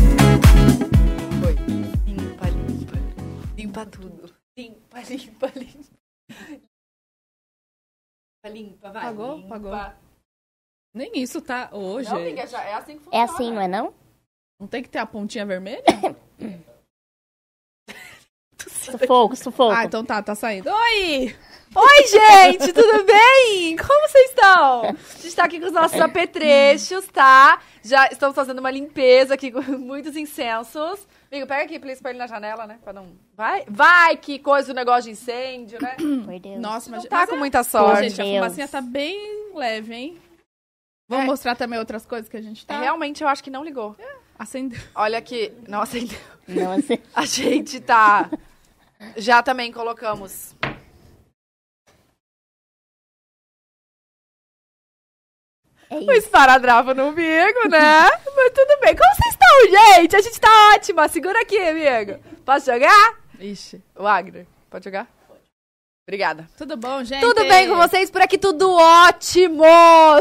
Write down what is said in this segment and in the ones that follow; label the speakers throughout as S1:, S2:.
S1: limpa, vai.
S2: Pagou?
S1: limpa.
S2: Pagou. Nem isso tá hoje.
S1: Não, amiga, já é assim que
S3: É
S1: funciona.
S3: assim, não é não?
S2: Não tem que ter a pontinha vermelha?
S3: Sufoco, sufoco.
S2: Ah, então tá, tá saindo. Oi!
S4: Oi, gente, tudo bem? Como vocês estão? A gente tá aqui com os nossos
S3: É.
S4: apetrechos, tá? Já estamos fazendo uma limpeza aqui com muitos incensos. Amigo, pega aqui, please, pra ele na janela, né? Pra não... Vai, vai que coisa o negócio de incêndio, né?
S3: Por Deus.
S2: Nossa, mas,
S4: Não tá
S2: mas
S4: com
S2: é-
S4: muita
S2: Pô,
S4: sorte.
S2: gente, a
S3: Deus.
S2: fumacinha tá bem leve, hein? Vamos
S4: É.
S2: mostrar também outras coisas que a gente tá.
S4: Realmente, eu acho que não ligou.
S2: Acendeu.
S4: Olha aqui, nossa, ele-
S3: Nossa.
S4: a gente tá... Já também colocamos...
S3: É
S4: O
S3: isso.
S4: esparadrapo no umbigo, né? Mas tudo bem. Como vocês estão, gente? A gente tá ótima. Segura aqui, amigo. Posso jogar?
S2: Ixi.
S4: O Agner, pode jogar? Obrigada.
S2: Tudo bom, gente?
S4: Tudo bem com vocês? Por aqui tudo ótimo!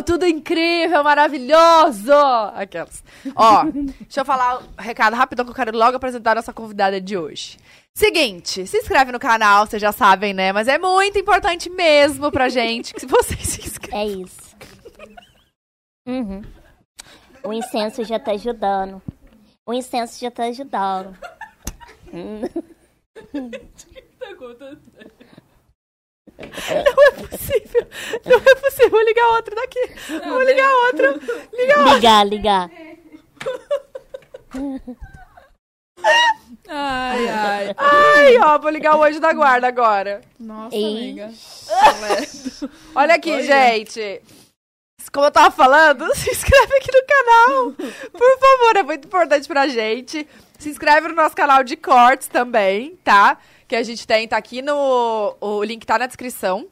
S4: Tudo incrível, maravilhoso! Aquelas. Ó, deixa eu falar o recado rápido que eu quero logo apresentar a nossa convidada de hoje. Seguinte, se inscreve no canal, vocês já sabem, né? Mas é muito importante mesmo pra gente que vocês se inscrevam.
S3: É isso. Uhum. O incenso já tá ajudando. O incenso já tá ajudando. Hum.
S4: Não é possível. Não é possível. Vou ligar outro daqui. Vou ligar outro. Ligar outro.
S3: Ligar, ligar.
S2: Ai, ai.
S4: Ai, ó, vou ligar o anjo da guarda agora.
S2: Nossa,
S3: Ih.
S2: amiga.
S4: Olha aqui,
S2: Olha.
S4: gente. Como eu tava falando, se inscreve aqui no canal. Por favor, é muito importante pra gente. Se inscreve no nosso canal de cortes também, tá? Que a gente tem, tá aqui no. O link tá na descrição.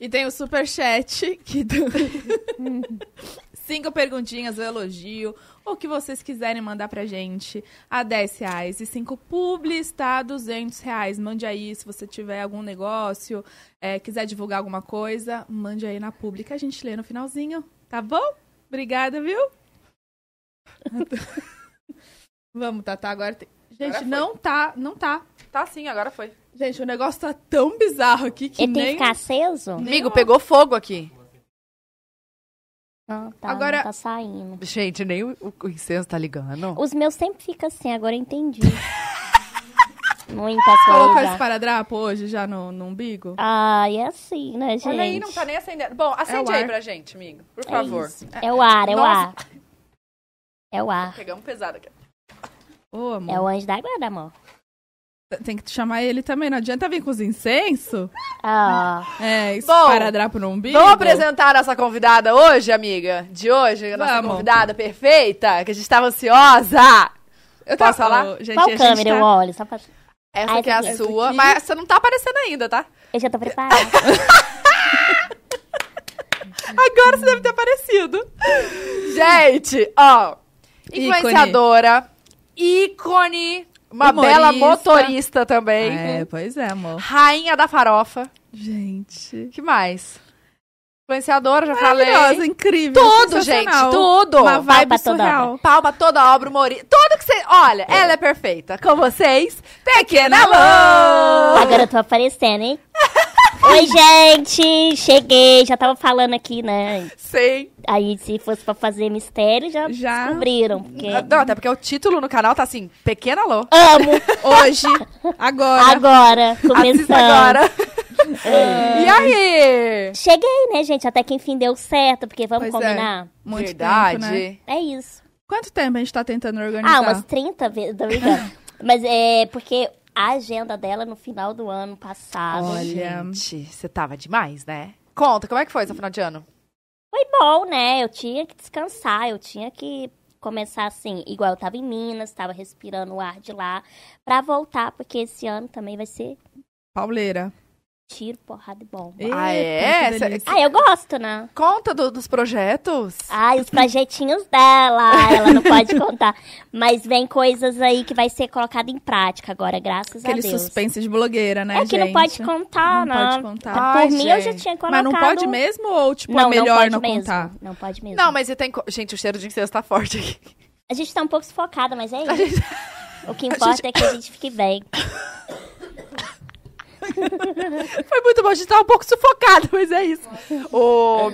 S2: E tem o superchat que. do- Cinco perguntinhas, o elogio, ou o que vocês quiserem mandar pra gente a 10 reais. E cinco publis, tá? 200 reais. Mande aí se você tiver algum negócio, é, quiser divulgar alguma coisa, mande aí na pública. A gente lê no finalzinho, tá bom? Obrigada, viu? Vamos, Tatá, agora tem. Gente,
S4: Agora foi.
S2: não tá, não tá.
S4: Tá sim, agora foi.
S2: Gente, o negócio tá tão bizarro aqui que
S3: Ele tem que
S2: nem...
S3: ficar aceso?
S4: Amigo, pegou fogo aqui.
S3: Não, tá,
S2: Agora-
S3: não tá saindo.
S4: Gente, nem o, o incenso tá ligando.
S3: Os meus sempre ficam assim, agora eu entendi. Muito aceso.
S2: Colocou esse paradrapo hoje já no, no umbigo?
S3: Ah, é assim, né, gente?
S4: Olha aí, não tá nem acendendo. Bom, acende
S2: o ar.
S4: aí pra gente, amigo. Por
S3: É
S4: favor.
S3: isso. É, o ar, é
S4: Nossa.
S3: o ar. É o ar.
S4: Pegamos pesado aqui.
S2: Ô,
S3: É
S2: amor.
S3: o anjo da guarda, amor.
S2: Tem que chamar ele também. Não adianta vir com os incenso.
S3: Ah,
S2: É, esse
S4: Bom,
S2: paradrapo no umbigo.
S4: Vamos apresentar a nossa convidada hoje, amiga? De hoje, a nossa
S2: Vamos.
S4: convidada perfeita, que a gente tava ansiosa.
S2: Eu
S4: Posso falar?
S2: Ô, gente,
S3: qual
S2: a
S3: câmera
S2: gente
S3: eu
S2: tá...
S3: olho? Só pra...
S4: Essa
S3: Ah,
S4: que é a
S3: essa aqui.
S4: sua,
S2: Essa aqui.
S4: mas você não tá aparecendo ainda, tá?
S3: Eu já tô preparada.
S4: Agora você deve ter aparecido. Gente, ó,
S2: Ícone.
S4: influenciadora, ícone, uma
S2: Humorista.
S4: bela motorista também,
S2: É, pois é, amor.
S4: rainha da farofa,
S2: Gente.
S4: que mais? Influenciadora, já falei.
S2: Maravilhosa, incrível.
S4: Tudo, gente,
S2: sensacional.
S4: tudo.
S2: Uma vibe
S3: Palpa toda
S2: surreal.
S4: Palma toda a obra humorista. Tudo que você. Olha, ela é perfeita. Com vocês, Pequena Lô!
S3: Agora eu tô aparecendo, hein? Oi, gente! Cheguei, já tava falando aqui, né?
S4: Sim.
S3: Aí, se fosse pra fazer mistério, já,
S2: Já.
S3: descobriram. Porque
S4: Não, até porque o título no canal tá assim: Pequena Lô.
S3: amo!
S2: Hoje,
S3: Ah.
S2: agora.
S3: Agora,
S4: Assista
S3: começando.
S4: agora. e aí?
S3: Cheguei, né, gente? Até que enfim deu certo, porque vamos
S2: Pois é.
S3: combinar.
S2: Muito
S4: Verdade.
S2: tempo, né?
S3: É, isso.
S2: Quanto tempo a gente tá tentando organizar?
S3: Ah, umas 30 vezes, tô brincando. Mas é porque a agenda dela é no final do ano passado.
S2: Olha.
S4: Gente, você tava demais, né? Conta, como é que foi seu final de ano?
S3: Foi bom, né? Eu tinha que descansar, eu tinha que começar assim, igual eu tava em Minas, tava respirando o ar de lá, pra voltar, porque esse ano também vai ser
S2: Pauleira.
S3: tiro, porrada e bomba.
S4: Ah, é?
S2: Eita, que
S4: Essa-
S2: delícia.
S3: Ah, eu gosto, né?
S4: Conta do- dos projetos.
S3: Ai, os projetinhos dela, ela não pode contar. Mas vem coisas aí que vai ser colocada em prática agora, graças
S2: Aquele
S3: a Deus.
S2: suspense de blogueira, né,
S3: é que não
S2: gente?
S3: pode contar,
S2: Não
S3: não.
S2: pode contar.
S3: Por
S4: Ai,
S3: mim, eu já
S4: gente.
S3: tinha colocado...
S2: Mas não pode mesmo ou, tipo,
S3: Não,
S2: é melhor
S3: pode
S2: não,
S3: mesmo.
S2: contar?
S3: Não pode mesmo.
S4: Não, mas e tem. co- Gente, o cheiro de incenso tá forte aqui.
S3: A gente tá um pouco sufocada, mas é isso. O que importa é que a gente fique bem.
S4: Foi muito bom, a gente tava um pouco sufocado, mas é isso. O...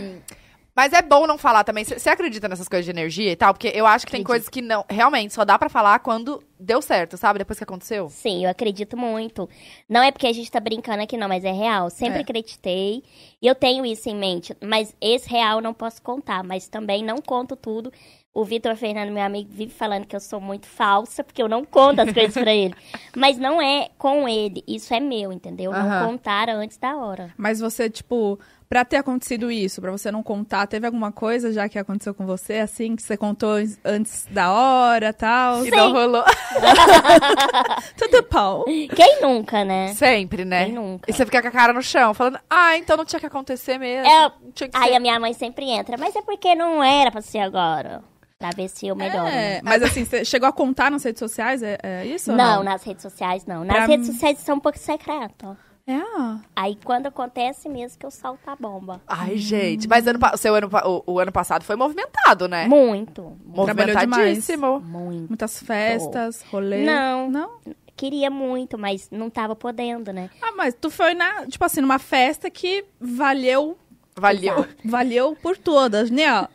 S4: Mas é bom não falar também. Você acredita nessas coisas de energia e tal? Porque eu acho que tem
S3: Acredito.
S4: coisas que não. Realmente, só dá pra falar quando deu certo, sabe? Depois que aconteceu.
S3: Sim, eu acredito muito. Não é porque a gente tá brincando aqui, não, mas é real. Sempre
S4: É.
S3: acreditei. E eu tenho isso em mente. Mas esse real eu não posso contar. Mas também não conto tudo. O Vitor Fernando, meu amigo, vive falando que eu sou muito falsa, porque eu não conto as coisas pra ele. Mas não é com ele. Isso é meu, entendeu?
S4: Aham.
S3: Não contar antes da hora.
S2: Mas você, tipo, pra ter acontecido isso, pra você não contar, teve alguma coisa já que aconteceu com você, assim, que você contou an- antes da hora tal?
S4: E não rolou.
S2: Tudo é pau.
S3: Quem nunca, né?
S4: Sempre, né?
S3: Quem nunca?
S4: E você fica com a cara no chão, falando, ah, então não tinha que acontecer mesmo.
S3: É,
S4: Não tinha que
S3: Aí
S4: ser.
S3: a minha mãe sempre entra. Mas é porque não era pra ser agora. Pra ver se eu melhoro. né?
S2: É, mas assim, você chegou a contar nas redes sociais? É, é isso? ou
S3: Não, nas redes sociais não. Nas
S2: Pra
S3: redes
S2: mim-
S3: sociais são um pouco secreto. ó.
S2: É. ah.
S3: Aí quando acontece mesmo que eu solto a bomba.
S4: Ai, gente. Mas ano, pa- o seu ano, pa- o, o ano passado foi movimentado,
S2: É.
S4: né?
S3: Muito.
S2: Trabalhou demais.
S4: Movimentadíssimo.
S3: Muito.
S2: Muitas festas, rolê.
S3: Não.
S2: Não?
S3: Queria muito, mas não tava podendo, né?
S2: Ah, mas tu foi na, tipo assim, numa festa que valeu,
S4: Valeu.
S2: valeu por todas, né? ó?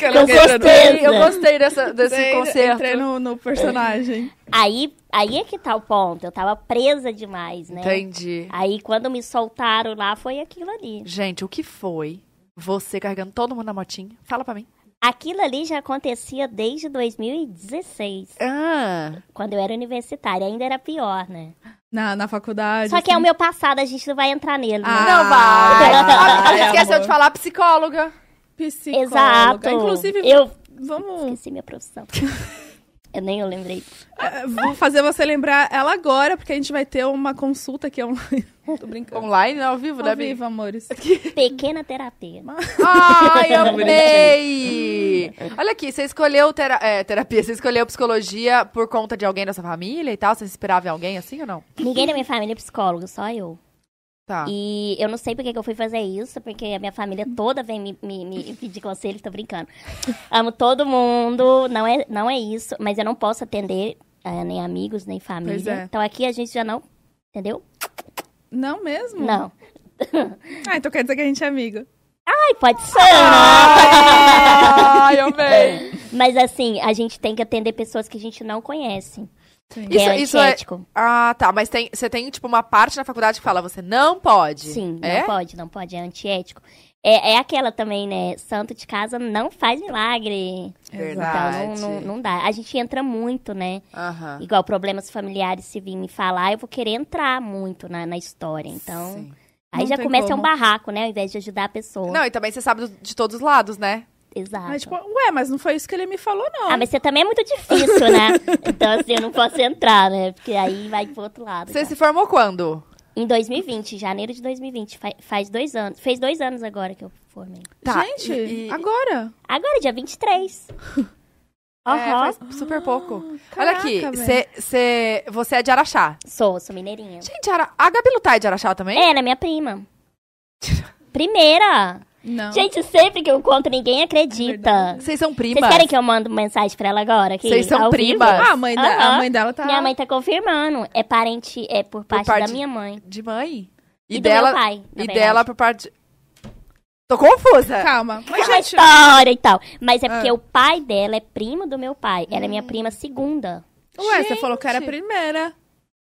S3: Eu gostei,
S4: eu
S3: né?
S4: gostei dessa- desse
S2: Entrei-
S4: concerto.
S2: Entrei no, no personagem.
S3: Aí, aí é que tá o ponto. Eu tava presa demais, né?
S4: Entendi.
S3: Aí quando me soltaram lá, foi aquilo ali.
S4: Gente, o que foi você carregando todo mundo na motinha? Fala pra mim.
S3: Aquilo ali já acontecia desde 2016,
S4: Ah,
S3: quando eu era universitária. Ainda era pior, né?
S2: Na, na faculdade.
S3: Só que é o
S2: assim.
S3: meu passado, a gente não vai entrar nele. né?
S2: Ah,
S4: não vai.
S2: Ah,
S4: A gente esqueceu
S2: amor.
S4: de falar psicóloga.
S2: Psicóloga.
S3: um Exato.
S2: Inclusive,
S3: eu
S2: vamos
S3: esqueci minha profissão. eu nem eu lembrei.
S2: eh, vou fazer você lembrar ela agora, porque a gente vai ter uma consulta aqui online. Tô brincando.
S4: Online, né? ao vivo, né,
S2: Ao
S4: amiga?
S2: vivo, amores.
S3: Pequena terapia.
S4: Ai, amei! Olha aqui, você escolheu tera- é, terapia, você escolheu psicologia por conta de alguém da sua família e tal? Você se inspirava em alguém assim ou não?
S3: Ninguém da minha família é psicólogo, só eu.
S4: Tá.
S3: E eu não sei porque que eu fui fazer isso, porque a minha família toda vem me, me- me pedir conselho, tô brincando. Amo todo mundo, não é, não é isso, mas eu não posso atender eh, nem amigos, nem
S2: Pois
S3: família.
S2: é.
S3: Então aqui a gente já não. Entendeu?
S2: Não mesmo?
S3: Não.
S2: Ah, então quer dizer que a gente é amigo.
S3: Ai, pode ser,
S4: Ah. Ai, amei!
S3: né? Mas assim, a gente tem que atender pessoas que a gente não conhece.
S2: Sim.
S3: Que
S4: Isso-
S3: é
S4: isso é-
S3: antiético.
S4: Ah, tá, mas tem, você tem, tipo, uma parte na faculdade que fala, você não pode.
S3: Sim,
S4: é?
S3: não pode, não pode, é antiético. É, é aquela também, né? Santo de casa não faz milagre.
S4: Verdade.
S3: Então, não, não, não dá. A gente entra muito, né?
S4: Aham.
S3: Igual problemas familiares, se vir me falar, eu vou querer entrar muito na, na história. Então,
S4: Sim.
S3: aí
S2: Não
S3: já
S2: tem
S3: começa
S2: como.
S3: um barraco, né? Ao invés de ajudar a pessoa.
S4: Não, e também você sabe do- de todos os lados, né?
S3: Exato.
S2: Mas tipo, ué, mas não foi isso que ele me falou, não.
S3: tá. Ah, mas você também é muito difícil, né? então, assim, eu não posso entrar, né? Porque aí vai pro outro lado.
S4: Você
S3: já.
S4: se formou quando?
S3: Em 2020, janeiro de 2020, fa- faz dois anos. Fez dois anos agora que eu formei.
S4: Tá,
S2: Gente,
S4: e- e-
S2: agora.
S3: Agora, é dia 23. Aham.
S4: É, faz super pouco. Olha
S2: caraca,
S4: aqui,
S2: velho.
S4: cê, cê- você é de Araxá.
S3: Sou, sou mineirinha.
S4: Gente, Ara- a Gabi Lutá é de Araxá também?
S3: É, ela é minha prima. Primeira.
S2: Não.
S3: Gente, sempre que eu conto, ninguém acredita.
S4: Vocês são É primas?
S3: Vocês querem que eu mande uma mensagem pra ela agora? aqui,
S4: Vocês são
S3: ao vivo?
S4: primas?
S2: Ah, a mãe, da- a
S3: Aham.
S2: mãe dela tá.
S3: Minha mãe tá confirmando. É parente, é por parte,
S4: parte
S3: da minha mãe.
S4: De mãe?
S3: E,
S4: E,
S3: do
S4: dela.
S3: meu pai. na
S4: e
S3: verdade.
S4: dela por parte. de- Tô confusa.
S2: É. Calma. Mas,
S3: Aquela
S2: gente.
S3: É história e tal. Mas é
S2: Ah.
S3: porque o pai dela é primo do meu pai. Ela é
S4: Ah.
S3: minha prima segunda.
S2: Ué, você falou que era a
S4: Gente.
S2: primeira.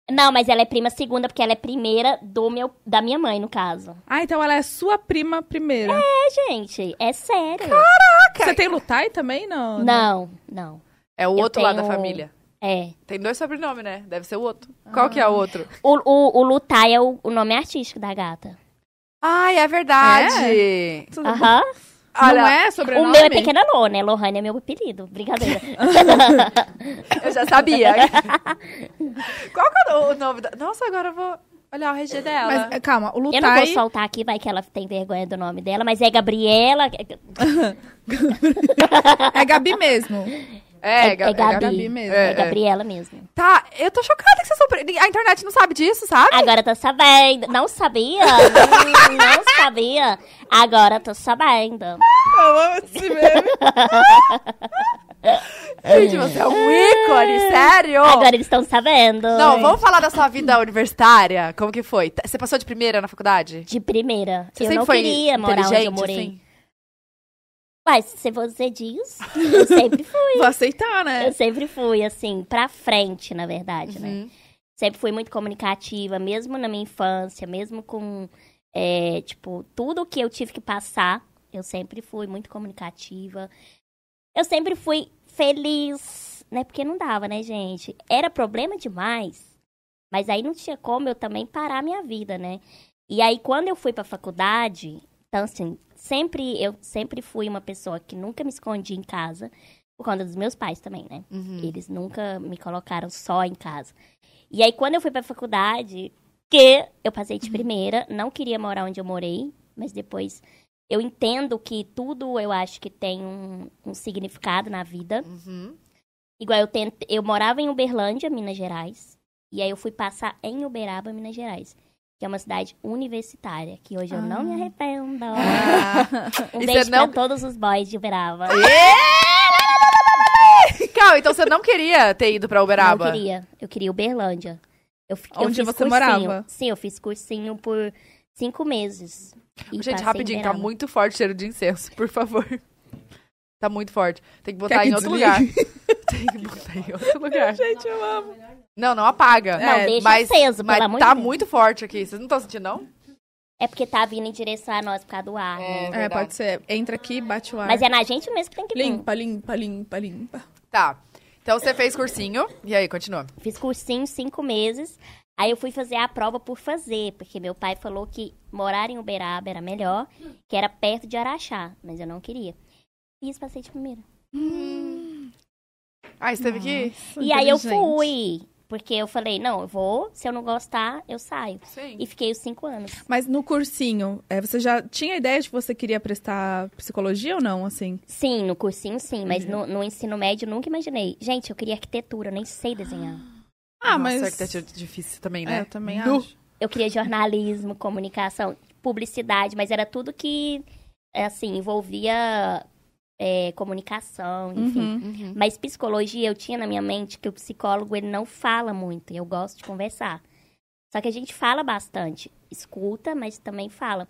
S3: Não, mas ela é prima segunda porque ela é primeira do meu, da minha mãe, no caso.
S2: Ah, então ela é sua prima primeira.
S3: É, gente, é sério.
S2: Você tem Lutai também, não?
S3: Não, não.
S4: É o
S3: Eu
S4: outro lado da
S3: tenho-
S4: família.
S3: É.
S4: Tem dois sobrenomes, né? Deve ser o outro.
S2: Ah.
S4: Qual que é o outro?
S3: O, o, o Lutai é o, o nome artístico da gata.
S4: Ai, é verdade.
S2: Tudo bom.
S3: Aham.
S4: Olha,
S2: É? não é
S3: O
S2: sobrenome?
S3: meu é Pequena Lô, né? Lohane é meu apelido. Brincadeira.
S4: eu já sabia. Qual que é o nome da. Nossa, agora eu vou olhar o RG dela.
S2: Mas, é, calma, o
S3: Eu não vou
S2: Lutai...
S3: soltar aqui, vai que ela tem vergonha do nome dela, mas é Gabriela.
S2: É Gabi mesmo.
S4: É,
S3: é-
S4: Ga-
S3: é Gabi.
S2: mesmo.
S3: É,
S4: É,
S3: Gabriela mesmo.
S4: Tá, eu tô chocada que vocês são. pri- A internet não sabe disso, sabe?
S3: Agora tô sabendo. Não sabia? Não, não sabia.
S2: é assim
S3: Agora tô sabendo.
S2: Eu amo esse meme.
S4: Gente, você é um ícone, sério?
S3: Agora eles estão sabendo.
S4: Não, vamos falar da sua vida universitária? Como que foi? T- Você passou de primeira na faculdade?
S3: De primeira.
S4: Você
S3: eu
S4: sempre
S3: não
S4: foi
S3: queria morar onde eu
S4: inteligente,
S3: morei.
S4: assim?
S3: Mas se você diz, eu sempre fui.
S2: Vou aceitar, né?
S3: Eu sempre fui, assim, pra frente, na verdade, né?
S4: Uhum.
S3: Sempre fui muito comunicativa, mesmo na minha infância, mesmo com, é, tipo, tudo que eu tive que passar, eu sempre fui muito comunicativa. Eu sempre fui feliz, né? Porque não dava, né, gente? Era problema demais, mas aí não tinha como eu também parar a minha vida, né? E aí, quando eu fui pra faculdade, então, assim, sempre, eu sempre fui uma pessoa que nunca me escondi em casa, por conta dos meus pais também, né?
S4: Uhum.
S3: Eles nunca me colocaram só em casa. E aí, quando eu fui pra faculdade, que eu passei
S4: Uhum.
S3: de primeira, não queria morar onde eu morei, mas depois eu entendo que tudo eu acho que tem um, um significado na vida.
S4: Uhum.
S3: Igual eu tento, eu morava em Uberlândia, Minas Gerais, e aí eu fui passar em Uberaba, Minas Gerais, que é uma cidade universitária, que hoje eu não me arrependo.
S2: Ah,
S3: Um
S4: Ah. E você
S3: beijo
S4: não-
S3: pra todos os boys de Uberaba.
S4: Calma, então você não queria ter ido pra Uberaba?
S3: Não queria. Eu queria Uberlândia. Eu, fi- eu
S2: Onde
S3: fiz
S2: você
S3: cursinho.
S2: morava?
S3: Sim, eu fiz cursinho por cinco meses. E
S4: Gente,
S3: passei em
S4: rapidinho, tá
S3: Uberaba.
S4: muito forte o cheiro de incenso, por favor. Tá muito forte. Tem que botar
S2: Quer que
S4: em outro lugar.
S2: desligue?
S4: Tem que botar em outro lugar.
S2: Gente, eu amo.
S4: Não, não apaga.
S3: Não,
S2: É,
S3: deixa
S4: mas
S3: aceso,
S4: mas
S3: pelo amor de
S4: tá
S3: Deus.
S4: muito forte aqui. Vocês não estão sentindo, não?
S3: É porque tá vindo em direção a nós por causa do ar. né?
S2: É, pode ser. Entra aqui, bate o ar.
S3: Mas é na gente mesmo que tem que vir.
S2: Limpa, limpa, limpa, limpa.
S4: Tá. Então você fez cursinho. E aí, continua.
S3: Fiz cursinho cinco meses. Aí eu fui fazer a prova por fazer, porque meu pai falou que morar em Uberaba era melhor, que era perto de Araxá, mas eu não queria. Fiz, passei de primeira.
S4: Ah, você teve que ir?
S3: E aí eu
S2: é Inteligente.
S3: fui, porque eu falei, não, eu vou, se eu não gostar, eu saio.
S4: Sim.
S3: Ah. E fiquei os cinco anos.
S2: Mas no cursinho, é, você já tinha ideia de que você queria prestar psicologia ou não, assim?
S3: Sim, no cursinho sim, mas
S4: Uhum.
S3: no, no ensino médio eu nunca imaginei. Gente, eu queria arquitetura, eu nem sei desenhar.
S2: Ah,
S4: Nossa, é
S2: mas...
S3: tá
S4: arquitetura difícil também,
S2: É,
S4: né?
S2: eu também
S4: Nu.
S2: acho.
S3: Eu queria jornalismo, comunicação, publicidade, mas era tudo que, assim, envolvia é, comunicação, enfim.
S2: Uhum.
S4: Uhum.
S3: Mas psicologia, eu tinha na minha mente que o psicólogo, ele não fala muito. e Eu gosto de conversar. Só que a gente fala bastante. Escuta, mas também fala.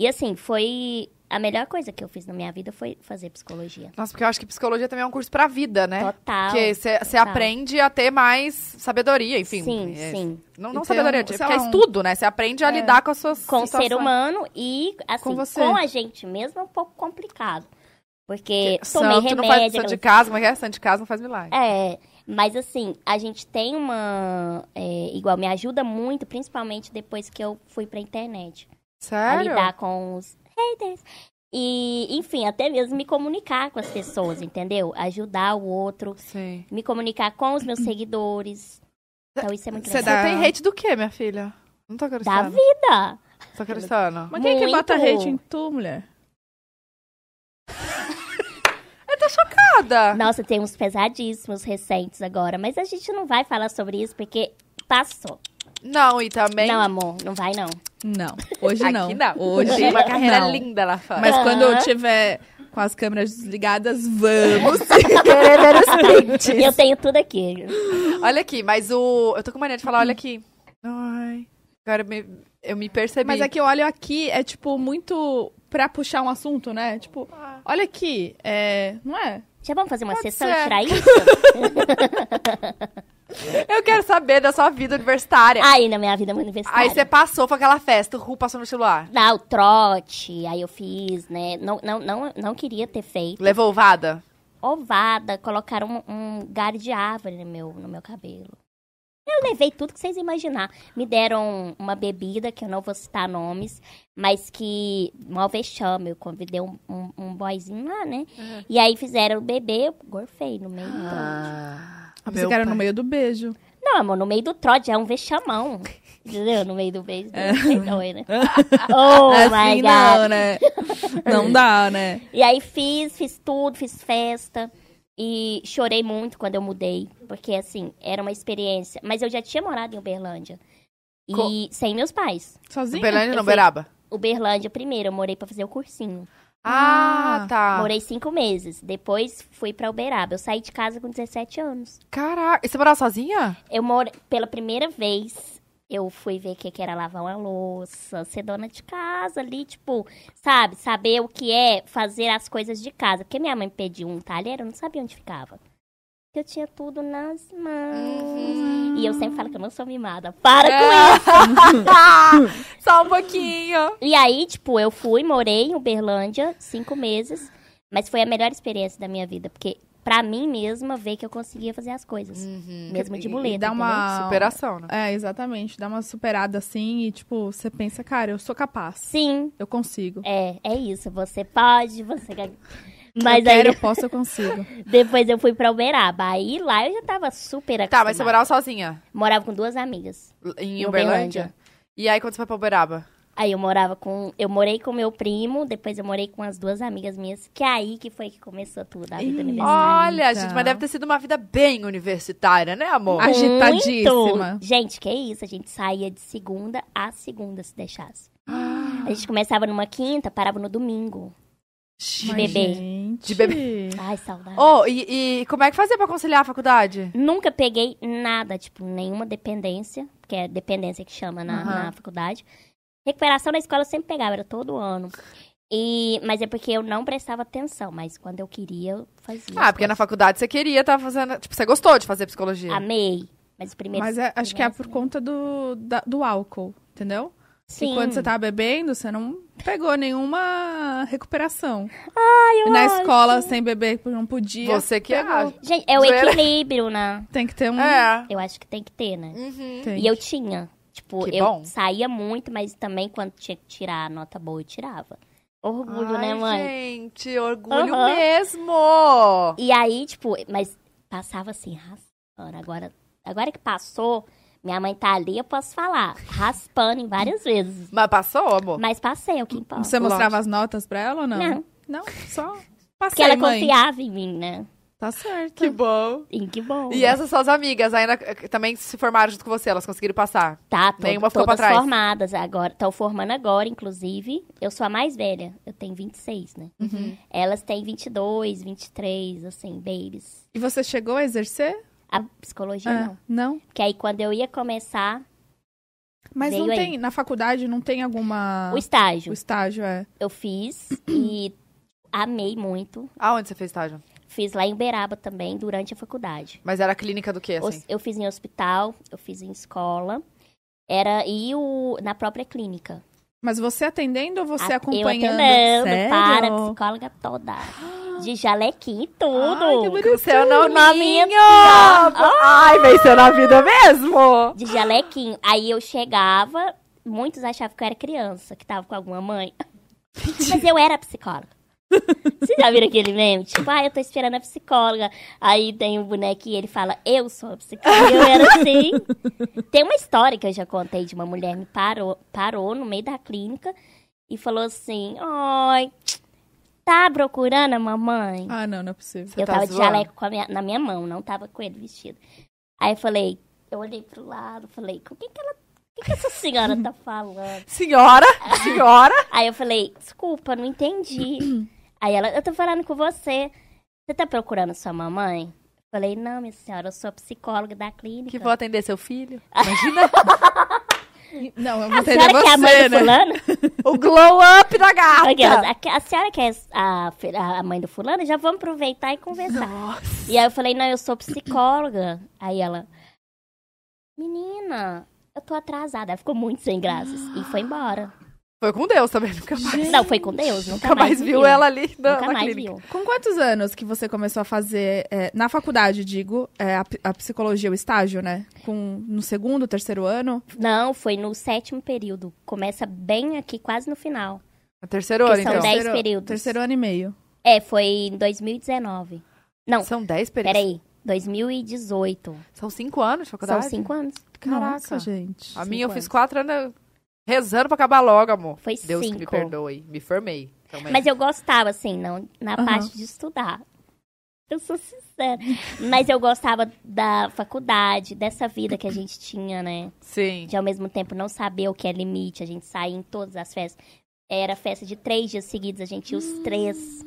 S3: E assim, foi... A melhor coisa que eu fiz na minha vida foi fazer psicologia.
S4: Nossa, porque eu acho que psicologia também é um curso pra vida, né?
S3: Total.
S4: Porque você
S3: total.
S4: aprende a ter mais sabedoria, enfim.
S3: sim,
S4: É,
S3: sim.
S4: Não, não
S2: E ter
S4: sabedoria,
S2: um-
S4: tipo,
S2: sei
S4: porque é
S2: lá, um-
S4: estudo, né? Você aprende a
S2: É.
S4: lidar com as suas
S3: com o
S4: situações.
S3: ser humano e, assim,
S2: Com
S3: com,
S2: você.
S3: a gente mesmo é um pouco complicado. Porque tomei
S4: Santo
S3: remédio.
S4: não faz santo de
S3: aquelas-
S4: casa, mas é santo de casa não faz milagre.
S3: É, mas assim, a gente tem uma. é, igual, me ajuda muito, principalmente depois que eu fui pra internet. A
S4: Sério?
S3: lidar com os haters. E, enfim, até mesmo me comunicar com as pessoas, entendeu? Ajudar o outro,
S4: Sim.
S3: me comunicar com os meus seguidores. Então isso é muito
S2: Você
S4: Você
S3: legal.
S2: dá-
S4: tem hate do quê, minha filha? Não tô
S3: Da
S4: acreditando.
S3: vida!
S4: Tô acreditando.
S2: Mas quem é que
S3: Muito.
S2: bota hate em tu, mulher?
S4: Nada.
S3: Nossa, tem uns pesadíssimos recentes agora, mas a gente não vai falar sobre isso porque passou.
S4: Não, e também...
S3: Não, amor, não vai não.
S2: Não, hoje
S4: Aqui
S2: não.
S4: não.
S2: Hoje
S4: Tem uma carreira
S2: não.
S4: linda lá fora. É.
S2: Mas
S3: Aham.
S2: quando eu tiver com as câmeras desligadas, vamos.
S3: Eu tenho tudo aqui.
S4: Olha aqui, mas o... Eu tô com mania de falar, olha aqui. Ai, agora me- eu me percebi.
S2: Mas é que eu olho aqui, é tipo muito pra puxar um assunto, né? Tipo, olha aqui, é... não é?
S3: Já vamos fazer uma
S4: Pode
S3: sessão
S4: ser.
S3: e tirar isso?
S4: Eu quero saber da sua vida universitária.
S3: Aí na minha vida universitária.
S4: Aí você passou pra aquela festa, o Ru passou no celular.
S3: Dá o trote, aí eu fiz, né? Não, não, não, não queria ter feito.
S4: Levou ovada?
S3: Ovada, colocaram um, um galho de árvore no meu, no meu cabelo. Eu levei tudo que vocês imaginar. Me deram uma bebida, que eu não vou citar nomes, mas que mal vexame. Eu convidei um, um, um boyzinho lá, né?
S2: Uhum.
S3: E aí fizeram o bebê, eu gorfei no meio. do trote.
S2: Ah.
S4: Ah,
S2: Eu pensei que era no meio do beijo.
S3: Não, amor, no meio do trote é um vexamão. Entendeu? No meio do beijo. Não é. né? Oh, my
S2: assim
S3: God.
S2: não, né? Não dá, né?
S3: E aí fiz, fiz tudo, fiz festa. E chorei muito quando eu mudei. Porque, assim, era uma experiência. Mas eu já tinha morado em Uberlândia. E
S4: Co-
S3: sem meus pais.
S2: Sozinha?
S4: Uberlândia não,
S3: Eu sei.
S4: Uberaba?
S3: Uberlândia primeiro, eu morei pra fazer o cursinho.
S4: Ah,
S2: Ah,
S4: tá.
S3: Morei cinco meses. Depois fui pra Uberaba. Eu saí de casa com 17 anos.
S4: Caraca. E você morava sozinha?
S3: Eu moro pela primeira vez. Eu fui ver o que que era lavar uma louça, ser dona de casa ali, tipo, sabe? Saber o que é fazer as coisas de casa. Porque minha mãe pediu um talher, eu não sabia onde ficava. Eu tinha tudo nas mãos.
S2: Uhum.
S3: E eu sempre falo que eu não sou mimada. Para
S2: É.
S3: com isso!
S4: Só um pouquinho.
S3: E aí, tipo, eu fui, morei em Uberlândia cinco meses, mas foi a melhor experiência da minha vida, porque pra mim mesma ver que eu conseguia fazer as coisas, mesmo
S2: Uhum. E-
S3: de
S2: e
S3: muleta. né?
S2: dá uma-
S4: Superação, né?
S2: É, exatamente. Dá uma superada assim e, tipo, você pensa, cara, eu sou capaz.
S3: entendeu? Sim,
S2: Eu consigo.
S3: é, é isso. Você pode, você quer. Mas
S2: eu quero,
S3: aí
S2: eu posso, eu consigo.
S3: depois eu fui pra Uberaba. Aí lá eu já tava super acostumada.
S4: Tá, mas você morava sozinha?
S3: Morava com duas amigas.
S4: Em Uberlândia?
S3: Em Uberlândia.
S4: E aí, quando você foi pra Uberaba?
S3: Aí eu morava com. Eu morei com meu primo, depois eu morei com as duas amigas minhas, que é aí que foi que começou tudo, a vida
S2: Ih.
S3: universitária.
S4: Olha, gente, mas deve ter sido uma vida bem universitária, né, amor?
S2: Ai. Agitadíssima.
S3: Muito. Gente, que é isso? A gente saía de segunda a segunda, se deixasse.
S4: Ah.
S3: A gente começava numa quinta, parava no domingo.
S2: Mas,
S3: bebê.
S2: gente,
S4: De
S3: Ai, saudade.
S4: Oh, e, e como é que fazia pra conciliar a faculdade?
S3: Nunca peguei nada, tipo, nenhuma dependência, que é dependência que chama na,
S4: Aham.
S3: na faculdade. Recuperação na escola eu sempre pegava, era todo ano. E, mas é porque eu não prestava atenção, mas quando eu queria, eu fazia.
S4: Ah, porque na faculdade você queria estar fazendo. Tipo, você gostou de fazer psicologia?
S3: Amei. Mas o primeiro.
S2: Mas é- acho que é por
S3: Né?
S2: conta do, da- do álcool, entendeu?
S3: Sim.
S2: Que quando você tá bebendo, você não pegou nenhuma recuperação.
S3: Ah, eu
S2: e na
S3: acho.
S2: escola, sem beber, um não podia.
S4: você que
S2: pegou.
S4: acha.
S3: Gente, é o
S4: Zoeira.
S3: equilíbrio, né?
S2: Tem que ter um...
S4: É.
S3: Eu acho que tem que ter, né?
S4: Uhum.
S2: Tem.
S3: E eu tinha. Tipo,
S4: Que
S3: eu
S4: bom.
S3: saía muito, mas também quando tinha que tirar a nota boa, eu tirava. Orgulho,
S4: Ai,
S3: né, mãe?
S4: Gente, orgulho
S3: Aham.
S4: mesmo!
S3: E aí, tipo, mas passava assim, raspando. Agora, agora que passou, minha mãe tá ali, eu posso falar. Raspando em várias vezes.
S4: Mas passou, amor?
S3: Mas passei, é o que importa.
S2: Você mostrava as notas pra ela ou não?
S3: Não.
S2: Não, só
S3: Porque
S2: passei,
S3: ela
S2: mãe.
S3: confiava em mim, né?
S2: Tá certo.
S4: Que bom.
S3: E que bom. né?
S4: E essas suas amigas ainda eh, também se formaram junto com você, elas conseguiram passar.
S3: Tá, to-
S4: Nenhuma ficou pra
S3: todas
S4: trás.
S3: formadas agora. Estão formando agora, inclusive. Eu sou a mais velha. Eu tenho 26, né?
S4: Uhum.
S3: Elas têm 22, 23, assim, babies.
S2: E você chegou a exercer?
S3: A psicologia
S4: É.
S2: Ah,
S3: não.
S2: não.
S3: Porque aí quando eu ia começar
S2: Mas não
S3: Veio aí.
S2: tem, na faculdade não tem
S4: Ah.
S2: alguma...
S3: o estágio,
S2: O estágio, é.
S3: eu fiz e amei muito.
S4: Aonde você fez estágio?
S3: Fiz lá em Uberaba também, durante a faculdade.
S4: Mas era clínica do quê, assim?
S3: Os- Eu fiz em hospital, eu fiz em escola. Era e o na própria clínica.
S2: Mas você atendendo ou você
S3: A-
S2: acompanhando?
S3: Eu atendendo,
S2: Sério?
S3: para, psicóloga toda. De jalequinho e
S2: Ai, que
S3: tudo.
S2: bonitinho.
S4: Seu
S3: nominho! Ah,
S4: Ai, venceu Ah, na vida mesmo!
S3: de jalequinho. Aí eu chegava, muitos achavam que eu era criança, que tava com alguma mãe. Mas eu era psicóloga. Vocês já viram aquele meme? Tipo, ah, eu tô esperando a psicóloga. Aí tem um boneco e ele fala, eu sou a psicóloga. Eu era assim. Tem uma história que eu já contei de uma mulher me parou, parou no meio da clínica e falou assim: Oi, tá procurando a mamãe?
S2: Ah, não, não é possível.
S4: Você
S3: eu
S4: tá
S3: tava de
S4: zoando?
S3: jaleco com a minha- na minha mão, não tava com ele vestido. Aí eu falei, eu olhei pro lado, falei, com quem que ela. O que, que essa senhora tá falando?
S4: Senhora, senhora,
S3: Aí eu falei, desculpa, não entendi. Aí ela, eu tô falando com você. Você tá procurando sua mamãe? Eu Falei, não, minha senhora, eu sou a psicóloga da clínica.
S4: que vou atender seu filho.
S2: Não, eu
S3: a
S2: vou
S3: senhora que é a mãe
S2: você,
S3: do
S2: né?
S3: fulano?
S4: O glow up da
S3: Aquelas,
S4: gata!
S3: a, a senhora que é a, fi- a mãe do fulano, já vamos aproveitar e conversar.
S4: Nossa.
S3: E aí eu falei, não, eu sou psicóloga. Aí ela, menina, eu tô atrasada. Ela ficou muito sem graças. E foi embora.
S4: Foi com Deus também, nunca mais,
S3: Não, foi com Deus. Nunca,
S4: nunca mais
S3: me
S4: viu ela ali na,
S3: Nunca
S4: na
S3: mais
S4: clínica.
S3: viu.
S2: Com quantos anos que você começou a fazer, é, na faculdade, digo, é, a, p- a psicologia, o estágio, né? Com, no segundo, terceiro ano?
S3: Não, foi no sétimo período. Começa bem aqui, quase no final.
S4: No terceiro ano,
S3: Porque são
S4: então.
S3: dez
S2: Terceiro-
S3: períodos.
S2: Terceiro ano e meio.
S3: É, foi em 2019. Não,
S4: São dez períodos.
S3: peraí. 2018.
S4: São cinco anos de faculdade?
S3: São cinco anos.
S4: Caraca.
S2: Nossa, gente.
S4: A minha eu
S3: Cinco
S4: fiz quatro anos rezando pra acabar logo, amor.
S3: Foi
S4: Deus que me
S3: cinco.
S4: perdoe. Me formei. Então, Também.
S3: Mas eu gostava, assim, não na
S2: Aham.
S3: parte de estudar. Eu sou sincera. Mas eu gostava da faculdade, dessa vida que a gente tinha, né?
S4: Sim.
S3: De ao mesmo tempo não saber o que é limite, a gente sair em todas as festas. Era festa de três dias seguidos, a gente ia os três.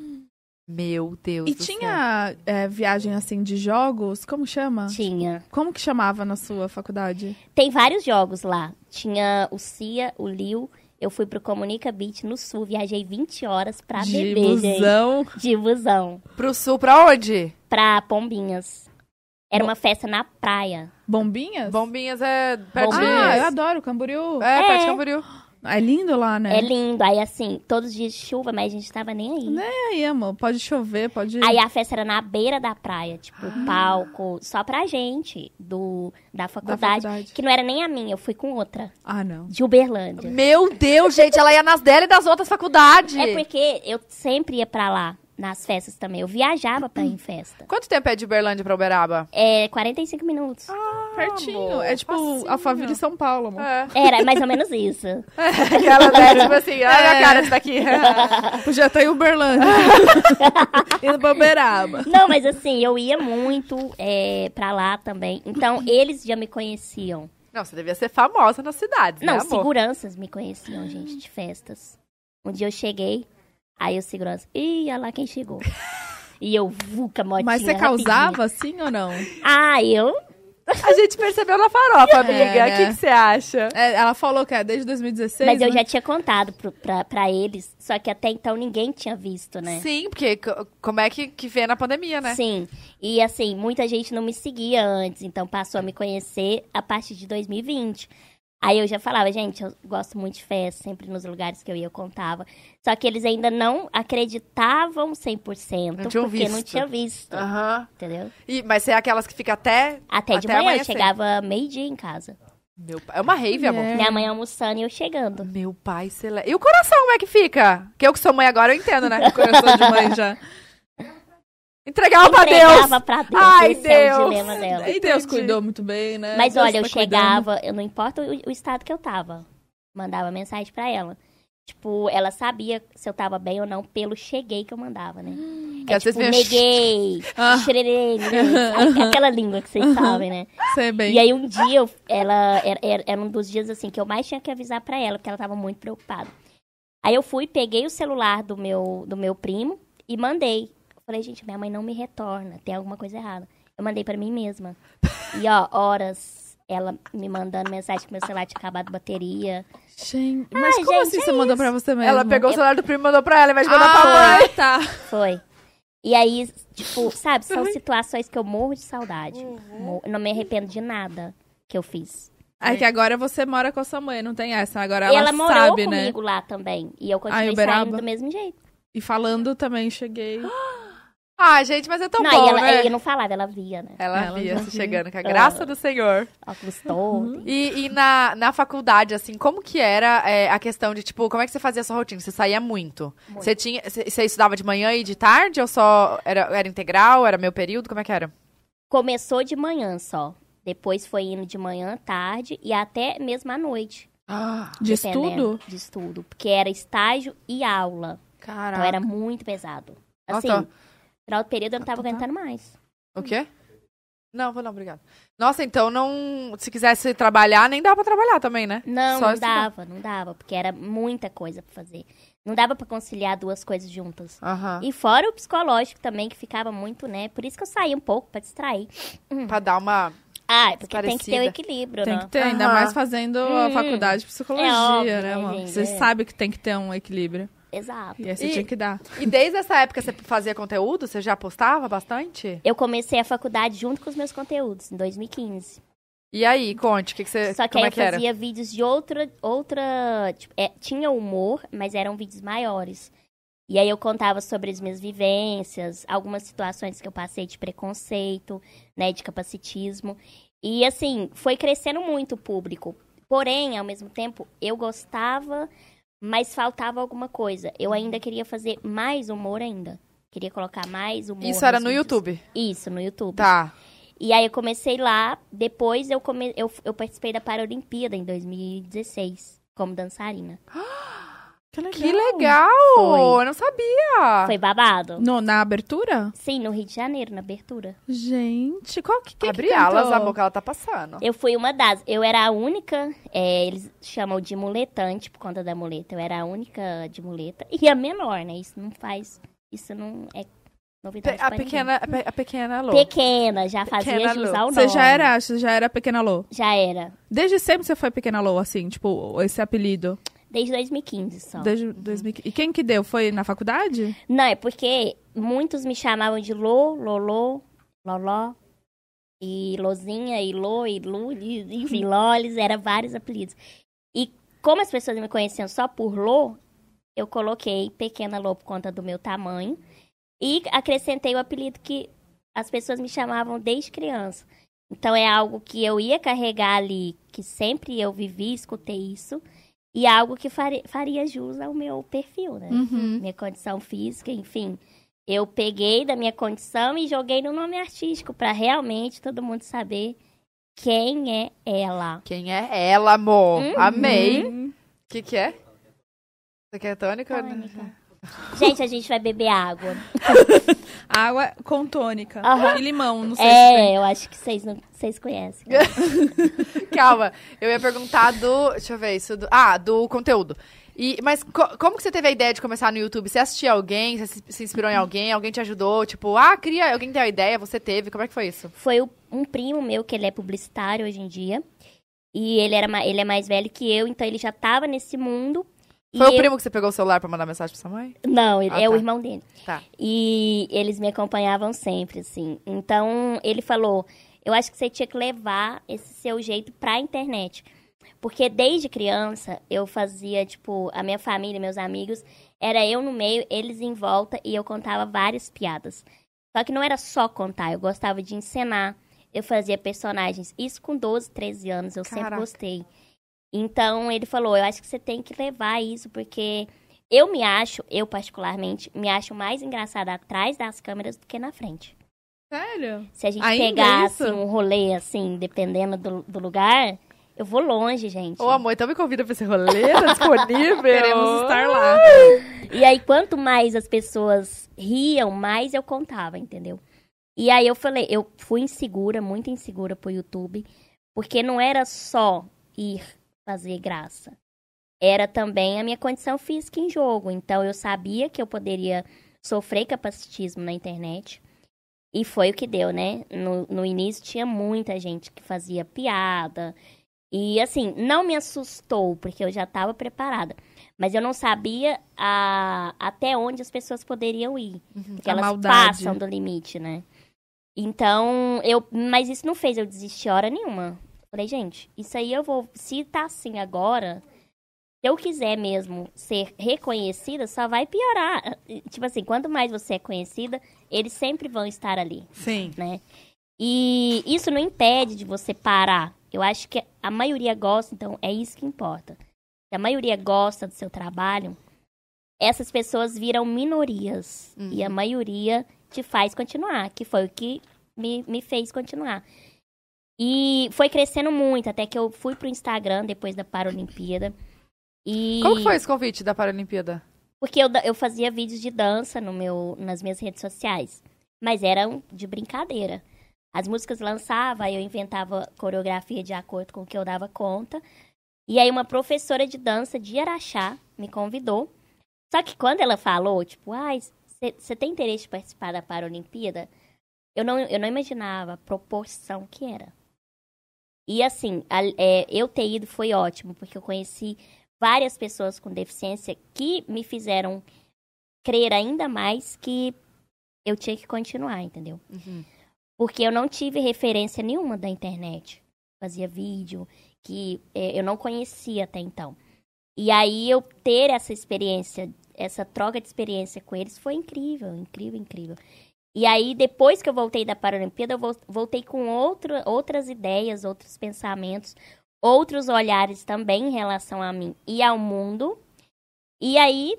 S4: Meu Deus
S2: E
S4: do
S2: tinha é, viagem assim de jogos? Como chama?
S3: Tinha.
S2: Como que chamava na sua faculdade?
S3: Tem vários jogos lá. Tinha o Cia, o Liu. Eu fui pro Comunica Beach no sul, viajei 20 horas pra
S2: de
S3: beber, gente.
S2: busão.
S3: De busão.
S4: Céu. Pro sul, pra onde?
S3: Pra Pombinhas. Era uma festa na praia.
S2: Bombinhas?
S4: Bombinhas é perto
S2: Ah,
S4: de...
S2: eu adoro Camboriú.
S4: É, perto de
S3: É.
S4: Camboriú.
S2: É lindo lá, né?
S3: É lindo. Aí, assim, todos os dias de chuva, mas a gente tava nem aí.
S2: Né? E aí, amor, pode chover, pode...
S3: Aí a festa era na beira da praia, tipo, palco, só pra gente do, da,
S2: da
S3: faculdade,
S2: faculdade.
S3: Que não era nem a minha, eu fui com outra,
S2: Ah, não.
S3: de Uberlândia.
S4: Meu Deus, gente, ela ia nas dela e das outras faculdades.
S3: É porque eu sempre ia pra lá, nas festas também. Eu viajava pra ir em festa.
S4: Quanto tempo é de Uberlândia pra Uberaba?
S3: É, 45 minutos.
S2: Pertinho.
S4: amor,
S2: é tipo
S4: facinho.
S2: Alphaville e São Paulo, amor.
S4: É.
S3: Era mais ou menos isso.
S4: Aquela, né, tipo assim, ai,
S2: É.
S4: a cara isso daqui.
S3: Ah.
S2: Já tá em Uberlândia. Indo pra Uberaba.
S3: Não, mas assim, eu ia muito é, pra lá também. Então, eles já me conheciam.
S4: Não, você devia ser famosa na cidade,
S3: Não,
S4: né, amor?
S3: seguranças me conheciam, gente, de festas. Um dia eu cheguei, aí o segurança, ih, olha lá quem chegou. E eu, vuca, motinha.
S2: Mas você
S3: rapidinho.
S2: causava assim ou não?
S3: Ah, eu?
S4: A gente percebeu na farofa, amiga. O
S2: né?
S4: que que você acha?
S2: É, ela falou que é desde 2016,
S3: Mas eu
S2: né?
S3: já tinha contado pro, pra, pra eles, só que até então ninguém tinha visto,
S2: É.
S3: né?
S4: Sim, porque co- como é que, que vê na pandemia, né?
S3: Sim. E assim, muita gente não me seguia antes, então passou a me conhecer a partir de 2020. Aí eu já falava, gente, eu gosto muito de festa, sempre nos lugares que eu ia eu contava. Só que eles ainda não acreditavam 100%,
S4: Não tinham
S3: porque não
S4: visto. Ah.
S3: tinha visto,
S4: Aham.
S3: entendeu?
S4: E, mas você é aquelas que fica até...
S3: Até de
S4: Até
S3: manhã, eu
S4: amanhecer.
S3: chegava meio-dia em casa.
S4: Meu pai- É uma rave, amor.
S2: É.
S3: Minha mãe almoçando e eu chegando.
S4: Meu pai, sei lá. E o coração, como é que fica? Que eu que sou mãe agora, eu entendo, né?
S2: Coração de mãe já.
S4: Entregava pra Deus.
S3: Entregava pra Deus,
S4: Ai,
S3: esse é o
S4: Deus.
S3: dilema dela.
S2: E Deus
S4: Entendi.
S2: cuidou muito bem, né?
S3: Mas
S2: Deus
S3: olha, eu
S2: tá
S3: chegava, eu não importa o, o estado que eu tava, mandava mensagem pra ela. Tipo, ela sabia se eu tava bem ou não pelo cheguei que eu mandava, né?
S4: Que
S3: É,
S4: às
S3: tipo,
S4: vezes vem um
S3: neguei,
S2: Ah.
S3: xererê, né? aquela língua que vocês sabem, né?
S2: cuidando. Sei é bem.
S3: E aí um dia, eu- ela era, era- era um dos dias assim que eu mais tinha que avisar pra ela, porque ela tava muito preocupada. Aí eu fui, peguei o celular do meu, do meu primo e mandei. Eu falei, gente, minha mãe não me retorna, tem alguma coisa errada. Eu mandei pra mim mesma. E ó, horas ela me mandando mensagem que meu celular tinha acabado a bateria.
S2: Gente, mas
S3: Ai,
S2: como
S3: gente,
S2: assim
S3: é
S2: você mandou pra você mesmo?
S4: Ela pegou o
S3: Eu-
S4: celular do primo e mandou pra ela, mas mandou pra mãe.
S2: Ah, tá.
S3: Foi. E aí, tipo, sabe, são
S2: Uhum.
S3: situações que eu morro de saudade. Mor- Não me arrependo de nada que eu fiz.
S2: É que agora você mora com a sua mãe, não tem essa. Agora
S3: E
S2: ela,
S3: ela morou
S2: sabe, né?
S3: comigo lá também. E
S2: Ah,
S3: eu
S2: em
S3: continuei
S2: Uberaba?
S3: saindo do mesmo jeito.
S2: E falando também, cheguei.
S4: Ah, gente, mas é tão
S3: não,
S4: bom,
S3: e ela,
S4: né?
S3: eu não falava, ela via, né?
S4: Ela,
S2: Ela
S4: via
S2: já
S4: se
S2: via.
S4: chegando com a
S3: Ah.
S4: graça do Senhor. Uhum.
S3: Óculos todo.
S4: E, e na, na faculdade, assim, como que era é, a questão de, tipo, como é que você fazia a sua rotina? Você saía muito?
S3: Muito.
S4: Você tinha, você você estudava de manhã e de tarde? Ou só era, era integral? Era meio período? Como é que era?
S3: Começou de manhã só. Depois foi indo de manhã, tarde e até mesmo à noite.
S4: Ah,
S2: De
S3: dependendo
S2: estudo?
S3: De estudo. Porque era estágio e aula. Então
S4: caraca.
S3: era muito pesado. Assim,
S4: Nossa.
S3: no final do período eu não tava
S2: Ah, tá.
S3: aguentando mais.
S4: O quê? Não, vou não, obrigada. Nossa, então não. Se quisesse trabalhar, nem dava pra trabalhar também, né?
S3: Não,
S4: Só
S3: não
S4: estudar.
S3: dava, não dava. Porque era muita coisa pra fazer. Não dava pra conciliar duas coisas juntas.
S4: Aham.
S3: E fora o psicológico também, que ficava muito, né? Por isso que eu saí um pouco pra distrair.
S4: Pra dar uma.
S3: Ah, é porque tem que ter o
S4: Parecida.
S3: equilíbrio,
S2: Tem
S3: né?
S2: que ter, ainda
S4: Aham.
S2: mais fazendo a
S3: Hum.
S2: faculdade de psicologia,
S3: É óbvio,
S2: né,
S3: né,
S2: amor?
S3: gente?
S2: Você
S3: É.
S2: sabe que tem que ter um equilíbrio.
S3: Exato.
S2: E aí você
S4: E-
S2: tinha que dar.
S4: E desde essa época você fazia conteúdo? Você já postava bastante?
S3: Eu comecei a faculdade junto com os meus conteúdos, em 2015.
S4: E aí, conte, o que, que você.
S3: Só que
S4: como é
S3: aí eu
S4: que era?
S3: fazia vídeos de outra. outra tipo, é, tinha humor, mas eram vídeos maiores. E aí eu contava sobre as minhas vivências, algumas situações que eu passei de preconceito, né, de capacitismo. E assim, foi crescendo muito o público. Porém, ao mesmo tempo, eu gostava, mas faltava alguma coisa. Eu ainda queria fazer mais humor ainda. Queria colocar mais humor.
S4: Isso era
S3: nos
S4: no
S3: vídeos.
S4: YouTube.
S3: Isso, no YouTube.
S4: Tá.
S3: E aí eu comecei lá, depois eu, come... eu, eu participei da Paralimpíada em 2016, como dançarina.
S2: Que legal.
S4: Que legal!
S3: Foi.
S4: Eu não sabia!
S3: Foi babado.
S2: No, na abertura?
S3: Sim, no Rio de Janeiro, na abertura.
S2: Gente, qual que quem que
S4: Abre alas,
S2: cantou?
S4: amor, que ela tá passando.
S3: Eu fui uma das. Eu era a única. é, eles chamam de muletante por conta da muleta. Eu era a única de muleta. E a menor, né? Isso não faz. Isso não é novidade.
S4: Pe- A
S3: pra ninguém.
S4: pequena, a pe- a pequena é Lô.
S3: Pequena, já fazia
S4: Pequena
S3: jus
S4: Lu.
S3: ao nome.
S2: Você já era, você já era Pequena Lô?
S3: Já era.
S2: Desde sempre você foi Pequena Lô, assim, tipo, esse apelido?
S3: Desde 2015 só.
S2: Desde
S4: Uhum.
S2: 2015. E quem que deu? Foi na faculdade?
S3: Não, é porque muitos me chamavam de Lô, Lolô, Loló. E Lozinha, e Lô, e Lu, e- enfim, Lolis, era vários apelidos. E como as pessoas me conheciam só por Lô, eu coloquei Pequena Lô por conta do meu tamanho. E acrescentei o apelido que as pessoas me chamavam desde criança. Então é algo que eu ia carregar ali, que sempre eu vivi, escutei isso. E algo que fare- faria jus ao meu perfil, né?
S2: Uhum.
S3: minha condição física, enfim. Eu peguei da minha condição e joguei no nome artístico pra realmente todo mundo saber quem é ela.
S4: Quem é ela, amor?
S3: Uhum.
S4: Amei. O que que é? Você quer tônica?
S3: Tônica. Gente, a gente vai beber água.
S2: Água com tônica
S3: Aham.
S2: e limão, não sei se tem.
S3: É, eu acho que vocês não, vocês conhecem.
S4: Calma, eu ia perguntar do... Deixa eu ver isso. do- ah, do conteúdo. E, mas co- como que você teve a ideia de começar no YouTube? Você assistia alguém? Você se, se inspirou em
S3: Uhum.
S4: alguém? Alguém te ajudou? Tipo, ah, cria... Alguém deu a ideia? Você teve? Como é que foi isso?
S3: Foi o- um primo meu que ele é publicitário hoje em dia. E ele, era, ma- ele é mais velho que eu, então ele já tava nesse mundo. E
S4: Foi o
S3: eu-
S4: primo que você pegou o celular pra mandar mensagem pra sua mãe?
S3: Não, ele
S4: Ah,
S3: é o
S4: tá.
S3: irmão dele.
S4: Tá.
S3: E eles me acompanhavam sempre, assim. Então, ele falou: eu acho que você tinha que levar esse seu jeito pra internet. Porque desde criança, eu fazia, tipo, a minha família, meus amigos, era eu no meio, eles em volta, e eu contava várias piadas. Só que não era só contar, eu gostava de encenar, eu fazia personagens. Isso com 12, 13 anos, eu sempre
S4: Caraca.
S3: gostei. Então, ele falou: eu acho que você tem que levar isso, porque eu me acho, eu particularmente, me acho mais engraçada atrás das câmeras do que na frente.
S2: Sério?
S3: Se a gente
S2: Ainda é
S3: pegar
S2: isso?
S3: assim, um rolê, assim, dependendo do, do lugar, eu vou longe, gente.
S4: Ô, amor, então me convida pra esse rolê, tá disponível?
S2: Queremos estar lá.
S3: E aí, quanto mais as pessoas riam, mais eu contava, entendeu? E aí eu falei, eu fui insegura, muito insegura pro YouTube, porque não era só ir fazer graça. Era também a minha condição física em jogo. Então eu sabia que eu poderia sofrer capacitismo na internet. E foi o que deu, né? No, no início tinha muita gente que fazia piada. E assim, não me assustou, porque eu já estava preparada. Mas eu não sabia a- até onde as pessoas poderiam ir. Porque
S2: Uhum. a
S3: elas
S2: maldade.
S3: passam do limite, né? Então, eu. Mas isso não fez eu desistir hora nenhuma. Falei, gente, isso aí eu vou. Se tá assim agora, se eu quiser mesmo ser reconhecida, só vai piorar. Tipo assim, quanto mais você é conhecida, eles sempre vão estar ali.
S2: Sim.
S3: Né? E isso não impede de você parar. Eu acho que a maioria gosta, então é isso que importa. Se a maioria gosta do seu trabalho, essas pessoas viram minorias.
S4: Uhum.
S3: E a maioria te faz continuar, que foi o que me, me fez continuar. E foi crescendo muito, até que eu fui pro Instagram depois da Paralimpíada. E...
S4: Como que foi esse convite da Paralimpíada?
S3: Porque eu, da- eu fazia vídeos de dança no meu, nas minhas redes sociais. Mas eram de brincadeira. As músicas lançava, aí eu inventava coreografia de acordo com o que eu dava conta. E aí uma professora de dança de Araxá me convidou. Só que quando ela falou, tipo, ai, você tem interesse de participar da Paralimpíada? Eu não, eu não imaginava a proporção que era. E assim, a- é, eu ter ido foi ótimo, porque eu conheci várias pessoas com deficiência que me fizeram crer ainda mais que eu tinha que continuar, entendeu? Porque eu não tive referência nenhuma da internet. Fazia vídeo que eh, eu não conhecia até então. E aí eu ter essa experiência, essa troca de experiência com eles foi incrível, incrível, incrível. E aí depois que eu voltei da Paralimpíada, eu vol- voltei com outro, outras ideias, outros pensamentos, outros olhares também em relação a mim e ao mundo. E aí,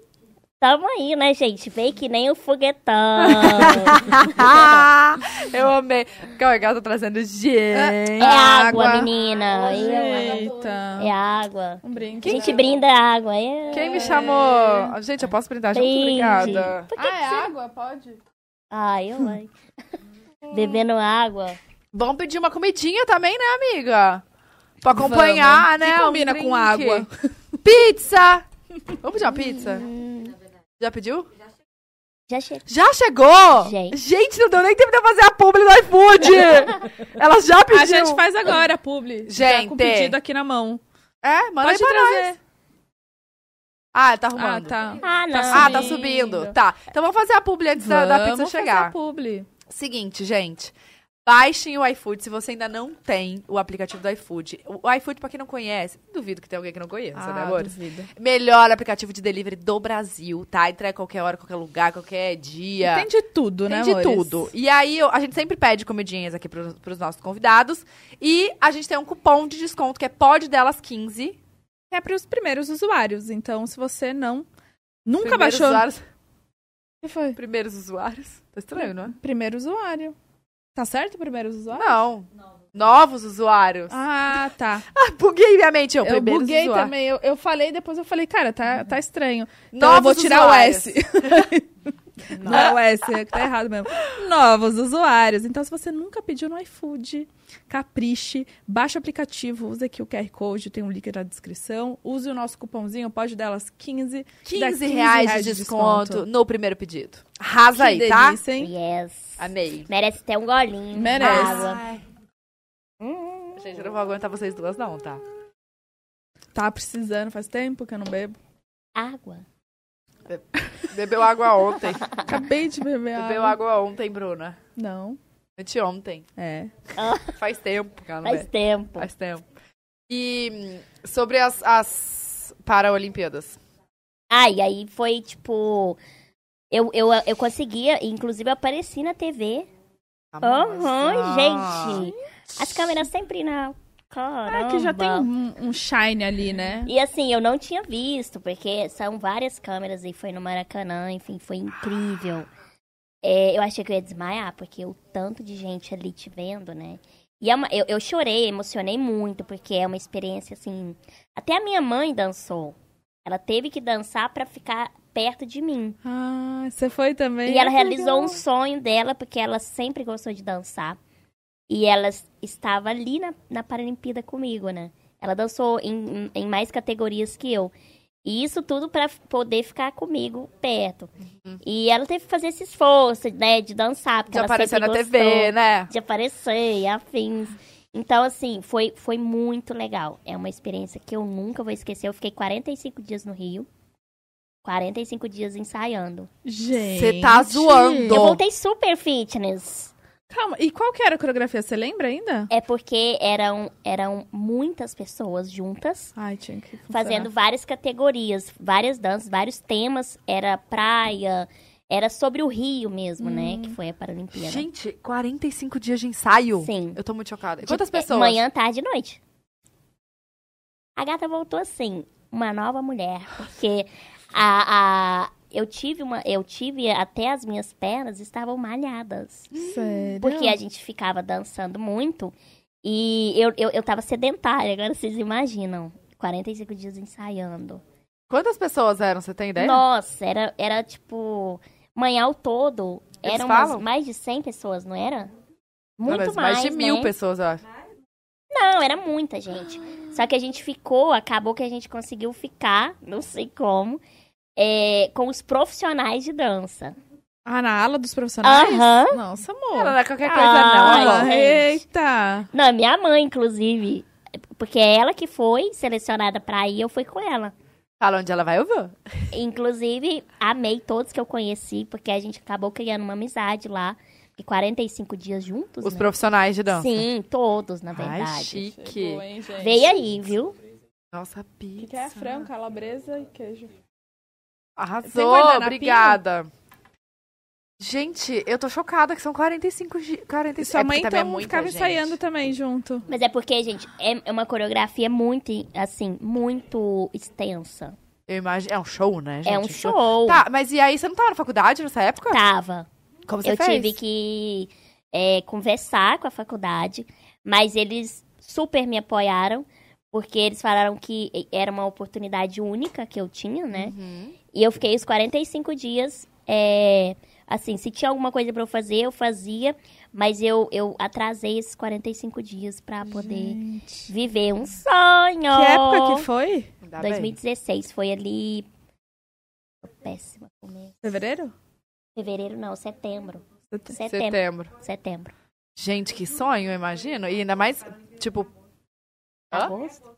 S3: tamo aí, né, gente? Vem que nem o foguetão.
S4: Ah, eu Eu amei. Calma, aí, que ela tá trazendo
S3: É
S4: gente.
S3: água, menina.
S2: Eita.
S3: É água.
S2: Um
S3: A
S2: brinde.
S3: gente brinda a água. É...
S4: Quem me chamou? Gente, eu posso brindar junto?
S3: Brinde.
S4: Obrigada.
S2: Ah, é água? Pode?
S3: Ah, eu ai. Bebendo água.
S4: Vamos pedir uma comidinha também, né, amiga? Pra acompanhar,
S2: Vamos.
S4: né?
S2: Que
S4: um
S2: combina com
S4: drink.
S2: água.
S4: Pizza! Vamos pedir uma pizza? Já pediu?
S3: Já chega.
S4: Já chegou?
S3: Gente.
S4: não deu nem tempo de eu fazer a publi do iFood! Ela já pediu.
S2: A gente faz agora, publi. Já tá com
S4: Gente.
S2: o pedido aqui na mão.
S4: É, manda aí
S2: Pode
S4: pra
S2: trazer.
S4: nós. Ah, ele tá
S2: Ah,
S4: arrumando.
S2: tá.
S3: Ah, não.
S4: Ah, tá subindo. Tá. Então vamos fazer a publi antes da, da pizza
S2: Vamos fazer
S4: chegar.
S2: a publi.
S4: Seguinte, gente. Baixem o iFood se você ainda não tem o aplicativo do iFood. O o iFood, pra quem não conhece, duvido que tenha alguém que não conheça, né, amor?
S2: Ah, duvido.
S4: Melhor aplicativo de delivery do Brasil, tá? Entrega a qualquer hora, qualquer lugar, qualquer dia.
S2: Tem de tudo, né,
S4: Tem de
S2: amores?
S4: tudo. E aí, eu- a gente sempre pede comidinhas aqui pros, pros nossos convidados. E a gente tem um cupom de desconto que é pode delas 15.
S2: É para os primeiros usuários. Então, se você não... Nunca
S4: Primeiros
S2: baixou...
S4: Usuários,
S2: O que foi?
S4: primeiros usuários? Tá estranho, não é?
S2: Primeiro usuário. Tá certo, primeiros usuários?
S4: Não. Novos usuários.
S2: Ah, tá.
S4: Ah, buguei minha mente. Eu,
S2: eu
S4: primeiros
S2: buguei
S4: usuários.
S2: também. Eu, eu falei, depois eu falei, cara, tá, tá estranho. Então
S4: Novos
S2: eu vou tirar
S4: usuários.
S2: o S. Não é o S, é que tá errado mesmo. Novos usuários. Então, se você nunca pediu no iFood, capriche, baixa o aplicativo, use aqui o QR Code, tem um link na descrição. Use o nosso cupomzinho, pode delas 15. que dá
S4: 15 reais de desconto, no primeiro pedido. Arrasa
S2: Que
S4: aí, tá?
S2: delícia, hein?
S3: Yes.
S4: Amei.
S3: Merece ter um golinho. de
S2: Merece.
S3: Água. Hum.
S4: Gente, eu não vou aguentar vocês duas, não, tá?
S2: Tá precisando, faz tempo que eu não bebo.
S3: Água.
S4: Bebeu água ontem.
S2: Acabei de beber
S4: Bebeu
S2: água.
S4: água ontem, Bruna.
S2: Não,
S4: Anteontem.
S2: é.
S4: Faz tempo, cara.
S3: Faz tempo.
S4: Faz tempo. E hum, sobre as, as Paralimpíadas.
S3: Ai, aí foi tipo. Eu, eu, eu conseguia, inclusive eu apareci na TV. Aham,
S4: assim,
S3: gente. As câmeras sempre na. Caramba.
S2: Ah, que já tem um, um shine ali, né?
S3: E assim, eu não tinha visto, porque são várias câmeras e foi no Maracanã, enfim, foi incrível. É, eu achei que eu ia desmaiar, porque o tanto de gente ali te vendo, né? E é uma- eu, eu chorei, emocionei muito, porque é uma experiência assim. Até a minha mãe dançou. Ela teve que dançar pra ficar perto de mim.
S2: Ah, você foi também?
S3: E ela
S2: Ah, que
S3: realizou
S2: legal.
S3: um sonho dela, porque ela sempre gostou de dançar. E ela s- estava ali na, na Paralimpíada comigo, né? Ela dançou em, em mais categorias que eu. E isso tudo para poder ficar comigo perto. E ela teve que fazer esse esforço, né? De dançar, porque
S4: Já
S3: ela
S4: apareceu
S3: sempre
S4: na
S3: gostou
S4: TV, né?
S3: de aparecer e afins. Então, assim, foi, foi muito legal. É uma experiência que eu nunca vou esquecer. Eu fiquei 45 dias no Rio. 45 dias ensaiando.
S2: Gente.
S4: Você tá zoando.
S3: Eu
S4: Bom.
S3: voltei super fitness.
S2: Calma, e qual que era a coreografia? Você lembra ainda?
S3: É porque eram, eram muitas pessoas juntas,
S2: Ai, tinha
S4: Tá.
S2: que. funcionar.
S3: fazendo várias categorias, várias danças, vários temas. Era praia, era sobre o Rio mesmo, né? Que foi a Paralimpíada.
S4: Hum. Gente, 45 dias de ensaio.
S3: Sim.
S4: Eu tô muito chocada.
S3: De
S4: Quantas
S3: te-
S4: pessoas?
S3: Manhã, tarde e noite. A gata voltou assim, uma nova mulher, porque a, a- eu tive uma, eu tive até as minhas pernas estavam malhadas,
S2: Sério.
S3: porque a gente ficava dançando muito e eu, eu, eu tava sedentária, agora vocês imaginam. 45 dias ensaiando.
S4: Quantas pessoas eram? Você tem ideia?
S3: Nossa, era, era tipo. Manhã ao todo.
S4: Eles
S3: eram umas-
S4: falam?
S3: mais de 100 pessoas, não era?
S4: Não,
S3: Muito
S4: mas
S3: mais.
S4: mais de mil
S3: né?
S4: pessoas, eu acho.
S3: Não, era muita gente. Só que a gente ficou, acabou que a gente conseguiu ficar, não sei como, é, com os profissionais de dança.
S2: Ah, na ala dos profissionais?
S3: Aham.
S2: Nossa,
S4: Não
S2: amor.
S4: era é qualquer
S3: Ah,
S4: coisa,
S3: Ai,
S4: não.
S2: Ah,
S4: amor.
S3: gente.
S2: eita.
S3: Não, minha mãe, inclusive. Porque é ela que foi selecionada pra ir, eu fui com ela.
S4: Fala onde ela vai, eu vou.
S3: Inclusive, amei todos que eu conheci, porque a gente acabou criando uma amizade lá. E 45 dias juntos,
S4: Os
S3: né?
S4: profissionais de dança.
S3: Sim, todos, na
S4: Ai,
S3: verdade.
S4: chique.
S3: Veio aí, viu?
S4: Nossa, pizza.
S2: Que é frango, calabresa e queijo. Tem
S4: Arrasou,
S2: guardanapo?
S4: obrigada. Gente, eu tô chocada que são 45 dias.
S2: E
S4: 45
S2: sua
S4: é
S2: mãe
S4: porque também é
S2: então
S4: muita
S2: ficava
S4: gente.
S2: ensaiando também junto.
S3: Mas é porque, gente, é é uma coreografia muito, assim, muito extensa.
S4: Eu imagino. É um show, né, gente?
S3: é um show.
S4: Tá, mas e aí você não tava na faculdade nessa época?
S3: Tava.
S4: Como você
S3: Eu
S4: fez?
S3: tive que é, conversar com a faculdade, mas eles super me apoiaram, porque eles falaram que era uma oportunidade única que eu tinha, né?
S4: Uhum.
S3: E eu fiquei os 45 dias. é, assim, se tinha alguma coisa pra eu fazer, eu fazia. Mas eu, eu atrasei esses 45 dias pra poder
S2: Gente.
S3: viver um sonho.
S2: Que época que foi?
S4: Ainda bem.
S3: 2016 foi ali. Tô Péssima comigo.
S2: Fevereiro?
S3: Fevereiro não, setembro. Setembro. Setembro.
S4: Setembro. Gente, que sonho, eu imagino. E ainda mais, tipo,
S3: Tá
S4: Hã?
S3: Agosto?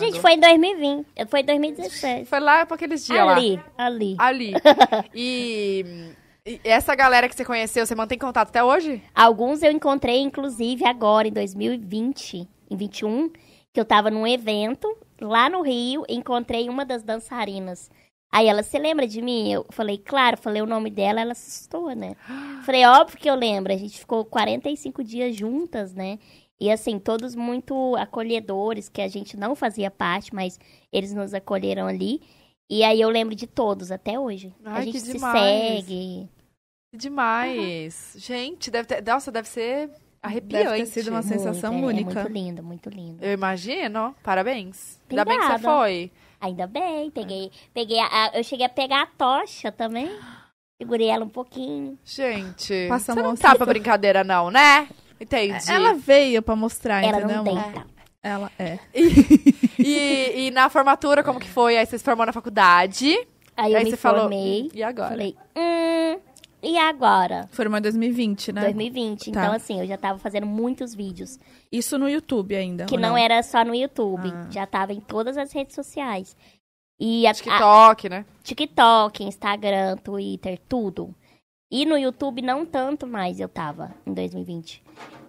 S3: Gente, foi em 2020. Foi em 2016.
S4: foi lá pra aqueles dias lá.
S3: Ali, ali.
S4: Ali. E, e essa galera que você conheceu, você mantém contato até hoje?
S3: Alguns eu encontrei, inclusive, agora, em 2020, em 21, que eu tava num evento lá no Rio, encontrei uma das dançarinas. Aí ela, você lembra de mim? Eu falei, claro, falei o nome dela, ela assustou, né? Falei, óbvio que eu lembro. A gente ficou 45 dias juntas, né? E assim, todos muito acolhedores, que a gente não fazia parte, mas eles nos acolheram ali. E aí eu lembro de todos até hoje. a
S4: Ai,
S3: gente
S4: que
S3: se
S4: demais.
S3: segue.
S4: Demais. Gente, deve ter, nossa, deve ser arrepiante.
S2: Deve ter sido uma sensação
S3: Muito, é,
S2: única.
S3: É muito lindo, muito lindo.
S4: Eu imagino. Parabéns. Ainda bem que você
S3: Obrigada.
S4: foi.
S3: Ainda bem, peguei, peguei a, a- eu cheguei a pegar a tocha também. Segurei ela um pouquinho.
S4: Gente,
S2: Passa a
S4: você
S2: mão
S4: não
S2: assim.
S4: tá pra brincadeira não, né? Entendi.
S2: Ela veio pra mostrar,
S3: É, ela
S2: entendeu?
S3: não
S2: amor?
S3: deita.
S2: Ela é.
S4: E, e na formatura, como que foi? Aí você se formou na faculdade.
S3: Aí eu
S4: aí
S3: me
S4: você
S3: formei.
S4: falou, e agora?
S3: Falei, hum, e agora?
S2: Formou em 2020, né?
S3: 2020.
S2: Tá.
S3: Então, assim, eu já tava fazendo muitos vídeos.
S2: Isso no YouTube ainda.
S3: Que
S2: ou
S3: não, é era só no YouTube.
S2: Ah.
S3: Já tava em todas as redes sociais. E a, a-
S4: TikTok, né?
S3: TikTok, Instagram, Twitter, tudo. E no YouTube não tanto mais eu tava em 2020.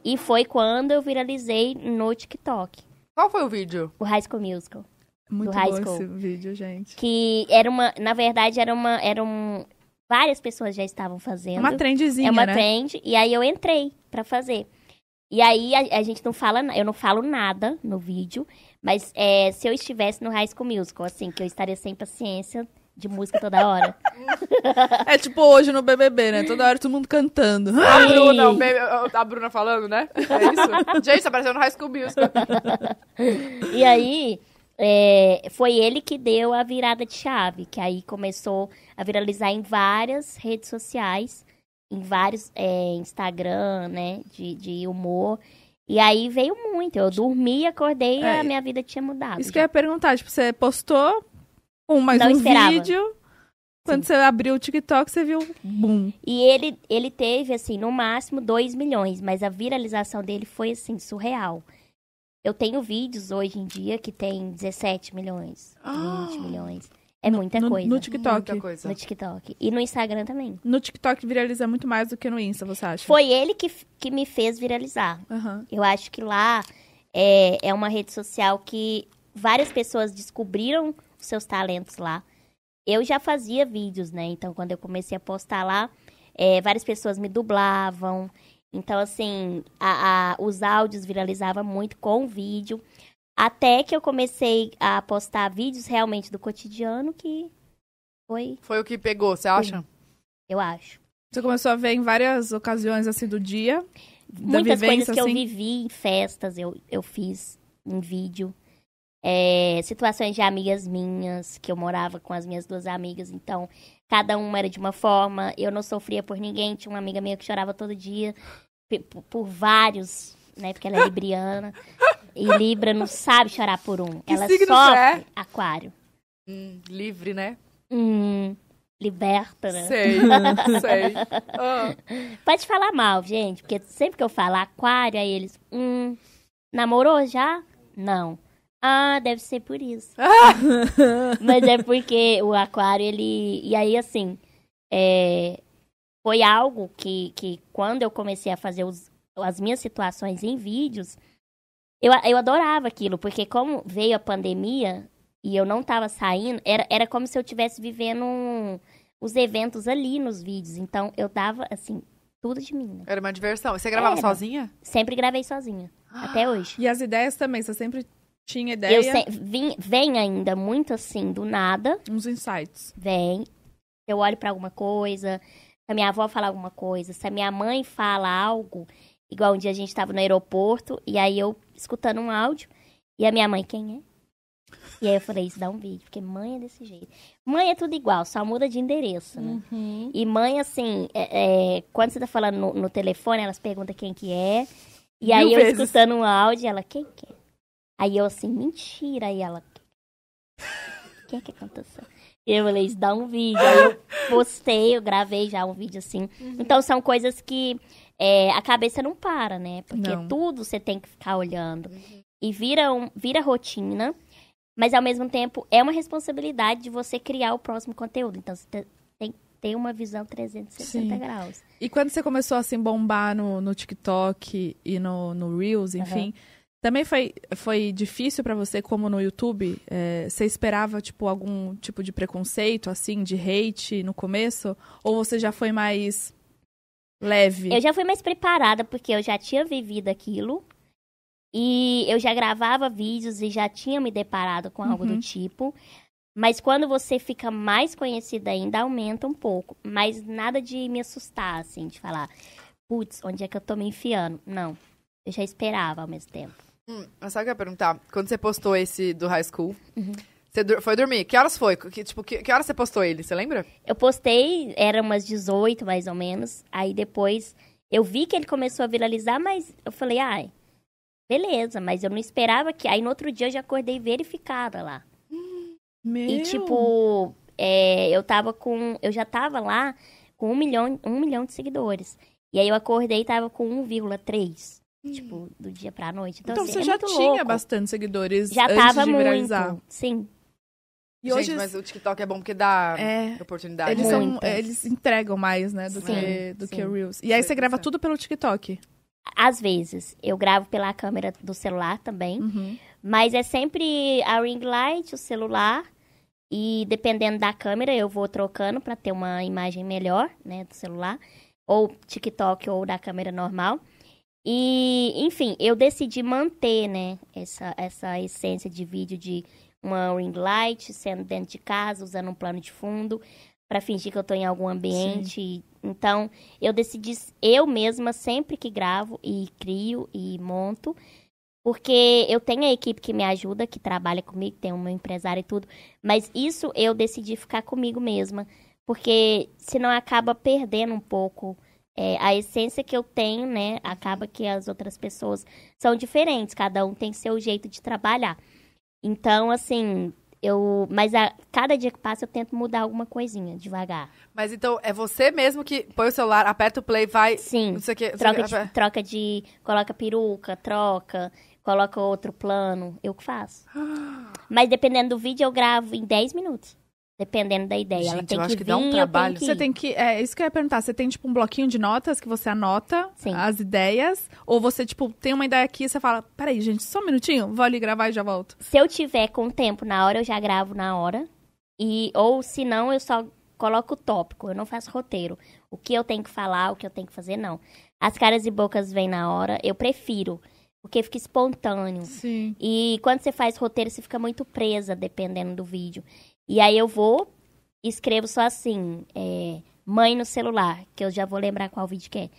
S3: E foi quando eu viralizei no TikTok,
S4: Qual foi o vídeo?
S3: o High School Musical.
S2: Muito
S3: do high
S2: bom
S3: school.
S2: esse vídeo, gente.
S3: que era uma, na verdade era uma, era um, várias pessoas já estavam fazendo.
S2: É uma trendzinha,
S3: é uma
S2: né?
S3: trend e aí eu entrei pra fazer. E aí a, a gente não fala, na- eu não falo nada no vídeo, mas é, se eu estivesse no High School Musical, assim, que eu estaria sem paciência de música toda hora.
S2: É tipo hoje no BBB, né? Toda hora todo mundo cantando.
S4: A Bruna, é o
S3: Ei.
S4: bebê- a Bruna falando, né? É isso? Gente, você apareceu no High School Musical.
S3: E aí, é, foi ele que deu a virada de chave, que aí começou a viralizar em várias redes sociais, em vários é, Instagram, né, de, de humor. E aí veio muito. Eu dormi, acordei e
S2: É,
S3: a minha vida tinha mudado.
S2: Isso que eu ia perguntar. Tipo, você postou um mais
S3: Não
S2: um
S3: esperava.
S2: vídeo. Quando você abriu o TikTok, você viu um- boom.
S3: E ele, ele teve, assim, no máximo 2 milhões, mas a viralização dele foi, assim, surreal. Eu tenho vídeos hoje em dia que tem 17 milhões, 20
S4: Ah!
S3: milhões. É muita
S2: no,
S3: coisa.
S2: No TikTok.
S4: Muita coisa.
S3: No TikTok. E no Instagram também.
S2: No TikTok viraliza muito mais do que no Insta, você acha?
S3: Foi ele que, que me fez viralizar.
S2: Aham.
S3: Eu acho que lá é, é uma rede social que várias pessoas descobriram os seus talentos lá. Eu já fazia vídeos, né? Então, quando eu comecei a postar lá, é, várias pessoas me dublavam. Então, assim, a- a- os áudios viralizavam muito com o vídeo. Até que eu comecei a postar vídeos realmente do cotidiano, que foi,
S4: Foi o que pegou, você acha?
S3: eu acho.
S2: Você começou a ver em várias ocasiões assim do dia. Da
S3: muitas coisas
S2: vivência,
S3: que
S2: assim?
S3: eu vivi em festas, eu, eu fiz em vídeo. É, situações de amigas minhas, que eu morava com as minhas duas amigas, então cada uma era de uma forma, eu não sofria por ninguém, tinha uma amiga minha que chorava todo dia, pe- por, por vários, né, porque ela é libriana, e Libra não sabe chorar por um,
S4: Que
S3: ela
S4: signo
S3: sofre,
S4: você
S3: aquário,
S4: Hum, livre, né?
S3: hum, liberta, né?
S4: Sei, sei. Ah,
S3: Pode falar mal, gente, porque sempre que eu falar aquário, aí eles. Hum, namorou já? Não. Ah, deve ser por isso. Mas é porque o aquário, ele. E aí, assim. é, Foi algo que, que quando eu comecei a fazer os- as minhas situações em vídeos, eu, eu adorava aquilo, porque como veio a pandemia e eu não tava saindo, era, era como se eu estivesse vivendo um- os eventos ali nos vídeos. Então, eu dava, assim, tudo de mim, né?
S4: era uma diversão. Você gravava
S3: Era.
S4: sozinha?
S3: Sempre gravei sozinha, até hoje.
S2: E as ideias também, você sempre tinha ideia,
S3: Eu se- vim, vem ainda muito assim, do nada,
S2: uns insights.
S3: vem. Eu olho pra alguma coisa, Se a minha avó falar alguma coisa, se a minha mãe fala algo, igual um dia a gente estava no aeroporto, e aí eu escutando um áudio, e a minha mãe, quem é? E aí eu falei, isso dá um vídeo, porque mãe é desse jeito. Mãe é tudo igual, só muda de endereço, né?
S2: Uhum.
S3: E mãe, assim, é- é, quando você tá falando no, no telefone, elas perguntam quem que é. E aí
S4: Mil
S3: eu
S4: vezes.
S3: escutando um áudio, ela, quem que é? Aí eu assim, mentira. E ela, quem que aconteceu? E eu falei, isso dá um vídeo. Aí eu postei, eu gravei já um vídeo assim.
S2: Uhum.
S3: Então são coisas que é, a cabeça não para, né? Porque
S2: Não. Uhum.
S3: tudo você tem que ficar olhando. E vira, um, vira rotina, mas ao mesmo tempo é uma responsabilidade de você criar o próximo conteúdo. Então você te- tem, tem uma visão 360
S2: Sim.
S3: graus.
S2: E quando você começou a assim, bombar no, no TikTok e no, no Reels, enfim, também foi, foi difícil pra você, como no YouTube? É, você esperava, tipo, algum tipo de preconceito, assim, de hate no começo? Ou você já foi mais leve?
S3: Eu já fui mais preparada porque eu já tinha vivido aquilo. E eu já gravava vídeos e já tinha me deparado com algo
S2: Uhum.
S3: do tipo. Mas quando você fica mais conhecida ainda, aumenta um pouco. Mas nada de me assustar, assim, de falar, putz, onde é que eu tô me enfiando? Não. Eu já esperava ao mesmo tempo.
S4: Hum, mas sabe o que eu ia perguntar? Quando você postou esse do high school, você dur- foi dormir? Que horas foi? Que, tipo, que, que horas você postou ele? Você lembra?
S3: Eu postei, era umas 18 mais ou menos. Aí depois eu vi que ele começou a viralizar, mas eu falei, ai, beleza, mas eu não esperava que. Aí no outro dia eu já acordei verificada lá.
S2: Meu...
S3: E tipo, é, eu tava com. Eu já tava lá com um milhão, um milhão de seguidores. E aí eu acordei e tava com 1,3. Tipo, do dia pra noite. Então,
S2: Então,
S3: assim,
S2: você
S3: é
S2: já
S3: muito
S2: tinha
S3: louco.
S2: bastante seguidores
S3: Já
S2: antes
S3: tava
S2: de viralizar.
S3: muito. Sim.
S2: E
S4: Gente,
S2: hoje
S4: mas o TikTok é bom porque dá
S2: é,
S4: oportunidade.
S2: eles,
S4: né?
S2: são,
S3: Muitas.
S2: eles entregam mais, né, do,
S3: Sim,
S2: que, do que
S3: sim.
S2: o Reels. E aí
S4: Sim,
S2: você grava
S4: sim.
S2: tudo pelo TikTok.
S3: Às vezes, eu gravo pela câmera do celular também.
S2: Uhum.
S3: Mas é sempre a ring light, o celular. E dependendo da câmera, eu vou trocando pra ter uma imagem melhor, né, do celular. Ou TikTok ou da câmera normal. E, enfim, eu decidi manter, né, essa, essa essência de vídeo de uma ring light, sendo dentro de casa, usando um plano de fundo, pra fingir que eu tô em algum ambiente. Então, eu decidi s- eu mesma, sempre que gravo e crio e monto, porque eu tenho a equipe que me ajuda, que trabalha comigo, tem o meu empresário e tudo. Mas isso eu decidi ficar comigo mesma. Porque senão acaba perdendo um pouco é, a essência que eu tenho, né? Acaba que as outras pessoas são diferentes, cada um tem seu jeito de trabalhar. Então, assim, eu. Mas a cada dia que passa eu tento mudar alguma coisinha, devagar.
S4: Mas então, é você mesmo que põe o celular, aperta o play, vai.
S3: Sim.
S4: Não sei o que. não sei o
S3: Troca
S4: que, aper-
S3: de, troca de. Coloca peruca, troca, coloca outro plano. Eu que faço. Mas dependendo do vídeo, eu gravo em 10 minutos. Dependendo da ideia. Ela
S4: Gente,
S3: tem
S4: eu
S3: que
S4: acho que
S3: vir,
S4: dá um
S3: eu tenho
S4: trabalho.
S3: que
S2: Você
S3: ir.
S2: tem que. É isso que eu ia perguntar. Você tem, tipo, um bloquinho de notas que você anota
S3: Sim.
S2: as ideias? Ou você, tipo, tem uma ideia aqui e você fala: peraí, gente, só um minutinho, vou ali gravar e já volto.
S3: Se eu tiver com tempo na hora, eu já gravo na hora. E, ou se não, eu só coloco o tópico. Eu não faço roteiro. O que eu tenho que falar, o que eu tenho que fazer, não. As caras e bocas vêm na hora. Eu prefiro. Porque fica espontâneo.
S2: Sim.
S3: E quando você faz roteiro, você fica muito presa, dependendo do vídeo. E aí eu vou, escrevo só assim, é, mãe no celular, que eu já vou lembrar qual vídeo que é.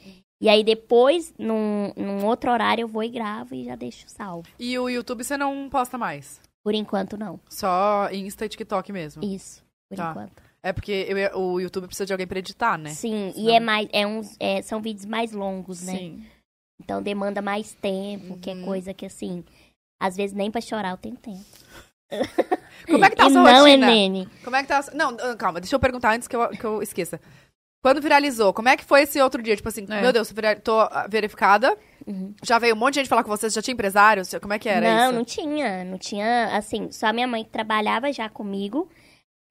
S3: E aí depois, num, num outro horário, eu vou e gravo e já deixo salvo.
S4: E o YouTube você não posta mais.
S3: Por enquanto, não.
S4: Só Insta e TikTok mesmo.
S3: Isso, por
S4: Tá.
S3: enquanto.
S4: É porque eu ia- o YouTube precisa de alguém pra editar, né?
S3: Sim, e
S4: Senão-
S3: é mais, é uns, é, são vídeos mais longos, né?
S2: Sim.
S3: Então demanda mais tempo, que é
S4: Uhum.
S3: coisa que assim, às vezes nem pra chorar eu tenho tempo.
S4: Como é que tá a
S3: e
S4: sua
S3: não é
S4: rotina?
S3: meme.
S4: Como é que tá. Não, calma, deixa eu perguntar antes que eu, que eu esqueça. Quando viralizou, como é que foi esse outro dia? Tipo assim,
S2: É.
S4: meu Deus, eu vira- tô ah, verificada.
S3: Uhum.
S4: Já veio um monte de gente falar com você, você já tinha empresários? Como é que era
S3: não,
S4: isso?
S3: não tinha, não tinha, assim, só a minha mãe que trabalhava já comigo,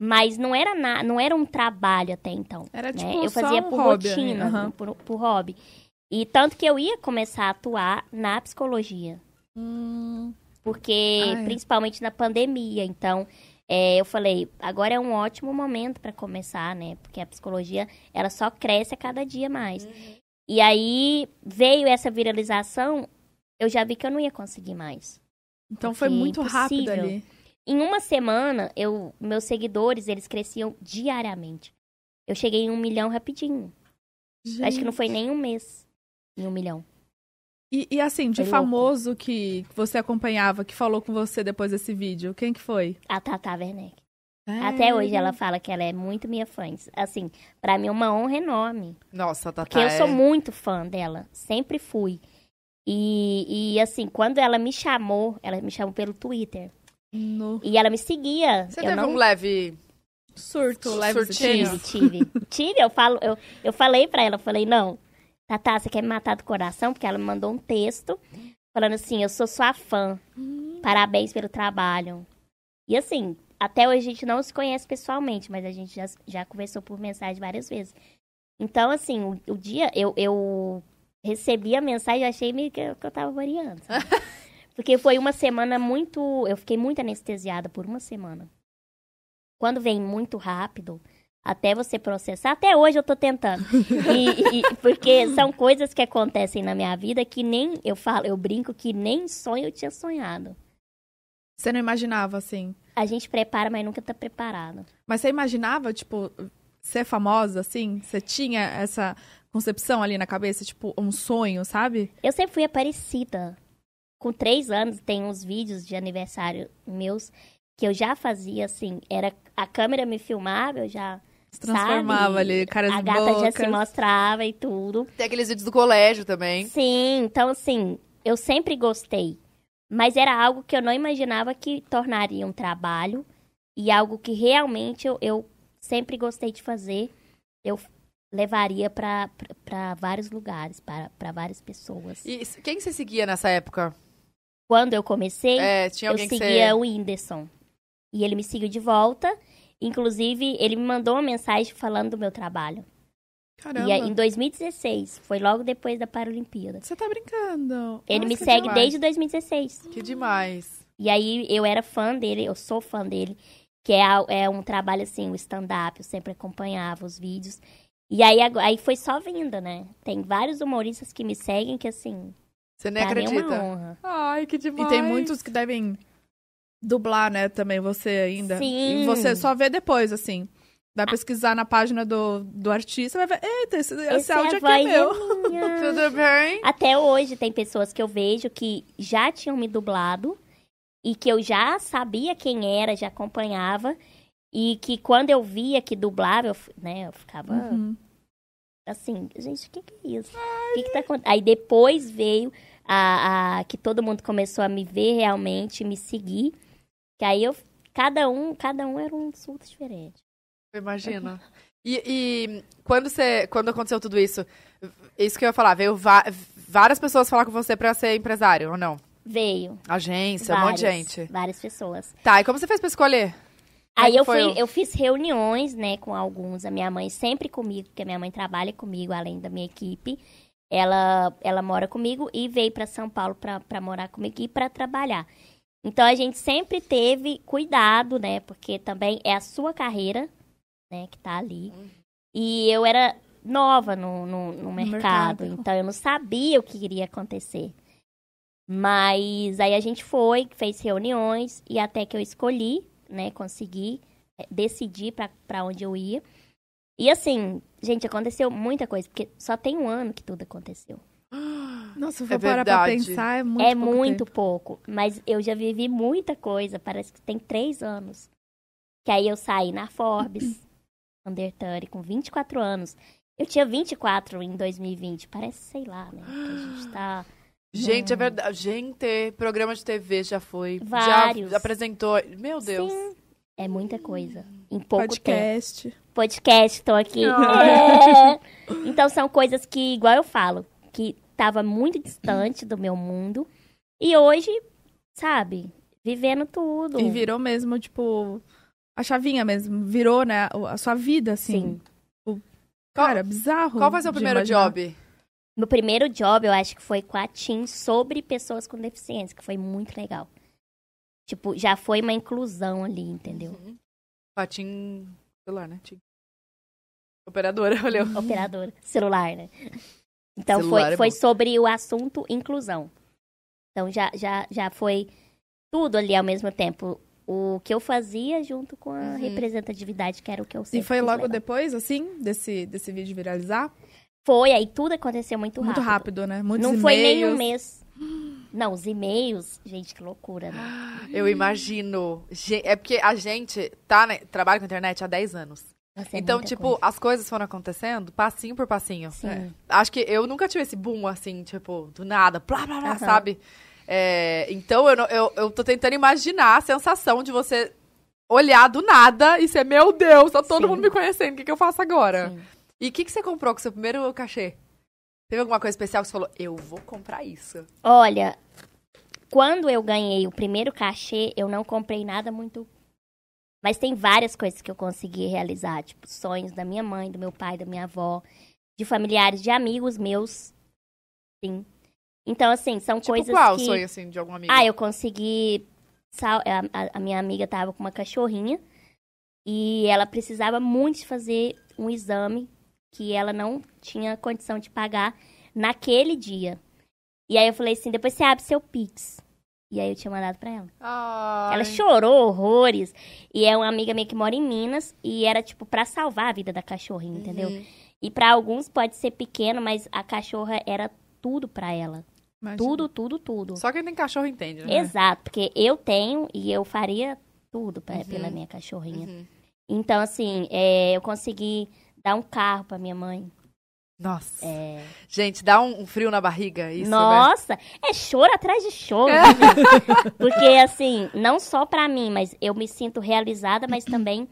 S3: mas não era na, não era um trabalho até então,
S2: Era
S3: né?
S2: tipo.
S3: eu
S2: só
S3: fazia
S2: um
S3: por
S2: hobby,
S3: rotina,
S2: aham.
S3: por, por hobby. E tanto que eu ia começar a atuar na psicologia,
S2: Hum.
S3: porque
S2: Ai.
S3: principalmente na pandemia, então é, eu falei, agora é um ótimo momento para começar, né? Porque a psicologia, ela só cresce a cada dia mais.
S2: Uhum.
S3: E aí veio essa viralização, eu já vi que eu não ia conseguir mais.
S2: Então foi
S3: Porque é
S2: muito rápido
S3: impossível.
S2: ali.
S3: Em uma semana, eu, meus seguidores, eles cresciam diariamente. Eu cheguei em um milhão rapidinho. Acho que não foi nem um mês. Em um milhão.
S2: E, e assim, de
S3: Foi louco.
S2: famoso que você acompanhava, que falou com você depois desse vídeo, quem que foi?
S3: A Tata Werneck.
S4: Ah,
S3: Até hoje ela fala que ela é muito minha fã. Assim, pra mim é uma honra enorme.
S4: Nossa, Tatá.
S3: Porque eu
S4: é-
S3: sou muito fã dela, sempre fui. E, e assim, quando ela me chamou, ela me chamou pelo Twitter.
S2: No
S3: E ela me seguia.
S4: Você
S3: eu
S4: teve
S3: não
S4: um leve.
S2: surto, leve
S4: Surtinho.
S3: tive, tive. tive, eu falo, eu, eu falei pra ela, eu falei, não, Tatá, você quer me matar do coração? Porque ela me mandou um texto falando assim, eu sou sua fã. Parabéns pelo trabalho. E assim, até hoje a gente não se conhece pessoalmente, mas a gente já, já conversou por mensagem várias vezes. Então, assim, o, o dia eu, eu recebi a mensagem, eu achei meio que eu, que eu tava variando. sabe? Porque foi uma semana muito. Eu fiquei muito anestesiada por uma semana. Quando vem muito rápido, até você processar, até hoje eu tô tentando. E- e- porque são coisas que acontecem na minha vida que nem. Eu falo, eu brinco que nem sonho eu tinha sonhado.
S2: Você não imaginava, assim.
S3: A gente prepara, mas nunca tá preparado.
S2: Mas você imaginava, tipo, ser famosa, assim? Você tinha essa concepção ali na cabeça, tipo, um sonho, sabe?
S3: Eu sempre fui aparecida. Com três anos, tem uns vídeos de aniversário meus que eu já fazia assim. Era a câmera me filmava, eu já.
S2: Se transformava
S3: sabe?
S2: ali, caras
S3: A
S2: e
S3: gata já
S2: bocas.
S3: se mostrava e tudo.
S4: Tem aqueles vídeos do colégio também.
S3: Sim, então assim, eu sempre gostei. Mas era algo que eu não imaginava que tornaria um trabalho. E algo que realmente eu, eu sempre gostei de fazer. Eu levaria pra pra vários lugares, pra pra várias pessoas.
S4: E s- quem você seguia nessa época?
S3: Quando eu comecei,
S4: É, tinha
S3: eu
S4: alguém que
S3: seguia
S4: você.
S3: o Whindersson. E ele me seguiu de volta. Inclusive, ele me mandou uma mensagem falando do meu trabalho.
S2: Caramba.
S3: E aí, em 2016, foi logo depois da Paralimpíada.
S2: Você tá brincando.
S3: Ele
S4: Nossa,
S3: me
S4: que
S3: segue
S4: demais.
S3: desde 2016.
S4: Que demais.
S3: E aí eu era fã dele, eu sou fã dele, que é, a- é um trabalho assim, o stand-up, eu sempre acompanhava os vídeos. E aí, ago- aí foi só vinda, né? Tem vários humoristas que me seguem que assim,
S4: Você nem
S3: pra mim é uma
S4: acredita.
S3: honra.
S4: Ai, que demais.
S2: E tem muitos que devem dublar, né, também você ainda.
S3: Sim.
S2: E você só vê depois, assim. Dá pra pesquisar na página do, do artista, vai ver, eita, esse, esse
S3: Esse
S2: áudio
S3: é a
S2: aqui é
S3: voz
S2: meu.
S3: é minha.
S4: Tudo bem?
S3: Até hoje tem pessoas que eu vejo que já tinham me dublado e que eu já sabia quem era, já acompanhava. E que quando eu via que dublava, eu, f- né, eu ficava
S2: Uhum.
S3: assim, gente, o que, que é isso? O que, que tá acontecendo? Aí depois veio a, a- que todo mundo começou a me ver realmente, me seguir. Que aí eu. Cada um, cada um era um surto diferente.
S4: Imagina. E, e quando você, quando aconteceu tudo isso, isso que eu ia falar, veio va- várias pessoas falar com você pra ser empresário ou não?
S3: Veio.
S4: Agência, um monte
S3: várias,
S4: de gente.
S3: Várias pessoas.
S4: Tá, e como você fez pra escolher? Como
S3: Aí
S4: que
S3: eu,
S4: foi
S3: fui,
S4: o-
S3: eu fiz reuniões, né, com alguns. A minha mãe sempre comigo, porque a minha mãe trabalha comigo, além da minha equipe. Ela, ela mora comigo e veio para São Paulo para morar comigo e para trabalhar. Então a gente sempre teve cuidado, né, porque também é a sua carreira, né, que tá ali. E eu era nova no, no, no mercado,
S2: mercado.
S3: então eu não sabia o que iria acontecer. Mas aí a gente foi, fez reuniões e até que eu escolhi, né, consegui eh, decidir pra- pra onde eu ia. E assim, gente, aconteceu muita coisa, porque só tem um ano que tudo aconteceu.
S2: Nossa, se eu for
S4: É
S2: parar pra
S4: verdade.
S2: pensar, é muito
S3: é
S2: pouco
S3: muito pouco, mas eu já vivi muita coisa, parece que tem três anos. Que aí eu saí na Forbes, Under 30, com 24 anos. Eu tinha 24 em 2020, parece, sei lá, né, que a gente tá...
S4: Gente, é verdade. Gente, programa de TV já foi.
S3: Vários.
S4: Já apresentou. Meu Deus.
S3: Sim, é muita coisa, em pouco tempo.
S2: Podcast.
S3: podcast, tô aqui. É. Então são coisas que, igual eu falo, que tava muito distante do meu mundo. E hoje, sabe, vivendo tudo.
S2: E virou mesmo, tipo, a chavinha mesmo. Virou, né, o- a sua vida, assim.
S3: Sim.
S2: Cara, bizarro.
S4: Qual foi seu
S2: de
S4: primeiro
S2: imaginar.
S4: job?
S3: Meu primeiro job, eu acho que foi com a TIM sobre pessoas com deficiência, que foi muito legal. Tipo, já foi uma inclusão ali, entendeu?
S4: Patim. Celular, né? Tim. Operadora, olhou.
S2: Uhum.
S3: Operadora, celular, né? Então
S4: Celular
S3: foi,
S4: é
S3: foi
S4: bom.
S3: sobre o assunto inclusão. Então já, já, já foi tudo ali ao mesmo tempo. O que eu fazia junto com a
S4: Uhum.
S3: representatividade, que era o que eu
S2: E
S3: sempre
S2: foi
S3: quis
S2: logo
S3: levar.
S2: depois, assim, desse, desse vídeo viralizar?
S3: Foi, aí tudo aconteceu muito rápido.
S2: Muito rápido, né? Muitos
S3: Não foi nem
S2: e-mails.
S3: um mês. Não, os e-mails, gente, que loucura, né?
S4: Eu imagino. Gen- É porque a gente tá, né, trabalha com internet há 10 anos.
S3: Nossa, é
S4: então,
S3: muita
S4: tipo,
S3: coisa.
S4: as coisas foram acontecendo passinho por passinho.
S3: Sim.
S4: É. Acho que eu nunca tive esse boom assim, tipo, do nada, blá blá blá,
S3: Aham.
S4: sabe? É, então eu, não- eu, eu tô tentando imaginar a sensação de você olhar do nada e ser, meu Deus, tá todo
S3: Sim.
S4: mundo me conhecendo, o que, que eu faço agora?
S3: Sim.
S4: E o que, que você comprou com seu primeiro cachê? Teve alguma coisa especial que você falou, eu vou comprar isso?
S3: Olha, quando eu ganhei o primeiro cachê, eu não comprei nada muito. Mas tem várias coisas que eu consegui realizar, tipo, sonhos da minha mãe, do meu pai, da minha avó, de familiares, de amigos meus. Sim. Então, assim, são
S4: Tipo,
S3: coisas
S4: qual
S3: que.
S4: sonho, assim, de algum amigo?
S3: Ah, eu consegui. sal- A, a- a minha amiga tava com uma cachorrinha e ela precisava muito de fazer um exame que ela não tinha condição de pagar naquele dia. E aí eu falei assim: depois você abre seu Pix. E aí eu tinha mandado pra ela.
S4: Ai.
S3: Ela chorou horrores. E é uma amiga minha que mora em Minas e era tipo pra salvar a vida da cachorrinha, entendeu?
S4: Uhum.
S3: E pra alguns pode ser pequeno, mas a cachorra era tudo pra ela.
S2: Imagina.
S3: Tudo, tudo, tudo.
S4: Só quem tem cachorro entende, né?
S3: Exato, porque eu tenho e eu faria tudo pe-
S4: Uhum.
S3: pela minha cachorrinha.
S4: Uhum.
S3: Então, assim, é, eu consegui dar um carro pra minha mãe.
S4: Nossa.
S3: É,
S4: Gente, dá um, um frio na barriga isso, né?
S3: Nossa, é choro atrás de choro. né, gente? Porque, assim, não só pra mim, mas eu me sinto realizada, mas também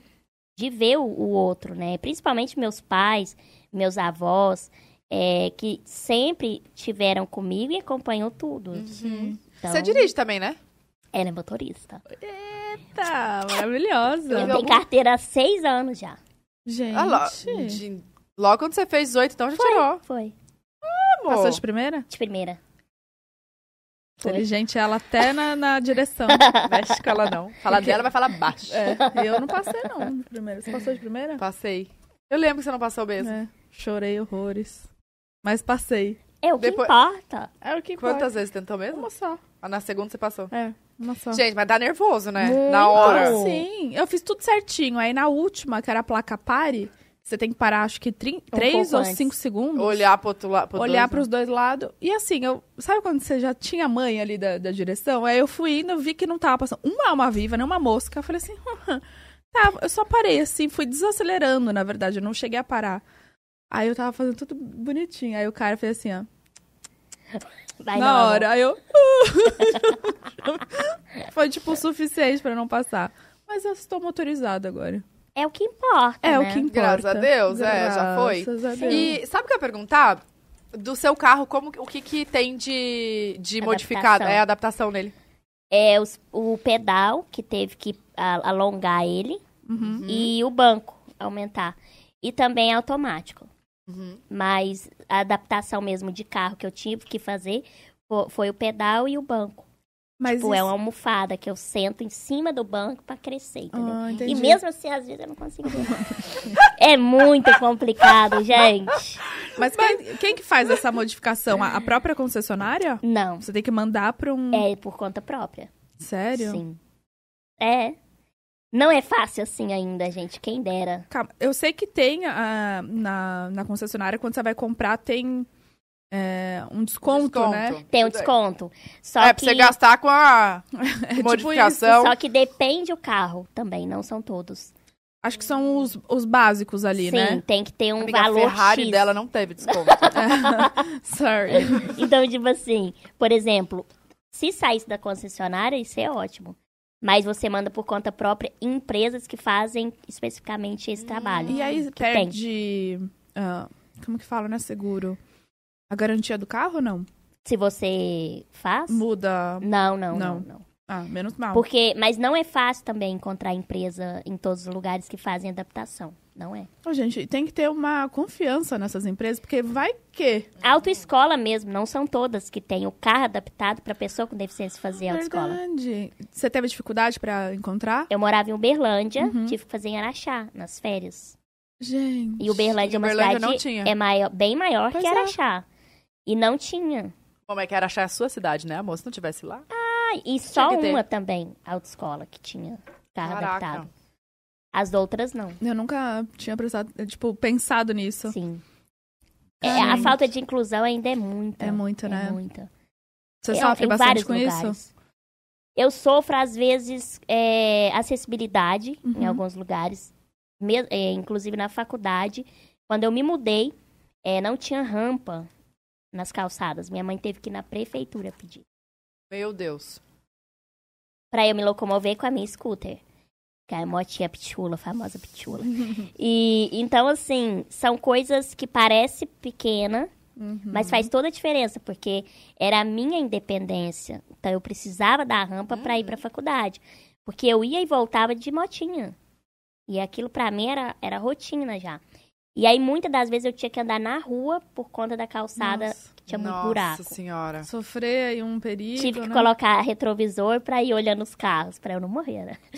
S3: de ver o, o outro, né? Principalmente meus pais, meus avós, é, que sempre tiveram comigo e acompanhou tudo.
S2: Sim.
S3: Então,
S4: Uhum. Você dirige também, né?
S3: Ela é motorista.
S2: Tá, maravilhosa.
S3: Eu
S4: Teve
S3: tenho
S4: algum-
S3: carteira há seis anos já.
S2: Gente.
S4: Ah, lá, de- logo quando você fez 18, então já tirou.
S3: Foi.
S4: Amor.
S2: Passou de primeira?
S3: De primeira. Foi.
S2: Inteligente ela até na, na direção.
S4: Mexe com ela não. Falar dela, vai falar baixo.
S2: É, eu não passei, não, de primeira. Você passou de primeira?
S4: Passei. Eu lembro que você não passou mesmo.
S2: É, chorei horrores. Mas passei.
S3: É o que
S4: Depois-
S3: importa.
S2: É o que
S4: Quantas vezes tentou mesmo?
S2: Uma só.
S4: Ah, na segunda você passou.
S2: É, uma só.
S4: Gente, mas dá nervoso, né?
S3: Ah. Muito.
S4: Na hora.
S3: Não.
S2: Sim, Então, assim, eu fiz tudo certinho. Aí na última, que era a placa pare, você tem que parar, acho que 3
S3: Um pouco
S2: ou
S3: antes.
S2: 5 segundos.
S4: Olhar pro né? outro lado.
S2: olhar pros dois lados. E assim, eu. Sabe quando você já tinha a mãe ali da, da direção? Aí eu fui indo, vi que não tava passando uma alma viva, nem uma mosca. Eu falei assim, tá, eu só parei assim, fui desacelerando, na verdade, eu não cheguei a parar. Aí eu tava fazendo tudo bonitinho. Aí o cara fez assim, ó,
S3: Vai
S2: na
S3: não,
S2: hora. Aí eu. uh! Foi tipo o suficiente pra não passar. Mas eu estou motorizada agora.
S3: É o que importa.
S2: É o
S3: né?
S2: que importa.
S4: Graças a Deus, é, já foi.
S2: Graças a Deus.
S4: E sabe o que eu ia perguntar? Do seu carro, como, o que que tem de, de
S3: Adaptação.
S4: modificado? É a adaptação nele.
S3: É os- o pedal que teve que a- alongar ele
S2: Uhum.
S3: e o banco aumentar. E também é automático.
S4: Uhum.
S3: Mas a adaptação mesmo de carro que eu tive que fazer fo- foi o pedal e o banco.
S2: Mas
S3: Tipo, é
S2: isso- Ah,
S3: uma almofada que eu sento em cima do banco pra crescer, entendeu?
S2: Ah,
S3: E
S2: entendi.
S3: mesmo assim, às vezes eu não consigo. é muito complicado, gente.
S2: Mas, Quem, quem que faz essa modificação? A, a própria concessionária?
S3: Não.
S2: Você tem que mandar pra um.
S3: É por conta própria.
S2: Sério?
S3: Sim. É. Não é fácil assim ainda, gente. Quem dera.
S2: Calma, eu sei que tem ah, na, na concessionária, quando você vai comprar, tem é, um desconto, né?
S3: Tem um desconto. Só
S4: é,
S3: que
S4: pra você gastar com a
S2: É tipo
S4: Ah, modificação.
S3: só que depende o carro também, não são todos.
S2: Acho que são os, os básicos ali,
S3: Sim,
S2: né?
S3: tem que ter um
S4: Amiga,
S3: valor
S4: a Ferrari
S3: X.
S4: dela não teve desconto.
S2: Sorry.
S3: Então, tipo assim, por exemplo, se saísse da concessionária, isso é ótimo. Mas você manda por conta própria em empresas que fazem especificamente esse trabalho.
S2: E aí perde. ah, como que fala, né? Seguro. A garantia do carro ou não?
S3: Se você faz?
S2: Muda.
S3: Não, não,
S2: Não.
S3: não, não.
S2: Ah, menos mal.
S3: Porque, mas não é fácil também encontrar empresa em todos os lugares que fazem adaptação, não é?
S2: Ô, gente, tem que ter uma confiança nessas empresas, porque vai que.
S3: A autoescola mesmo, não são todas que têm o carro adaptado para pessoa com deficiência fazer autoescola.
S2: Verdade. Você teve dificuldade pra encontrar?
S3: Eu morava em Uberlândia, tive que fazer em Araxá, nas férias.
S2: Gente.
S3: E Uberlândia é uma
S4: Uberlândia
S3: cidade
S4: não tinha.
S3: É maior, bem maior
S2: Pois
S3: que
S2: é.
S3: Araxá. E não tinha.
S4: Como é que era achar a sua cidade, né, amor? Se não tivesse lá.
S3: Ah, e só
S4: que ter.
S3: uma também, autoescola, que tinha carro
S4: Caraca.
S3: adaptado. As outras não.
S2: Eu nunca tinha prestado, tipo, pensado nisso.
S3: Sim. É, a falta de inclusão ainda é muita.
S2: É muito, né?
S3: É muita.
S2: Você
S3: Eu-
S2: sofre
S3: em
S2: bastante
S3: vários
S2: com isso?
S3: lugares. Eu sofro, às vezes, é, acessibilidade
S2: Uhum.
S3: em alguns lugares, me- é, inclusive na faculdade. Quando eu me mudei, é, não tinha rampa nas calçadas. Minha mãe teve que ir na prefeitura pedir
S4: Meu Deus.
S3: pra eu me locomover com a minha scooter. Que é a motinha pitula, a famosa pitula. e então, assim, são coisas que parece pequena,
S2: Uhum.
S3: mas faz toda a diferença, porque era a minha independência. Então eu precisava da rampa pra ir pra faculdade. Porque eu ia e voltava de motinha. E aquilo pra mim era, era rotina já. E aí muitas das vezes eu tinha que andar na rua por conta da calçada
S2: Nossa,
S3: que tinha muito
S4: Nossa
S3: buraco.
S4: senhora.
S2: Sofrer aí um perigo,
S3: Tive que
S2: né?
S3: colocar retrovisor pra ir olhando os carros, pra eu não morrer, né? E...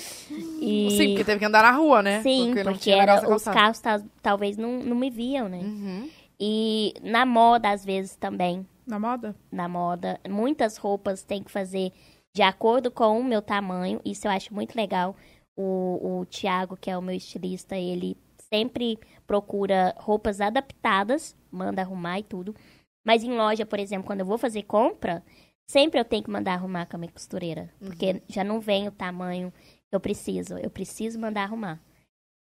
S4: Sim, porque teve que andar na rua, né?
S3: Sim, porque,
S4: não tinha negócio
S3: era,
S4: da
S3: os
S4: calçada.
S3: carros tal- talvez não, não me viam, né?
S4: Uhum.
S3: E na moda, às vezes, também.
S2: Na moda?
S3: na moda. Muitas roupas tem que fazer de acordo com o meu tamanho. Isso eu acho muito legal. O, o Tiago, que é o meu estilista, ele sempre procura roupas adaptadas, manda arrumar e tudo. Mas em loja, por exemplo, quando eu vou fazer compra, sempre eu tenho que mandar arrumar com a minha costureira. Porque já não vem o tamanho que eu preciso. Eu preciso mandar arrumar.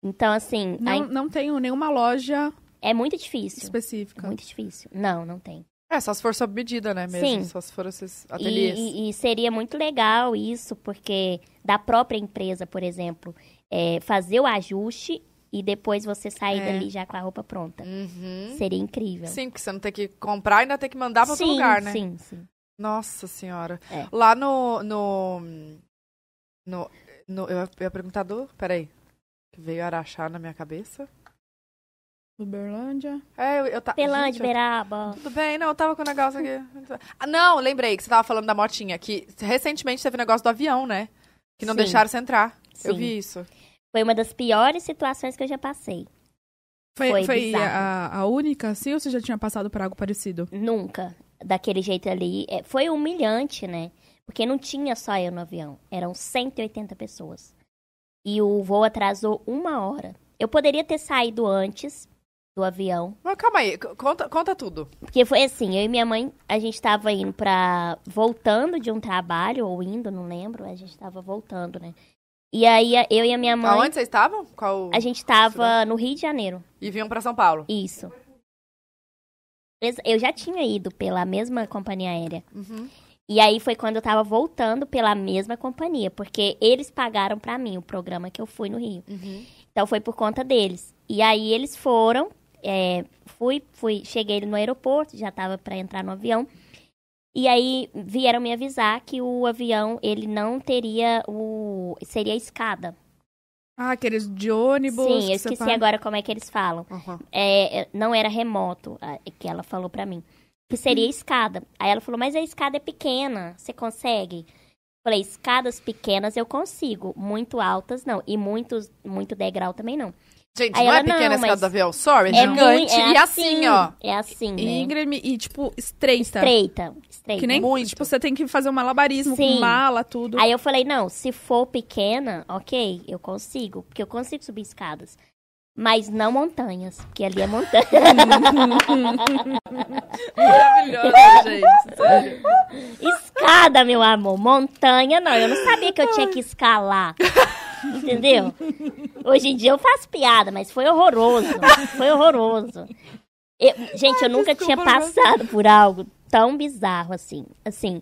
S3: Então, assim,
S2: Não,
S3: a in-
S2: não tenho nenhuma loja
S3: é muito difícil. é
S2: específica.
S3: Muito difícil. Não, não tem.
S4: É, só se for sob medida, né? Mesmo.
S3: Sim.
S4: Só se for esses
S3: E-
S4: ateliês.
S3: E, e seria muito legal isso, porque da própria empresa, por exemplo, é, fazer o ajuste e depois você sair
S2: É.
S3: dali já com a roupa pronta.
S4: Uhum.
S3: Seria incrível.
S4: Sim, porque você não tem que comprar e ainda tem que mandar pra outro
S3: né? sim,
S4: lugar, né?
S3: sim, sim.
S4: Nossa senhora.
S3: É.
S4: Lá no, no, no, no- Eu ia- eu ia perguntar do. Peraí. Veio Araxá na minha cabeça.
S2: Uberlândia.
S4: É, eu, eu tava.
S3: Pelã
S4: gente,
S3: de
S4: eu-
S3: Beraba.
S4: Tudo bem, não, eu tava com o negócio aqui. Ah, não, lembrei que você tava falando da motinha, que recentemente teve o negócio do avião, né? Que não
S3: Sim.
S4: deixaram você entrar. Eu
S3: Sim.
S4: vi isso.
S3: Foi uma das piores situações que eu já passei.
S2: Foi,
S3: Foi
S2: foi
S3: bizarro.
S2: a, a única, assim, ou você já tinha passado por algo parecido?
S3: Nunca. Daquele jeito ali. É, foi humilhante, né? Porque não tinha só eu no avião. Eram 180 pessoas. E o voo atrasou uma hora. Eu poderia ter saído antes do avião,
S4: Mas calma aí, c- conta, conta tudo.
S3: Porque foi assim, eu e minha mãe, a gente tava indo pra. voltando de um trabalho, ou indo, não lembro, a gente tava voltando, né? E aí a- eu e a minha mãe,
S4: Aonde vocês estavam? Qual...
S3: a gente tava no Rio de Janeiro.
S4: E vinham pra São Paulo.
S3: Isso. Ex- Eu já tinha ido pela mesma companhia aérea.
S4: Uhum.
S3: E aí foi quando eu tava voltando pela mesma companhia, porque eles pagaram pra mim o programa que eu fui no Rio.
S4: Uhum.
S3: Então foi por conta deles. E aí eles foram, é, fui, fui, cheguei no aeroporto, já tava pra entrar no avião. E aí vieram me avisar que o avião ele não teria o seria a escada.
S2: Ah, aqueles de ônibus.
S3: Sim,
S2: que
S3: eu esqueci
S2: separa-
S3: agora como é que eles falam.
S4: Uhum.
S3: É, é, não era remoto a- que ela falou pra mim. Que seria a escada. Aí ela falou: "Mas a escada é pequena, você consegue?" Falei: "Escadas pequenas eu consigo, muito altas não, e muitos muito degrau também não."
S4: Gente,
S3: Aí
S4: não é
S3: ela,
S4: pequena
S3: não,
S4: esse
S3: mas-
S4: caso do avião. Sorry, é
S3: É
S4: gigante.
S3: muito, é
S4: e assim, ó.
S3: É assim, né?
S2: Íngreme e, tipo, estreita.
S3: Estreita, estreita.
S2: Que nem,
S4: Muito.
S2: tipo, você tem que fazer um malabarismo com
S3: Sim.
S2: mala, tudo.
S3: Aí eu falei, não, se for pequena, ok, eu consigo. Porque eu consigo subir escadas. Mas não montanhas, porque ali é montanha.
S4: Maravilhoso, gente. Sério.
S3: Escada, meu amor, montanha não. Eu não sabia que eu tinha que escalar. Entendeu? Hoje em dia eu faço piada, mas foi horroroso. Foi horroroso. Eu- gente, eu nunca
S4: desculpa,
S3: tinha
S4: mas-
S3: passado por algo tão bizarro assim. Assim,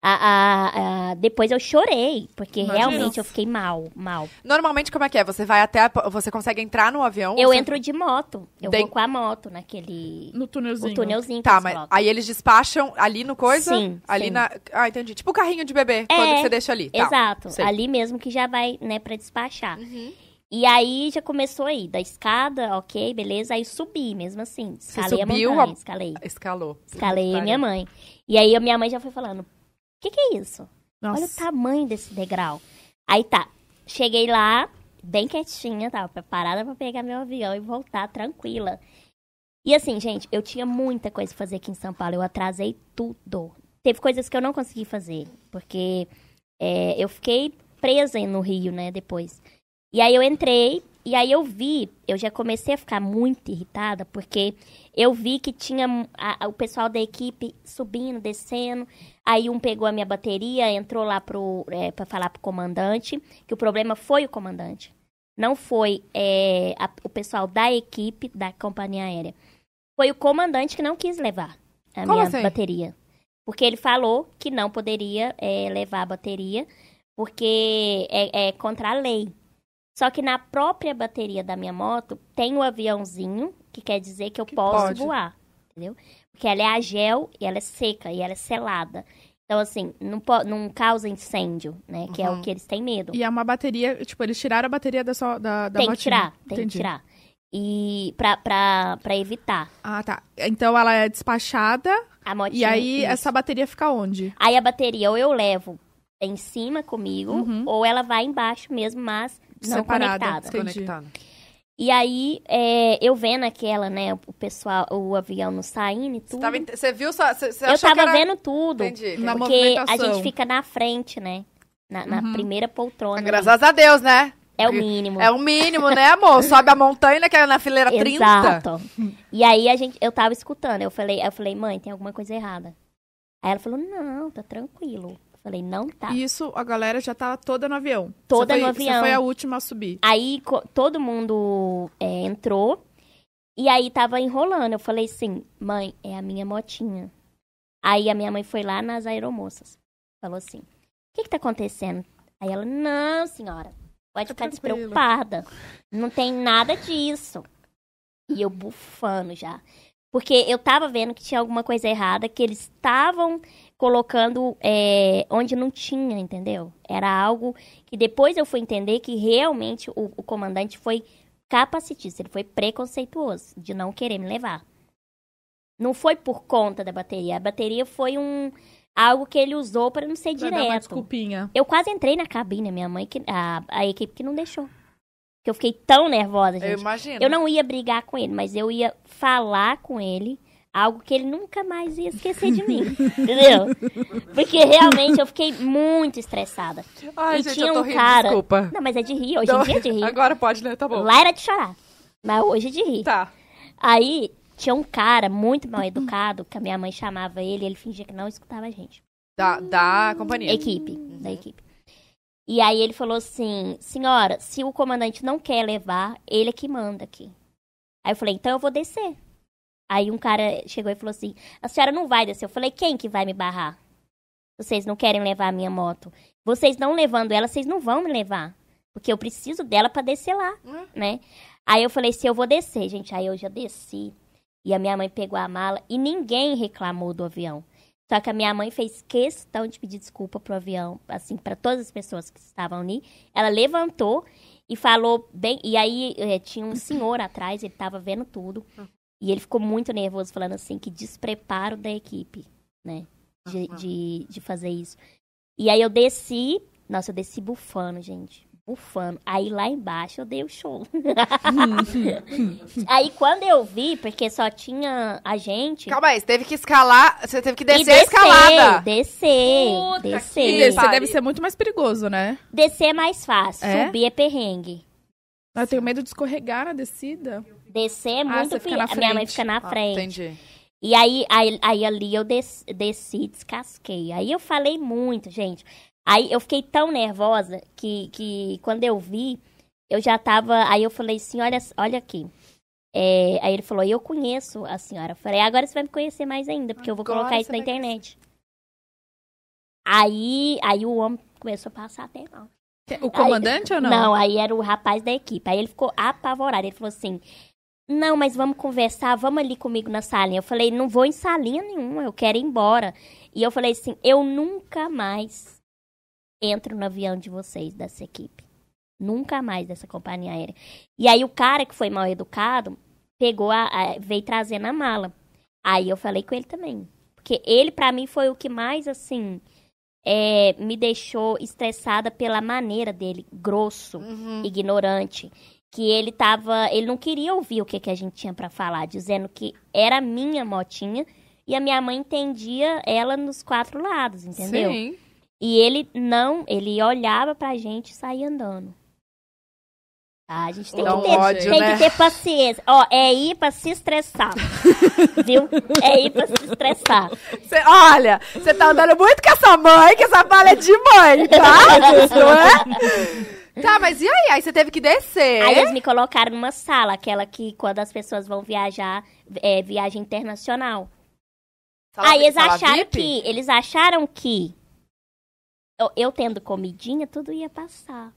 S3: a- a- a- depois eu chorei, porque
S2: Imagina.
S3: realmente eu fiquei mal, mal.
S4: Normalmente, como é que é? Você vai até. a- Você consegue entrar no avião?
S3: Eu
S4: você...
S3: entro de moto. Eu
S4: Tem-
S3: vou com a moto naquele.
S2: No túnelzinho.
S3: O túnelzinho que
S4: Tá,
S3: eles
S4: mas
S3: colocam.
S4: aí eles despacham ali no coisa?
S3: Sim,
S4: Ali
S3: sim. É.
S4: na. Ah, entendi. Tipo o carrinho de bebê, quando você deixa ali. Tá.
S3: Exato.
S4: sei. Uhum.
S3: Ali mesmo que já vai, né, pra despachar. E aí já começou aí, da escada, ok, beleza. Aí subi mesmo assim. Escalei
S4: subiu
S3: a montanha,
S4: a-
S3: escalei.
S4: Escalou.
S3: Escalei
S4: Pariu.
S3: minha mãe. E aí a minha mãe já foi falando: O que, que é isso? Olha o
S2: Nossa.
S3: tamanho desse degrau. Aí tá. Cheguei lá, bem quietinha, tava preparada pra pegar meu avião e voltar tranquila. E assim, gente, eu tinha muita coisa pra fazer aqui em São Paulo. Eu atrasei tudo. Teve coisas que eu não consegui fazer, eh, porque é, eu fiquei presa no Rio, né, depois. E aí eu entrei, E aí eu vi, eu já comecei a ficar muito irritada, porque eu vi que tinha um, a- a- o pessoal da equipe subindo, descendo. Aí um pegou a minha bateria, entrou lá pro, é, pra falar pro comandante, que o problema foi o comandante. Não foi é, a- o pessoal da equipe da companhia aérea. Foi o comandante que não quis levar a
S2: Como
S3: minha
S2: assim?
S3: bateria. Porque ele falou que não poderia é, levar a bateria, porque é, é contra a lei. Só que na própria bateria da minha moto tem o aviãozinho, que quer dizer que eu posso
S4: pode.
S3: voar, entendeu? Porque ela é a gel e ela é seca e ela é selada. Então, assim, não, po- não causa incêndio, né? Que é
S4: Uhum.
S3: o que eles têm medo.
S2: E é uma bateria, tipo, eles tiraram a bateria da sua da, da
S3: tem que
S2: motinha.
S3: tirar, tem
S2: Entendi.
S3: que tirar. E pra, pra, pra evitar
S2: Ah, tá. Então ela é despachada
S3: a motinha.
S2: e aí
S3: isso.
S2: essa bateria fica onde?
S3: Aí a bateria ou eu levo em cima comigo,
S2: Uhum.
S3: ou ela vai embaixo mesmo, mas não
S2: Separada.
S3: conectada.
S4: Tá
S2: Entendi.
S4: Desconectado.
S3: E aí, é, eu vendo aquela, né, o pessoal, o avião não saindo e
S4: Você,
S3: tudo.
S4: tava, ent- você viu só. Você, você
S3: eu
S4: achou
S3: tava
S4: que era...
S3: vendo tudo.
S4: Entendi.
S2: Na
S3: Porque a
S2: movimentação.
S3: gente fica na frente, né? Na, na
S2: Uhum.
S3: primeira poltrona. ali.
S4: Graças a Deus, né?
S3: É o mínimo.
S4: É o mínimo, né, amor? Sobe a montanha que é na fileira 30.
S3: Exato. E aí a gente, eu tava escutando, eu falei, eu falei, mãe, tem alguma coisa errada. Aí ela falou, não, tá tranquilo. Eu falei, não tá.
S2: E isso, a galera já tava toda no avião.
S3: Toda
S2: Você
S3: no
S2: foi- Você
S3: avião.
S2: foi a última a subir.
S3: Aí co- todo mundo é, entrou e aí tava enrolando. Eu falei assim, mãe, é a minha motinha. Aí a minha mãe foi lá nas aeromoças. Falou assim, o que que tá acontecendo? Aí ela, não, senhora, pode
S2: Tá
S3: ficar
S2: tranquila."
S3: despreocupada. Não tem nada disso. E eu bufando já. Porque eu tava vendo que tinha alguma coisa errada, que eles estavam colocando é, onde não tinha, entendeu? Era algo que depois eu fui entender que realmente o, o comandante foi capacitista, ele foi preconceituoso de não querer me levar. Não foi por conta da bateria, a bateria foi um algo que ele usou para não ser
S2: Pra dar uma
S3: direto.
S2: desculpinha.
S3: Eu quase entrei na cabine, minha mãe, que, a, a equipe que não deixou. Porque eu fiquei tão nervosa, gente.
S4: Eu imagino.
S3: Eu não ia brigar com ele, mas eu ia falar com ele algo que ele nunca mais ia esquecer de mim. entendeu? Porque realmente eu fiquei muito estressada.
S4: Ai,
S3: E
S4: gente,
S3: tinha
S4: eu tô
S3: um
S4: rindo,
S3: cara-
S4: desculpa.
S3: Não, mas é de rir, hoje em dia é de rir.
S4: Agora pode, né? Tá bom.
S3: Lá era de chorar, mas hoje é de rir.
S4: Tá.
S3: Aí tinha um cara muito mal educado, que a minha mãe chamava ele, ele fingia que não escutava a gente.
S4: Da, da companhia. Uhum.
S3: Equipe, da equipe. E aí ele falou assim, senhora, se o comandante não quer levar, ele é que manda aqui. Aí eu falei, então eu vou descer. Aí um cara chegou e falou assim, a senhora não vai descer. Eu falei, quem que vai me barrar? Vocês não querem levar a minha moto. Vocês não levando ela, vocês não vão me levar. Porque eu preciso dela pra descer lá,
S4: Hum.
S3: né? Aí eu falei, se eu vou descer, gente. Aí eu já desci. E a minha mãe pegou a mala e ninguém reclamou do avião. Só que a minha mãe fez questão de pedir desculpa pro avião, assim, para todas as pessoas que estavam ali. Ela levantou e falou bem. E aí eh, tinha um senhor atrás, ele tava vendo tudo. E ele ficou muito nervoso, falando assim, que despreparo da equipe, né? De, de, de fazer isso. E aí eu desci. Nossa, eu desci bufando, gente. Bufando. Aí lá embaixo eu dei o show. aí quando eu vi, porque só tinha a gente.
S4: Calma aí, você teve que escalar. Você teve que descer,
S3: E descer
S4: a escalada.
S3: Descer,
S4: Puta que Sim.
S2: E
S3: descer.
S2: descer
S4: pariu.
S2: deve ser muito mais perigoso, né?
S3: Descer é mais fácil,
S2: É?
S3: subir é perrengue.
S2: Eu tenho medo de escorregar na descida.
S3: Descer é muito
S2: Ah, você fica na
S3: perigoso. Minha mãe
S2: frente.
S3: fica na
S4: Ah,
S3: frente.
S4: entendi.
S3: E aí, aí, aí ali eu des- desci, descasquei. Aí eu falei muito, gente. Aí eu fiquei tão nervosa que, que quando eu vi, eu já tava. Aí eu falei assim: olha, olha aqui. É, aí ele falou: eu conheço a senhora. Eu falei: agora você vai me conhecer mais ainda, porque eu vou
S4: Agora
S3: colocar
S4: você
S3: isso na
S4: vai conhecer.
S3: internet. Aí, aí o homem começou a passar até mal.
S2: O comandante ou não?
S3: aí era o rapaz da equipe. Aí ele ficou apavorado. Ele falou assim: Não, mas vamos conversar, vamos ali comigo na salinha. Eu falei: Não vou em salinha nenhuma, eu quero ir embora. E eu falei assim: Eu nunca mais entro no avião de vocês, dessa equipe. Nunca mais dessa companhia aérea. E aí o cara que foi mal educado pegou a, a- veio trazendo a mala. Aí eu falei com ele também. Porque ele, pra mim, foi o que mais, assim, é, me deixou estressada pela maneira dele, grosso,
S4: Uhum.
S3: ignorante. Que ele tava. Ele não queria ouvir o que, que a gente tinha pra falar, dizendo que era a minha motinha e a minha mãe entendia ela nos quatro lados, entendeu?
S4: Sim.
S3: E ele não, ele olhava pra gente e saía andando. Ah, a gente tem,
S2: Dá
S3: que,
S2: um
S3: ter,
S4: ódio,
S3: tem
S4: né?
S3: que ter paciência. Ó, é ir pra se estressar. viu? É ir pra se estressar.
S4: Cê- olha, você tá andando muito com essa mãe, que essa palha é de mãe, tá? Isso, não é? Tá, mas e aí? Aí você teve que descer.
S3: Aí eles me colocaram numa sala, aquela que quando as pessoas vão viajar, é, viagem internacional.
S4: Sala-
S3: aí eles
S4: sala
S3: acharam
S4: VIP?
S3: que. Eles acharam que. Eu, eu tendo comidinha, tudo ia passar.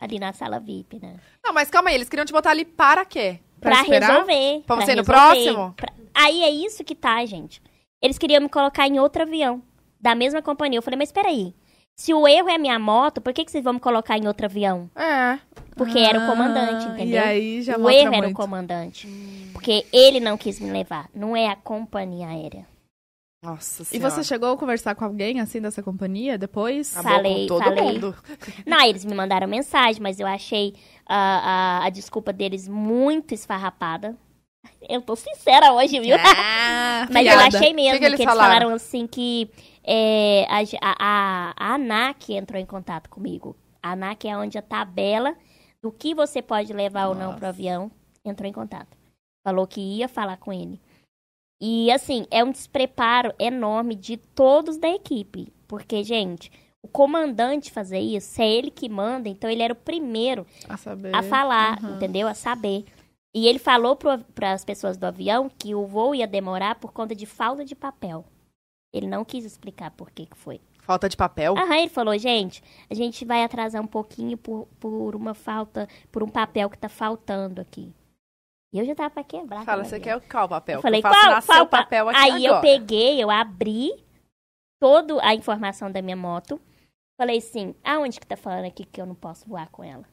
S3: Ali na sala VIP, né?
S4: Não, mas calma aí, eles queriam te botar ali para quê?
S2: Pra
S3: Pra,
S2: esperar?
S3: resolver.
S4: Pra você ir no
S3: resolver.
S4: próximo?
S3: Pra- Aí é isso que tá, gente. Eles queriam me colocar em outro avião, da mesma companhia. Eu falei, mas peraí. Se o erro é a minha moto, por que, que vocês vão me colocar em outro avião?
S4: É.
S3: Porque era o comandante,
S2: Ah,
S3: entendeu?
S2: E aí já
S3: o
S2: mostra
S3: erro era o
S2: muito. Hum.
S3: comandante. Porque ele não quis me levar. Não é a companhia aérea.
S4: Nossa
S2: E
S4: senhora.
S2: você chegou a conversar com alguém assim dessa companhia depois?
S4: Acabou com
S3: Falei,
S4: todo
S3: falei.
S4: mundo.
S3: Não, eles me mandaram mensagem, mas eu achei a, a, a desculpa deles muito esfarrapada. Eu tô sincera hoje, viu?
S2: Ah,
S3: Mas eu
S2: piada.
S3: achei mesmo
S4: Que
S3: que,
S4: que eles
S3: eles
S4: falaram?
S3: falaram, assim que é, a, ge- a, a- a ANAC entrou em contato comigo. A ANAC é onde a tabela do que você pode levar ou não
S2: Nossa.
S3: pro avião entrou em contato. Falou que ia falar com ele. E assim, é um despreparo enorme de todos da equipe. Porque, gente, o comandante fazer isso, se é ele que manda, então ele era o primeiro
S2: A saber.
S3: a falar,
S2: É, Aham.
S3: entendeu? A saber. E ele falou para as pessoas do avião que o voo ia demorar por conta de falta de papel. Ele não quis explicar por que, que foi.
S4: Falta de papel?
S3: Aham, ele falou, gente, a gente vai atrasar um pouquinho por, por uma falta, por um papel que tá faltando aqui. E eu já tava pra quebrar.
S4: Fala,
S3: aquele
S4: você
S3: avião.
S4: quer qual papel?
S3: Ah, Eu falei,
S4: que eu faço
S3: qual-
S4: nascer
S3: qual
S4: o papel aqui
S3: Aí eu
S4: agora.
S3: peguei, eu abri toda a informação da minha moto. Falei assim, aonde que tá falando aqui que eu não posso voar com ela?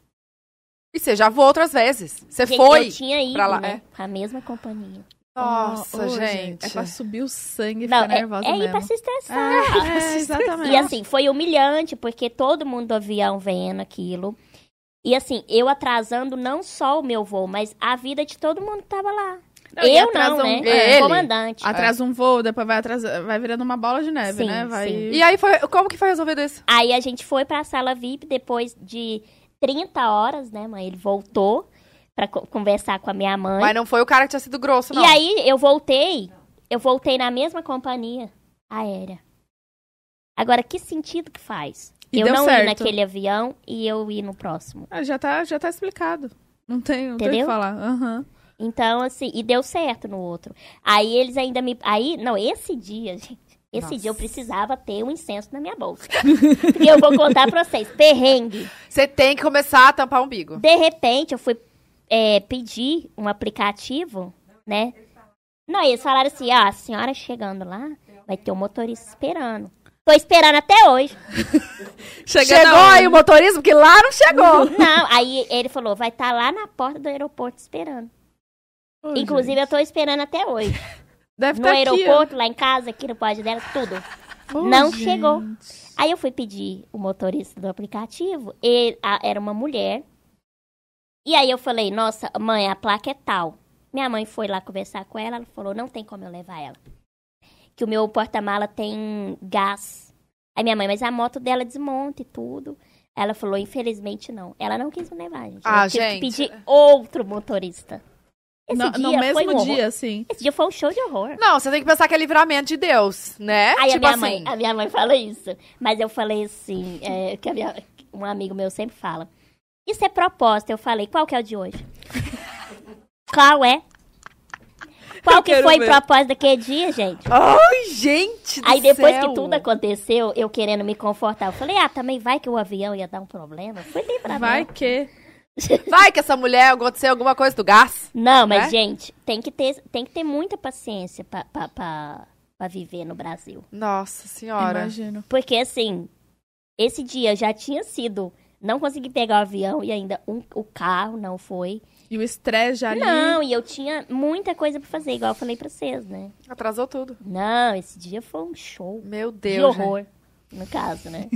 S4: E você já voou outras vezes. Você
S3: Gente,
S4: foi.
S3: Eu tinha ido,
S4: pra lá, é.
S3: né? A mesma companhia.
S4: Nossa,
S2: Oh,
S4: gente.
S2: É pra subir o sangue e
S3: Não,
S2: ficar
S3: é,
S2: nervosa
S3: é ir pra
S2: mesmo.
S3: se estressar.
S2: É, é, exatamente.
S3: E assim, foi humilhante, porque todo mundo do avião vendo aquilo. E assim, eu atrasando não só o meu voo, mas a vida de todo mundo que tava lá.
S2: e
S3: eu
S2: atrasa
S3: não, né?
S2: um-
S4: Ele?
S3: O comandante.
S2: Atrasa um voo, depois vai, atrasa, vai virando uma bola de neve,
S3: É. Sim,
S2: né? Vai...
S3: sim.
S4: E aí, foi, como que foi resolvido isso?
S3: Aí a gente foi pra sala VIP depois de 30 horas, né, mãe? Ele voltou pra co- conversar com a minha mãe.
S4: Mas não foi o cara que tinha sido grosso, não.
S3: E aí eu voltei, eu voltei na mesma companhia aérea. Agora, que sentido que faz?
S2: E
S3: eu
S2: deu
S3: não
S2: certo.
S3: ir naquele avião e eu ir no próximo.
S2: Ah, já, tá, já tá explicado. Não tem, não tem o que
S3: Entendeu?
S2: falar. Aham.
S3: Então, assim, e deu certo no outro. Aí eles ainda me. Aí, não, esse dia, gente. Esse
S4: Nossa.
S3: dia eu precisava ter um incenso na minha bolsa. Porque eu vou contar pra vocês. Perrengue.
S4: Você tem que começar a tampar o umbigo.
S3: De repente, eu fui é, pedir um aplicativo, né? Não, eles falaram assim, ó, a senhora chegando lá, vai ter um motorista esperando. Tô esperando até hoje.
S4: Chegou aí o motorismo, que lá não chegou.
S3: Não, aí ele falou, vai estar lá na porta do aeroporto esperando. Inclusive, eu tô esperando até hoje.
S2: Deve
S3: No
S2: tá
S3: aeroporto, lá em casa, aqui no pódio dela, tudo.
S2: aqui, ó. Ô,
S3: não
S2: gente.
S3: chegou. Aí eu fui pedir o motorista do aplicativo, ele, a- era uma mulher. E aí eu falei, nossa, mãe, a placa é tal. Minha mãe foi lá conversar com ela, ela falou, não tem como eu levar ela. Que o meu porta-mala tem gás. Aí minha mãe, mas a moto dela desmonta e tudo. Ela falou, infelizmente não. Ela não quis me levar, gente.
S4: Ah,
S3: eu tive
S4: gente.
S3: que pedir outro motorista. Esse
S2: No,
S3: dia
S2: no
S3: foi um
S2: mesmo
S3: horror.
S2: dia, assim.
S3: Esse dia foi um show de horror.
S4: Não, você tem que pensar que é livramento de Deus, né?
S3: Aí
S4: tipo
S3: a minha
S4: assim.
S3: mãe, a minha mãe fala isso. Mas eu falei assim, é, que a minha- um amigo meu sempre fala. Isso é proposta. Eu falei, qual que é o de hoje? qual é? Qual
S2: Eu
S3: que
S2: quero
S3: foi
S2: ver.
S3: a proposta daquele dia, gente?
S4: Ai, gente do
S3: Aí depois
S4: céu.
S3: que tudo aconteceu, eu querendo me confortar, eu falei, ah, também vai que o avião ia dar um problema. Foi bem pra
S2: Vai
S3: mim.
S2: que.
S4: Vai que essa mulher aconteceu alguma coisa do gás.
S3: Não, mas,
S4: Né?
S3: gente, tem que, ter, tem que ter muita paciência pra, pra, pra, pra viver no Brasil.
S4: Nossa senhora.
S2: Imagino.
S3: Porque assim, esse dia já tinha sido. Não consegui pegar o avião e ainda um- o carro não foi.
S2: E o estresse já ali.
S3: Não, e eu tinha muita coisa pra fazer, igual eu falei pra vocês, né?
S4: Atrasou tudo.
S3: Não, esse dia foi um show.
S4: Meu
S3: de
S4: Deus. gente.
S3: horror, no caso, né?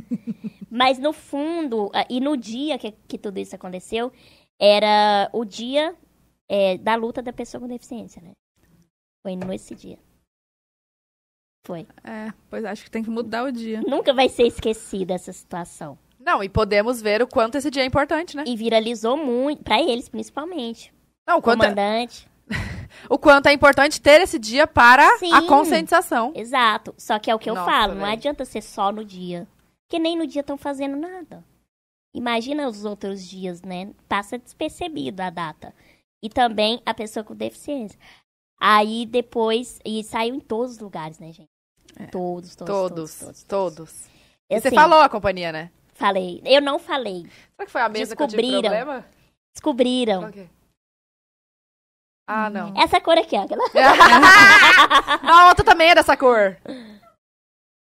S3: Mas no fundo, ah, e no dia que, que tudo isso aconteceu, era o dia eh, da luta da pessoa com deficiência, né? Foi nesse dia. Foi.
S2: É, pois acho que tem que mudar o dia.
S3: Nunca vai ser esquecida essa situação.
S4: Não, e podemos ver o quanto esse dia é importante, né?
S3: E viralizou muito, pra eles principalmente.
S4: Não, o quanto, é,
S3: Comandante.
S4: o quanto é importante ter esse dia para
S3: Sim.
S4: a conscientização.
S3: Exato. Só que é o que eu
S4: Nossa,
S3: falo, não
S4: velho.
S3: adianta ser só no dia. Porque nem no dia estão fazendo nada. Imagina os outros dias, né? Passa despercebido a data. E também a pessoa com deficiência. Aí depois. E saiu em todos os lugares, né, gente? Todos, todos,
S4: É. Todos,
S3: todos.
S4: todos.
S3: Eu,
S4: E você
S3: assim,
S4: falou a companhia, né?
S3: Falei. Eu não falei.
S4: Será que foi a mesa que eu tive
S3: Descobriram. Então.
S4: problema?
S3: Descobriram.
S4: Qual que é? Ah, não.
S3: Essa cor aqui, ó. aquela-
S4: a outra também é dessa cor.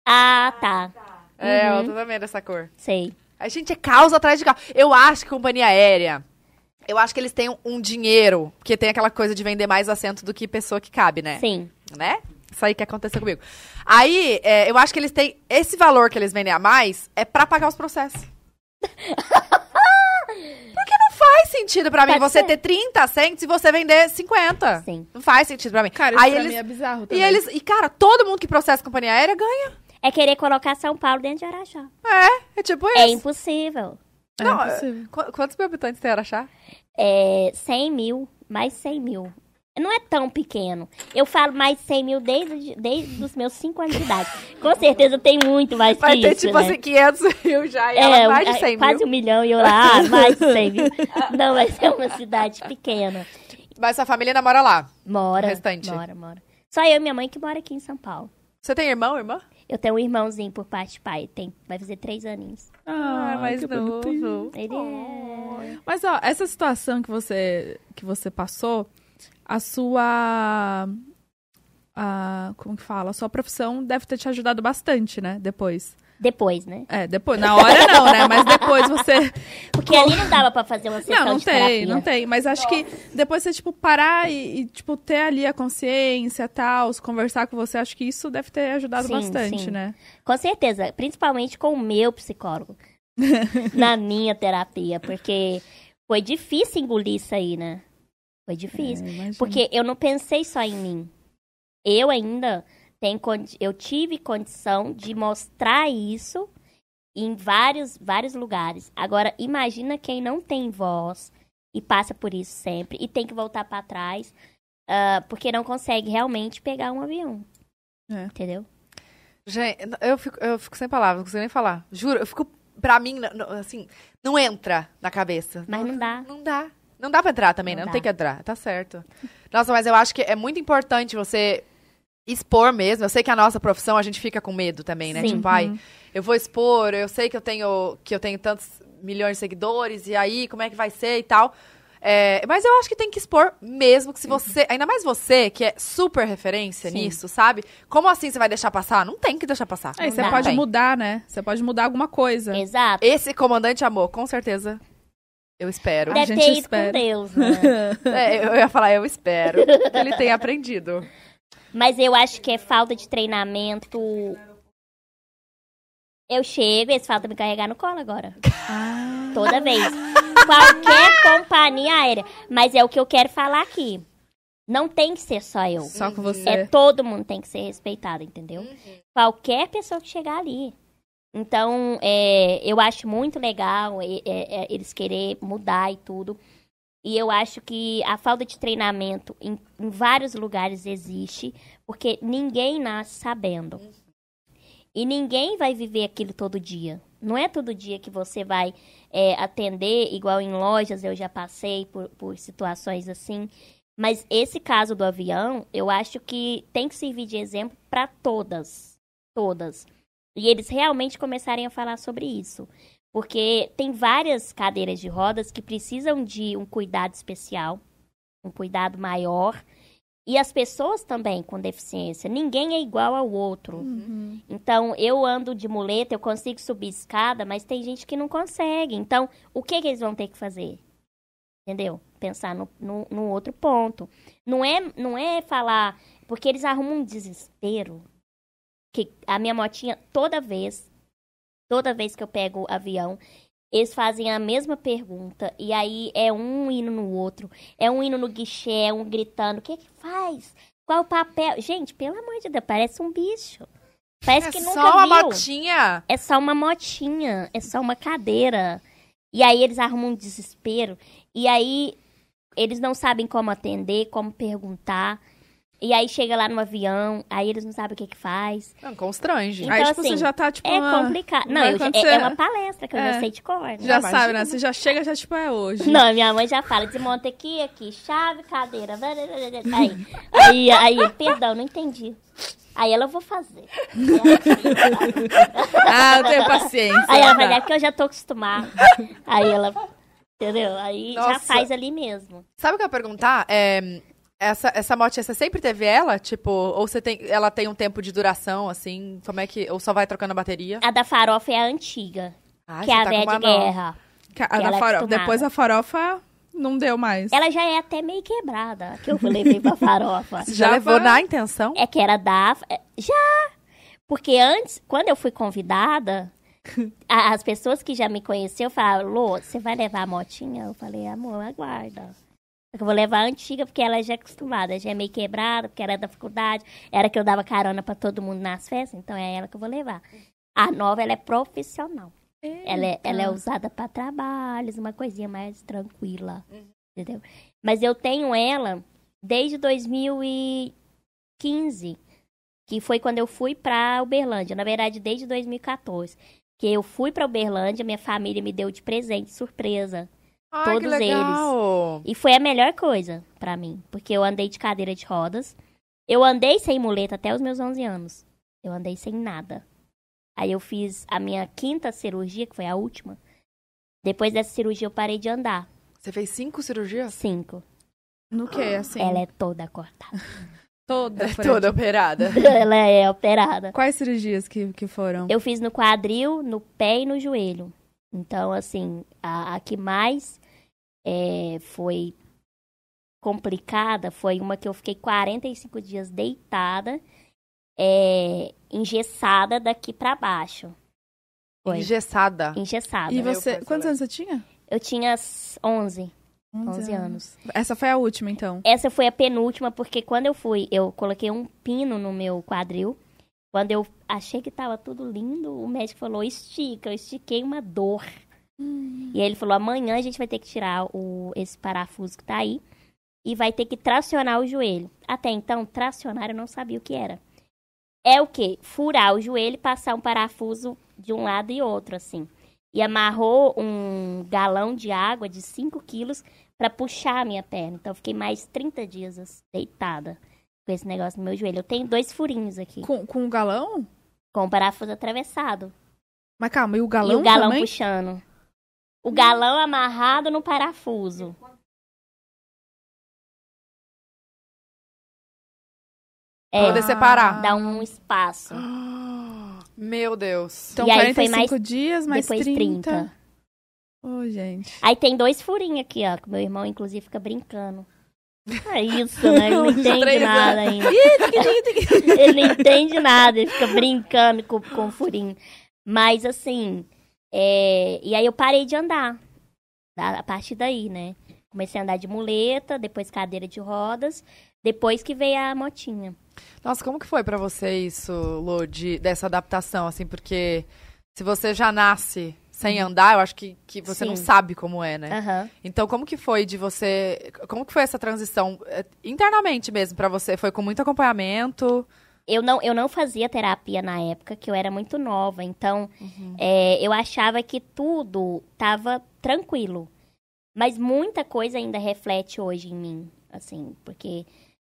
S3: Ah, tá.
S4: É, a
S3: Uhum.
S4: outra também é dessa cor.
S3: Sei.
S4: A gente é causa atrás de causa. Eu acho que companhia aérea. Eu acho que eles têm um- um dinheiro, porque tem aquela coisa de vender mais assento do que pessoa que cabe, né?
S3: Sim.
S4: Né? Isso aí que aconteceu comigo. Aí, é, eu acho que eles têm. Esse valor que eles vendem a mais é pra pagar os processos. porque não faz sentido pra mim
S3: Pode
S4: você
S3: ser.
S4: ter 30 assentos e você vender 50.
S3: Sim.
S4: Não faz sentido pra mim.
S2: Cara, isso
S4: aí
S2: pra
S4: eles.
S2: mim é bizarro
S4: e
S2: também.
S4: eles. E, cara, todo mundo que processa a companhia aérea ganha.
S3: É querer colocar São Paulo dentro de Araxá.
S4: É tipo
S3: É
S4: isso.
S3: impossível.
S2: É
S4: Não,
S2: impossível.
S4: Qu- Quantos mil habitantes tem Araxá?
S3: É 100 mil, mais 100 mil. Não é tão pequeno. Eu falo mais 100 mil desde, desde os meus 5 anos de idade. Com certeza tem muito mais
S4: Vai
S3: que
S4: ter
S3: isso,
S4: tipo
S3: né?
S4: assim 500 mil já e
S3: É,
S4: ela
S3: um-
S4: mais de
S3: é,
S4: 100
S3: quase
S4: mil.
S3: um milhão e eu lá, ah, mais de 100 mil. Não, mas é uma cidade pequena.
S4: Mas sua família ainda mora lá.
S3: Mora,
S4: O restante.
S3: mora, mora. Só eu e minha mãe que mora aqui em São Paulo.
S4: Você tem irmão, irmã?
S3: Eu tenho um irmãozinho por parte de pai, tem, vai fazer três aninhos.
S2: Ah, que bonitinho.
S3: Ele é...
S2: Mas ó, essa situação que você que você passou, a sua a, como que fala? A sua profissão deve ter te ajudado bastante, né? Depois.
S3: Depois, né?
S2: É, depois, na hora não, né? Mas depois você
S3: Porque ali não dava pra fazer uma sessão
S2: Não, não
S3: tá de
S2: tem,
S3: terapia.
S2: não tem. Mas acho que depois você, tipo, parar e, e, tipo, ter ali a consciência e tal, se conversar com você, acho que isso deve ter ajudado
S3: Sim,
S2: bastante,
S3: sim.
S2: né?
S3: Com certeza, principalmente com o meu psicólogo. na minha terapia, porque foi difícil engolir isso aí, né? Foi difícil.
S2: É, imagino.
S3: porque eu não pensei só em mim. Eu ainda tenho condi- eu tive condição de mostrar isso em vários vários lugares. Agora imagina quem não tem voz e passa por isso sempre e tem que voltar pra trás ah, porque não consegue realmente pegar um avião.
S2: É.
S3: Entendeu?
S4: Gente, eu fico, eu fico sem palavras, não consigo nem falar. Juro, eu fico. Pra mim, n- n- assim, não entra na cabeça.
S3: Mas não dá.
S4: Não dá. Não dá pra entrar também, né? Não
S3: Não dá.
S4: tem que entrar, tá certo. Nossa, mas eu acho que é muito importante você expor mesmo. Eu sei que a nossa profissão a gente fica com medo também, né?
S3: Sim.
S2: Uhum.
S3: Uhum.
S4: Tipo, ai, eu vou expor, eu sei que eu tenho que eu tenho tantos milhões de seguidores, e aí, como é que vai ser e tal. É, mas eu acho que tem que expor mesmo, que se
S2: Uhum.
S4: você. Ainda mais você, que é super referência
S3: Sim.
S4: nisso, sabe? Como assim você vai deixar passar? Não tem que deixar passar.
S2: Aí
S3: não
S2: É, você
S3: dá. É.
S2: pode
S4: Tem.
S2: mudar, né? Você pode mudar alguma coisa.
S3: Exato.
S4: Esse comandante amor, com certeza. Eu espero.
S2: A
S3: Deve
S2: gente
S3: ter ido
S2: espera.
S3: com Deus, né?
S4: É, eu ia falar, eu espero que ele tenha aprendido.
S3: Mas eu acho que é falta de treinamento. Eu chego, eles faltam me carregar no colo agora.
S2: Ah,
S3: Toda vez. Qualquer companhia aérea. Mas é o que eu quero falar aqui. Não tem que ser só eu.
S2: só com você.
S3: É todo mundo tem que ser respeitado, entendeu? Qualquer pessoa que chegar ali. Então, é, eu acho muito legal é, é, é, eles querer mudar e tudo. E eu acho que a falta de treinamento em, em vários lugares existe, porque ninguém nasce sabendo. E ninguém vai viver aquilo todo dia. Não é todo dia que você vai é, atender, igual em lojas, eu já passei por, por situações assim. Mas esse caso do avião, eu acho que tem que servir de exemplo para todas. Todas. E eles realmente começarem a falar sobre isso. Porque tem várias cadeiras de rodas que precisam de um cuidado especial, um cuidado maior. E as pessoas também com deficiência. Ninguém é igual ao outro.
S2: Uhum.
S3: Então, eu ando de muleta, eu consigo subir escada, mas tem gente que não consegue. Então, o que, que eles vão ter que fazer? Entendeu? Pensar no, no, no outro ponto. Não é, não é falar. Porque eles arrumam um desespero. Que a minha motinha, toda vez, toda vez que eu pego o avião, eles fazem a mesma pergunta. E aí é um hino no outro. É um hino no guichê, é um gritando. O que que faz? Qual o papel? Gente, pelo amor de Deus, parece um bicho. Parece
S4: é
S3: que
S4: só
S3: nunca
S4: uma
S3: viu.
S4: motinha.
S3: É só uma motinha, é só uma cadeira. E aí eles arrumam um desespero. E aí eles não sabem como atender, como perguntar. E aí chega lá no avião, aí eles não sabem o que que faz.
S4: Não, constrange.
S3: Então,
S2: Aí, tipo,
S3: assim,
S2: você já tá, tipo.
S3: É
S2: ah,
S3: complicado.
S2: não
S3: Não,
S2: vai
S3: eu já- é-
S2: acontecer.
S3: é, uma palestra que eu
S2: É.
S3: já sei de cor. né?
S2: Já
S4: Imagina.
S2: sabe, né? Você já chega, já, tipo, é hoje.
S3: Não, minha mãe já fala, desmonta aqui, aqui, chave, cadeira. blá, blá, blá, blá. Aí, aí, aí, perdão, não entendi. Aí ela, eu vou fazer.
S4: Ah, eu tenho paciência.
S3: Aí ela vai, é porque eu já tô acostumada. Aí ela, entendeu? Aí já
S4: Nossa.
S3: faz ali mesmo.
S4: Sabe o que eu ia perguntar? É, essa, essa motinha, você sempre teve ela? Tipo, ou você tem, ela tem um tempo de duração, assim? Como é que. Ou só vai trocando a bateria?
S3: A da farofa é a antiga,
S4: Ah,
S3: que é a
S2: tá
S3: velha de guerra.
S2: Que a- a da
S3: ela é
S2: farofa-
S3: acostumada.
S2: Depois a farofa não deu mais.
S3: Ela já é até meio quebrada, a que eu levei pra farofa.
S4: Já,
S2: Já
S4: levou
S2: vai.
S4: na intenção?
S3: É que era da. é, Já! Porque antes, quando eu fui convidada, a- as pessoas que já me conheciam falaram: Lô, você vai levar a motinha? Eu falei: amor, aguarda. Eu vou levar a antiga porque ela já é acostumada, já é meio quebrada, porque era da faculdade, era que eu dava carona pra todo mundo nas festas, então é ela que eu vou levar. A nova, ela é profissional. Ela é, ela é usada pra trabalhos, uma coisinha mais tranquila. Entendeu? Mas eu tenho ela desde 2015, que foi quando eu fui pra Uberlândia. Na verdade, desde 2014. Que eu fui pra Uberlândia, minha família me deu de presente, surpresa.
S4: Ai, que
S3: todos
S4: legal.
S3: E foi a melhor coisa pra mim, porque eu andei de cadeira de rodas. Eu andei sem muleta até os meus 11 anos. Eu andei sem nada. Aí eu fiz a minha quinta cirurgia, que foi a última. Depois dessa cirurgia eu parei de andar.
S4: Você fez cinco cirurgias?
S3: Cinco.
S2: No que, assim?
S3: Ela é toda cortada.
S2: toda.
S4: É
S2: por
S4: toda
S2: aí.
S4: operada.
S3: Ela é operada.
S2: Quais cirurgias que, que foram?
S3: Eu fiz no quadril, no pé e no joelho. Então, assim, a, a que mais eh, foi complicada foi uma que eu fiquei 45 dias deitada, eh, engessada daqui pra baixo. Foi.
S4: Engessada.
S3: Engessada.
S2: E
S4: Eu
S2: você.
S4: faço
S2: Quantos
S4: ela.
S2: anos você tinha?
S3: Eu tinha s- 11, 11 anos.
S2: Essa foi a última, então.
S3: Essa foi a penúltima, porque quando eu fui, eu coloquei um pino no meu quadril. Quando eu achei que tava tudo lindo, o médico falou: estica. Eu estiquei uma dor. E aí ele falou: amanhã a gente vai ter que tirar o, esse parafuso que tá aí e vai ter que tracionar o joelho. Até então, tracionar eu não sabia o que era. É o quê? Furar o joelho e passar um parafuso de um lado e outro, assim. E amarrou um galão de água de 5 quilos pra puxar a minha perna. Então, eu fiquei mais 30 dias assim, deitada com esse negócio no meu joelho. Eu tenho dois furinhos aqui,
S2: Com, com o galão?
S3: com o parafuso atravessado.
S2: Mas calma, e o galão,
S3: e o galão
S2: também?
S3: puxando. O galão amarrado no parafuso. É,
S4: Poder separar.
S3: dá um espaço.
S4: Meu Deus.
S2: Então,
S3: E aí foi
S2: 45
S3: mais-
S2: dias, mais
S3: depois 30.
S2: 30. Ô, gente.
S3: Aí tem dois furinhos aqui, ó. Que meu irmão, inclusive, fica brincando. É isso, né? Ele não entende
S4: Três
S3: nada ainda. ele não entende nada, ele fica brincando com, com o furinho. Mas assim, é, e aí eu parei de andar. da- A partir daí, né? Comecei a andar de muleta, depois cadeira de rodas, depois que veio a motinha.
S4: Nossa, como que foi pra você isso, Lô, de, dessa adaptação, assim? Porque se você já nasce sem andar, eu acho que, que você não
S3: Uhum. Sim.
S4: sabe como é, né?
S3: Aham.
S4: Então, como que foi de você... Como que foi essa transição eh, internamente mesmo pra você? Foi com muito acompanhamento?
S3: eu não, eu não fazia terapia na época, que eu era muito nova. Então, é, eu achava que tudo tava tranquilo. Mas muita coisa ainda reflete hoje em mim, assim, porque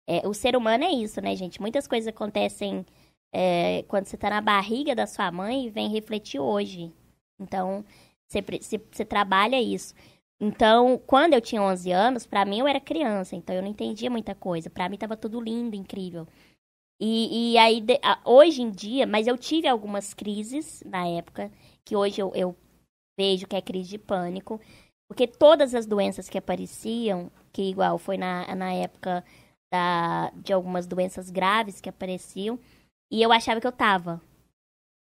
S3: é, o ser humano é isso, né, gente? Muitas coisas acontecem é, quando você tá na barriga da sua mãe e vem refletir hoje. Então, você, pre- você, você trabalha isso. Então, quando eu tinha 11 anos, pra mim eu era criança, então eu não entendia muita coisa. Pra mim tava tudo lindo, incrível. E, e aí, de- a- hoje em dia, mas eu tive algumas crises na época, que hoje eu, eu vejo que é crise de pânico, porque todas as doenças que apareciam, que igual foi na, na época da, de algumas doenças graves que apareciam, e eu achava que eu tava.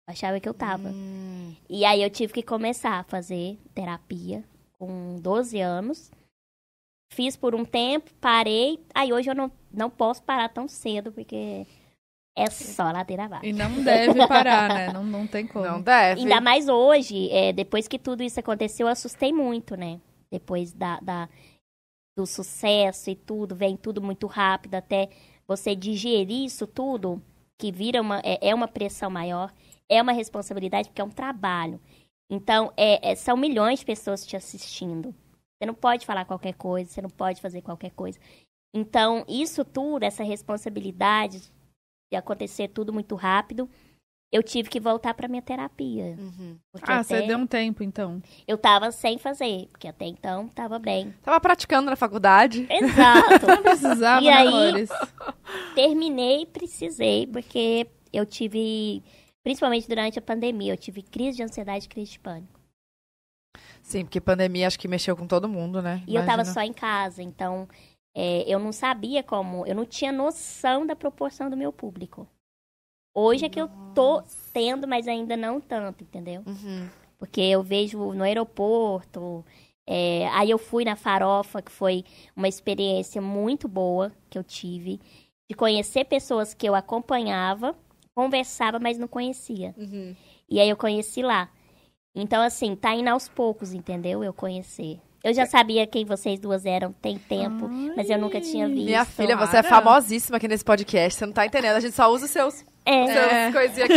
S3: Achava que eu tava.
S4: Hum,
S3: E aí eu tive que começar a fazer terapia com 12 anos. Fiz por um tempo, parei. Aí hoje eu não, não posso parar tão cedo, porque É só ladeira abaixo.
S2: E não deve parar, né? Não, não tem como.
S4: Não deve.
S3: Ainda mais hoje, é, depois que tudo isso aconteceu, eu assustei muito, né? Depois da, da- do sucesso e tudo, vem tudo muito rápido, até você digerir isso tudo, que vira uma, é, é uma pressão maior, é uma responsabilidade, porque é um trabalho. Então, é- é- são milhões de pessoas te assistindo. Você não pode falar qualquer coisa, você não pode fazer qualquer coisa. Então, isso tudo, essa responsabilidade de acontecer tudo muito rápido, eu tive que voltar pra minha terapia.
S4: Uhum.
S3: Porque
S2: Ah,
S3: até
S2: você deu um tempo, então.
S3: eu tava sem fazer, porque até então tava bem.
S4: Tava praticando na faculdade.
S3: Exato.
S2: Não precisava,
S3: E
S2: né,
S3: aí?
S2: Loures?
S3: Terminei e precisei, porque eu tive, principalmente durante a pandemia, eu tive crise de ansiedade, crise de pânico.
S4: Sim, porque pandemia acho que mexeu com todo mundo, né?
S3: E eu tava
S4: Imagina.
S3: só em casa, então é, eu não sabia como, eu não tinha noção da proporção do meu público. Hoje é que eu tô tendo, mas ainda não tanto, entendeu?
S4: Uhum.
S3: Porque eu vejo no aeroporto. é, aí eu fui na farofa, que foi uma experiência muito boa que eu tive. De conhecer pessoas que eu acompanhava, conversava, mas não conhecia.
S4: Uhum.
S3: E aí eu conheci lá. Então, assim, tá indo aos poucos, entendeu? Eu conhecer. Eu
S4: É.
S3: já sabia quem vocês duas eram, tem tempo. mas eu nunca tinha
S2: Ai.
S3: visto.
S4: Minha filha, você é
S2: Tomara.
S4: famosíssima aqui nesse podcast. Você não tá entendendo. A gente só usa os seus,
S3: É.
S4: seus coisinhas aqui,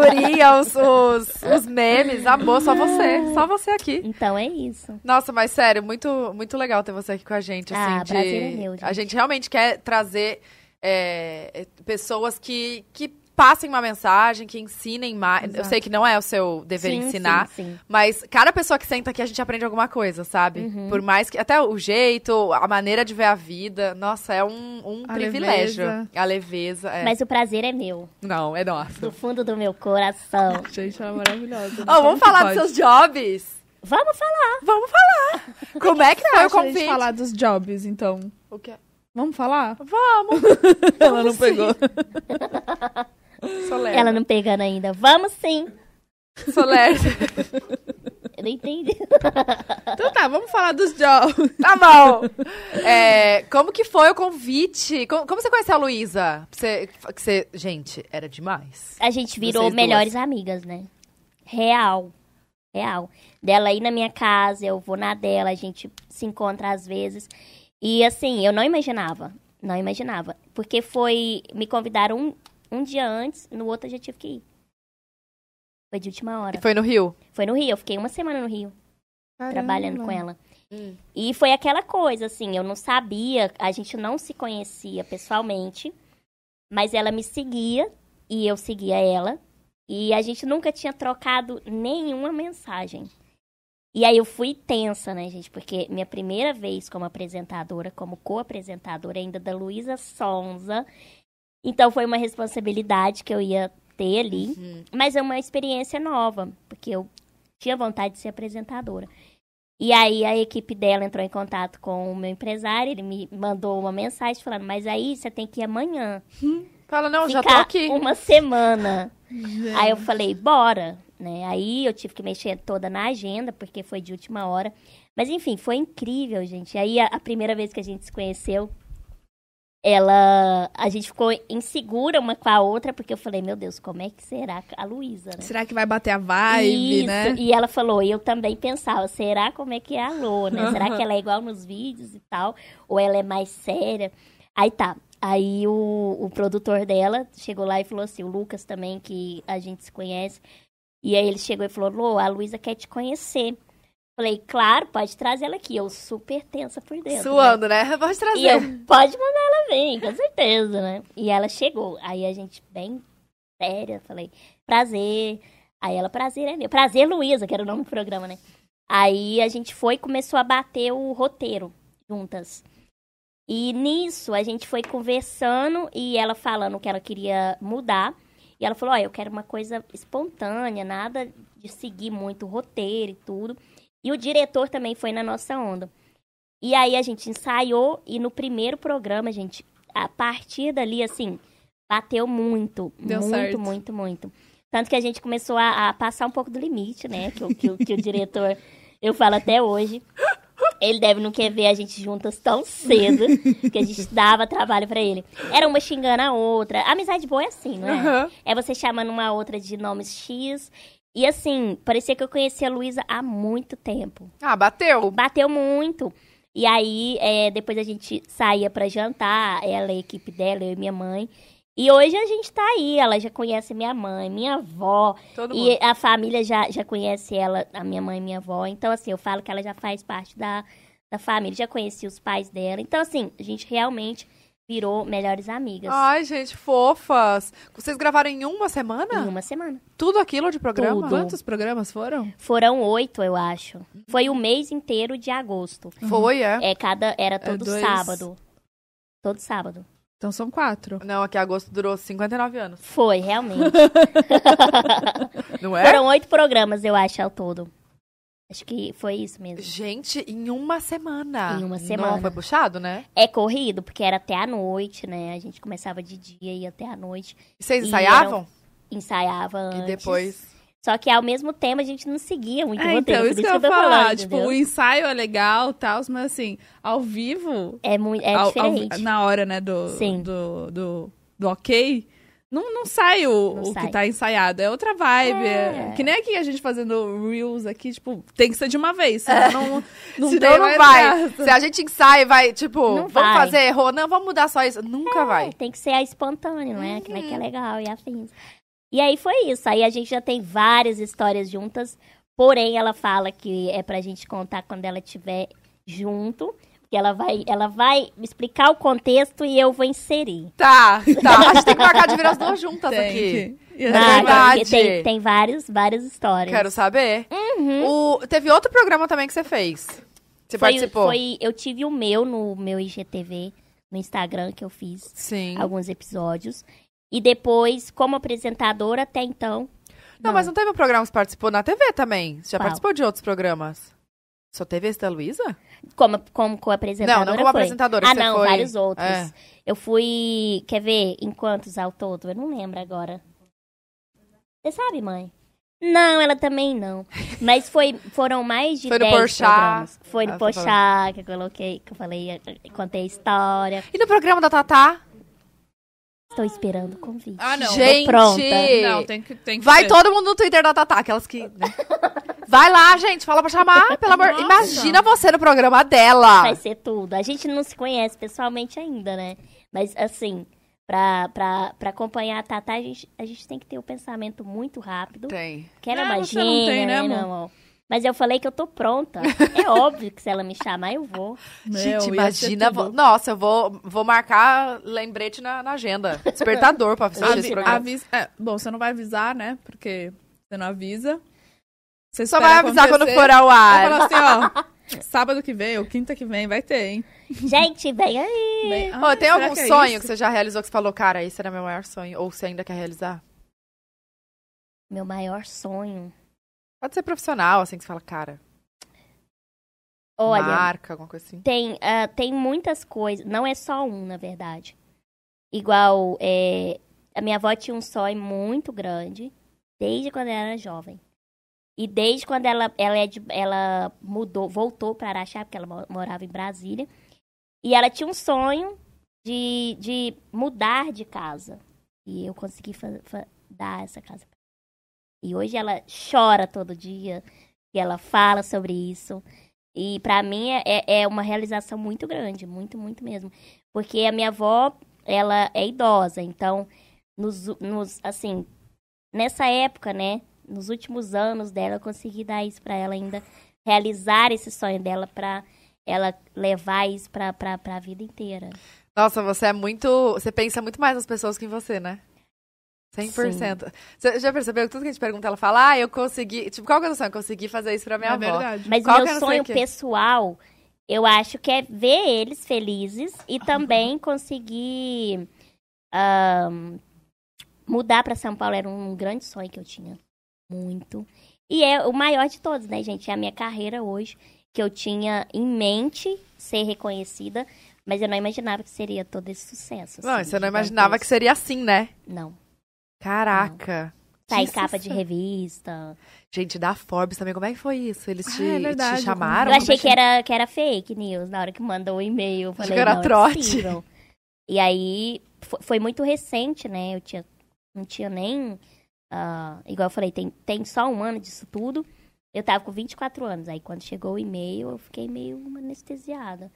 S4: ó. Figurinha, os, os, os memes. Amor, só você. Só você aqui.
S3: Então é isso.
S4: Nossa, mas sério, muito, muito legal ter você aqui com a gente. Assim,
S3: Ah,
S4: de...
S3: prazer é meu, gente.
S4: A gente realmente quer trazer é, pessoas que, que passem uma mensagem, que ensinem mais. Eu
S2: Exato.
S4: sei que não é o seu dever
S3: Sim,
S4: ensinar,
S3: Sim, sim.
S4: mas cada pessoa que senta aqui, a gente aprende alguma coisa, sabe?
S3: Uhum.
S4: Por mais que. Até o jeito, a maneira de ver a vida. Nossa, é um, um
S2: A
S4: privilégio.
S2: leveza.
S4: A leveza. é.
S3: Mas o prazer é meu.
S4: Não, é nossa.
S3: Do fundo do meu coração.
S2: Gente, ela é maravilhosa.
S4: Ó, vamos falar dos seus jobs?
S3: Vamos falar.
S4: Vamos falar. Como é que foi o
S2: Deixa a gente
S4: convite?
S2: falar dos jobs, então.
S4: O quê?
S2: Vamos falar?
S4: Vamos,
S2: Ela
S4: assim?
S2: não pegou.
S3: assim?
S4: Solera.
S3: Ela não pegando ainda. Vamos sim.
S4: Solera.
S3: Eu não entendi.
S2: Então tá, vamos falar dos jobs.
S4: Tá bom. É, como que foi o convite? Como, como você conheceu a Luísa? Você, que você, gente, era demais.
S3: A gente virou
S4: Vocês duas.
S3: melhores amigas, né? Real. Real. Dela ir na minha casa, eu vou na dela, a gente se encontra às vezes. E assim, eu não imaginava. Não imaginava. Porque foi. Me convidaram um, um dia antes, no outro eu já tive que ir. Foi de última
S4: E
S3: hora.
S4: foi no Rio?
S3: Foi no Rio, eu fiquei uma semana no Rio, trabalhando com ela.
S4: Hum.
S3: E foi aquela coisa, assim, eu não sabia, a gente não se conhecia pessoalmente, mas ela me seguia e eu seguia ela. E a gente nunca tinha trocado nenhuma mensagem. E aí eu fui tensa, né, gente? Porque minha primeira vez como apresentadora, como co-apresentadora ainda da Luísa Sonza. Então foi uma responsabilidade que eu ia ter ali. Mas é uma experiência nova, porque eu tinha vontade de ser apresentadora. E aí a equipe dela entrou em contato com o meu empresário, ele me mandou uma mensagem falando, mas aí você tem que ir amanhã.
S4: Fala, não, já tô
S3: ficar
S4: aqui.
S3: uma semana. Aí eu falei, bora, né? Aí eu tive que mexer toda na agenda, porque foi de última hora. Mas enfim, foi incrível, gente. Aí a, a primeira vez que a gente se conheceu, ela. A gente ficou insegura uma com a outra, porque eu falei, meu Deus, como é que será a Luísa, né?
S2: Será que vai bater a vibe,
S3: Isso,
S2: né?
S3: E ela falou, e eu também pensava, será como é que é a Lô, né? Será que ela é igual nos vídeos e tal? Ou ela é mais séria? Aí tá. Aí o, o produtor dela chegou lá e falou assim, o Lucas também, que a gente se conhece. E aí ele chegou e falou, Lô, a Luísa quer te conhecer. Falei, claro, pode trazer ela aqui. Eu super tensa por dentro. né?
S4: Suando, né? Pode trazer.
S3: E eu, pode mandar ela vir, com certeza, né? E ela chegou. Aí a gente, bem séria, falei, prazer. Aí ela, prazer é meu. Prazer, Luísa, que era o nome do programa, né? Aí a gente foi e começou a bater o roteiro juntas. E nisso a gente foi conversando e ela falando que ela queria mudar. E ela falou: Ó, eu quero uma coisa espontânea, nada de seguir muito o roteiro e tudo. E o diretor também foi na nossa onda. E aí a gente ensaiou e no primeiro programa, gente, a partir dali, assim, bateu muito.
S2: Deu
S3: muito,
S2: certo.
S3: muito, muito. Tanto que a gente começou a, a passar um pouco do limite, né? Que, o- que, o- que o diretor, eu falo até hoje. Ele deve não querer ver a gente juntas tão cedo, que a gente dava trabalho pra ele. Era uma xingando a outra. Amizade boa é assim, não é?
S4: Aham.
S3: É você chamando uma outra de nomes X. E assim, parecia que eu conhecia a Luísa há muito tempo.
S4: Ah, bateu.
S3: Bateu muito. E aí, é, depois a gente saía pra jantar, ela e a equipe dela, eu e minha mãe. E hoje a gente tá aí, ela já conhece minha mãe, minha avó,
S2: Tá
S4: Todo mundo.
S3: e é a família já, já conhece ela, a minha mãe e minha avó. Então, assim, eu falo que ela já faz parte da, da família. Já conheci os pais dela. Então, assim, a gente realmente virou melhores amigas
S4: Ai, gente, fofas. Vocês gravaram em uma semana?
S3: em uma semana.
S4: Tudo aquilo de programa?
S3: Tudo.
S4: Quantos programas foram?
S3: Foram oito, eu acho. Foi o mês inteiro de agosto.
S4: Foi, é.
S3: É, cada, era todo
S2: dois-
S3: sábado. Todo sábado.
S2: Então são quatro.
S4: Não, aqui agosto durou 59 anos.
S3: Foi, realmente.
S4: Não é?
S3: Foram oito programas, eu acho, ao todo. Acho que foi isso mesmo.
S4: Gente, em uma semana.
S3: é? Em uma
S4: Não,
S3: semana.
S4: foi puxado, né?
S3: É corrido, porque era até à noite, né? A gente começava de dia e ia até à noite.
S4: E vocês
S3: E
S4: ensaiavam?
S3: ensaiava
S4: E,
S3: antes.
S4: depois.
S3: Só que ao mesmo tempo a gente não seguia muito o
S2: É,
S3: roteiro.
S2: então,
S3: por
S2: isso que eu ia
S3: tô
S2: falar.
S3: falando,
S2: tipo,
S3: entendeu?
S2: o ensaio é legal, tal, mas assim, ao vivo,
S3: é muito é
S2: ao- ao-
S3: diferente.
S2: na hora, né, do,
S3: Sim.
S2: do, do, do ok, não, não sai o,
S3: Não
S2: o
S3: sai.
S2: que tá ensaiado. É outra vibe. é-
S3: É.
S2: Que nem aqui a gente fazendo reels aqui, tipo, tem que ser de uma vez, senão não, não
S4: Se
S2: tem
S4: não, não
S2: mais
S4: vai.
S2: graça.
S4: Se a gente ensaia, e vai, tipo,
S3: Não
S4: vamos
S3: vai.
S4: fazer, errou. Não, vamos mudar só isso. Nunca vai.
S3: É, Tem que ser a espontânea, não é? Que vai que
S2: Uhum.
S3: é legal e afins. E aí foi isso. Aí a gente já tem várias histórias juntas. Porém, ela fala que é pra gente contar quando ela estiver junto. Que ela vai, ela vai me explicar o contexto e eu vou inserir.
S4: Tá, tá. A gente tem que marcar de vir as duas juntas
S2: Tem
S4: tá aqui.
S2: que-
S4: É verdade.
S3: Ah, porque Tem, tem vários, várias histórias.
S4: Quero saber. O, teve outro programa também que você fez. Você
S3: Uhum. foi,
S4: participou?
S3: foi- eu tive o meu no meu IGTV, no Instagram que eu fiz.
S4: Sim.
S3: alguns episódios. E depois, como apresentadora, até então.
S4: Não, mas não teve um programa que você participou na TV também? Você já
S3: Qual?
S4: participou de outros programas? Só teve esse da Luísa?
S3: Como, como co-apresentadora.
S4: Não, não como
S3: foi.
S4: apresentadora.
S3: Ah,
S4: que você
S3: não,
S4: foi...
S3: vários outros.
S4: É.
S3: Eu fui. Quer ver em quantos ao todo? Eu não lembro agora. Você sabe, mãe? Não, ela também não. Mas foi, foram mais de
S4: Foi no
S3: 10
S4: Porchat.
S3: programas. Foi no
S4: Ah, você
S3: Porchat, que eu coloquei, que eu falei, eu contei a história.
S4: E no programa da Tatá?
S3: Estou esperando o convite.
S2: Ah, não.
S4: Gente!
S3: pronta.
S2: Não, tem que, tem que
S4: Vai
S2: ser.
S4: todo mundo no Twitter da Tatá, aquelas que. né? Vai lá, gente, fala pra chamar, pelo amor.
S2: Nossa.
S4: Imagina você no programa
S2: Ah.
S4: dela.
S3: Vai ser tudo. A gente não se conhece pessoalmente ainda, né? Mas, assim, pra, pra, pra acompanhar a Tatá, a gente, a gente tem que ter o pensamento muito rápido.
S4: Tem.
S3: Porque ela é
S2: Não,
S3: uma
S2: você não
S3: gênia,
S2: tem, né,
S3: né, meu amor? Mas eu falei que eu tô pronta. É óbvio que se ela me chamar, eu vou.
S2: Meu, ia
S4: gente,
S2: ser
S4: imagina.
S2: tudo.
S4: vo- Nossa, eu vou, vou marcar lembrete na, na agenda. Despertador pra assistir esse
S2: Avi,
S4: programa.
S2: avisa- é, bom, você não vai avisar, né? Porque você não avisa. Você
S4: Só
S2: espera
S4: vai avisar quando
S2: acontecer.
S4: for ao
S2: Vai
S4: ar.
S2: falar assim, ó. Sábado que vem, ou quinta que vem, vai ter, hein?
S3: Gente, vem aí.
S2: Bem,
S4: Ô,
S2: ai,
S4: tem
S2: será
S4: algum
S2: que é
S4: sonho
S2: isso?
S4: que você já realizou que você falou, cara, esse era meu maior sonho? Ou você ainda quer realizar?
S3: Meu maior sonho.
S4: Pode ser profissional, assim, que você fala, cara,
S3: Olha,
S4: marca, alguma coisa assim.
S3: tem, ah, tem muitas coisas. Não é só um, na verdade. Igual, é, a minha avó tinha um sonho muito grande, desde quando ela era jovem. E desde quando ela, ela, é de- ela mudou, voltou para Araxá, porque ela mo- morava em Brasília. E ela tinha um sonho de, de mudar de casa. E eu consegui fa- fa- dar essa casa. pra ela. E hoje ela chora todo dia. E ela fala sobre isso. E pra mim é- é, é uma realização muito grande, muito, muito mesmo. Porque a minha avó, ela é idosa, então, nos, u- nos assim, nessa época, né, nos últimos anos dela, eu consegui dar isso pra ela ainda, realizar esse sonho dela pra ela levar isso pra, pra, pra vida inteira.
S4: Nossa, você é muito. Você pensa muito mais nas pessoas que em você, né? 100%. Você já percebeu que tudo que a gente pergunta, ela fala, ah, eu consegui. Tipo, qual que é o sonho? Eu consegui fazer isso pra minha
S2: É
S4: avó.
S2: verdade.
S3: Mas
S4: Qual que era
S3: meu
S4: o seu
S3: sonho
S4: quê?
S3: pessoal, eu acho que é ver eles felizes e também conseguir ahn, mudar pra São Paulo. Era um grande sonho que eu tinha. Muito. E é o maior de todos, né, gente? É a minha carreira hoje, que eu tinha em mente ser reconhecida, mas eu não imaginava que seria todo esse sucesso.
S4: Não,
S3: assim,
S4: você não imaginava que seria assim, né?
S3: gigantesco. Não.
S4: Caraca.
S3: Tá em
S4: Que
S3: capa de
S4: sensação.
S3: revista.
S4: Gente, da Forbes também, como é que foi isso? Eles te,
S2: Ah, é verdade,
S4: te
S2: Cara,
S3: Eu
S4: chamaram?
S2: como-
S3: achei que era, que era fake news na hora que mandou o e-mail. Eu
S4: Achei
S3: falei,
S4: que era
S3: não, é
S4: trote."
S3: possível. E aí, fo- foi muito recente, né? Eu tinha, não tinha nem... ah, igual eu falei, tem, tem só um ano disso tudo. Eu tava com 24 anos. Aí, quando chegou o e-mail, eu fiquei meio anestesiada.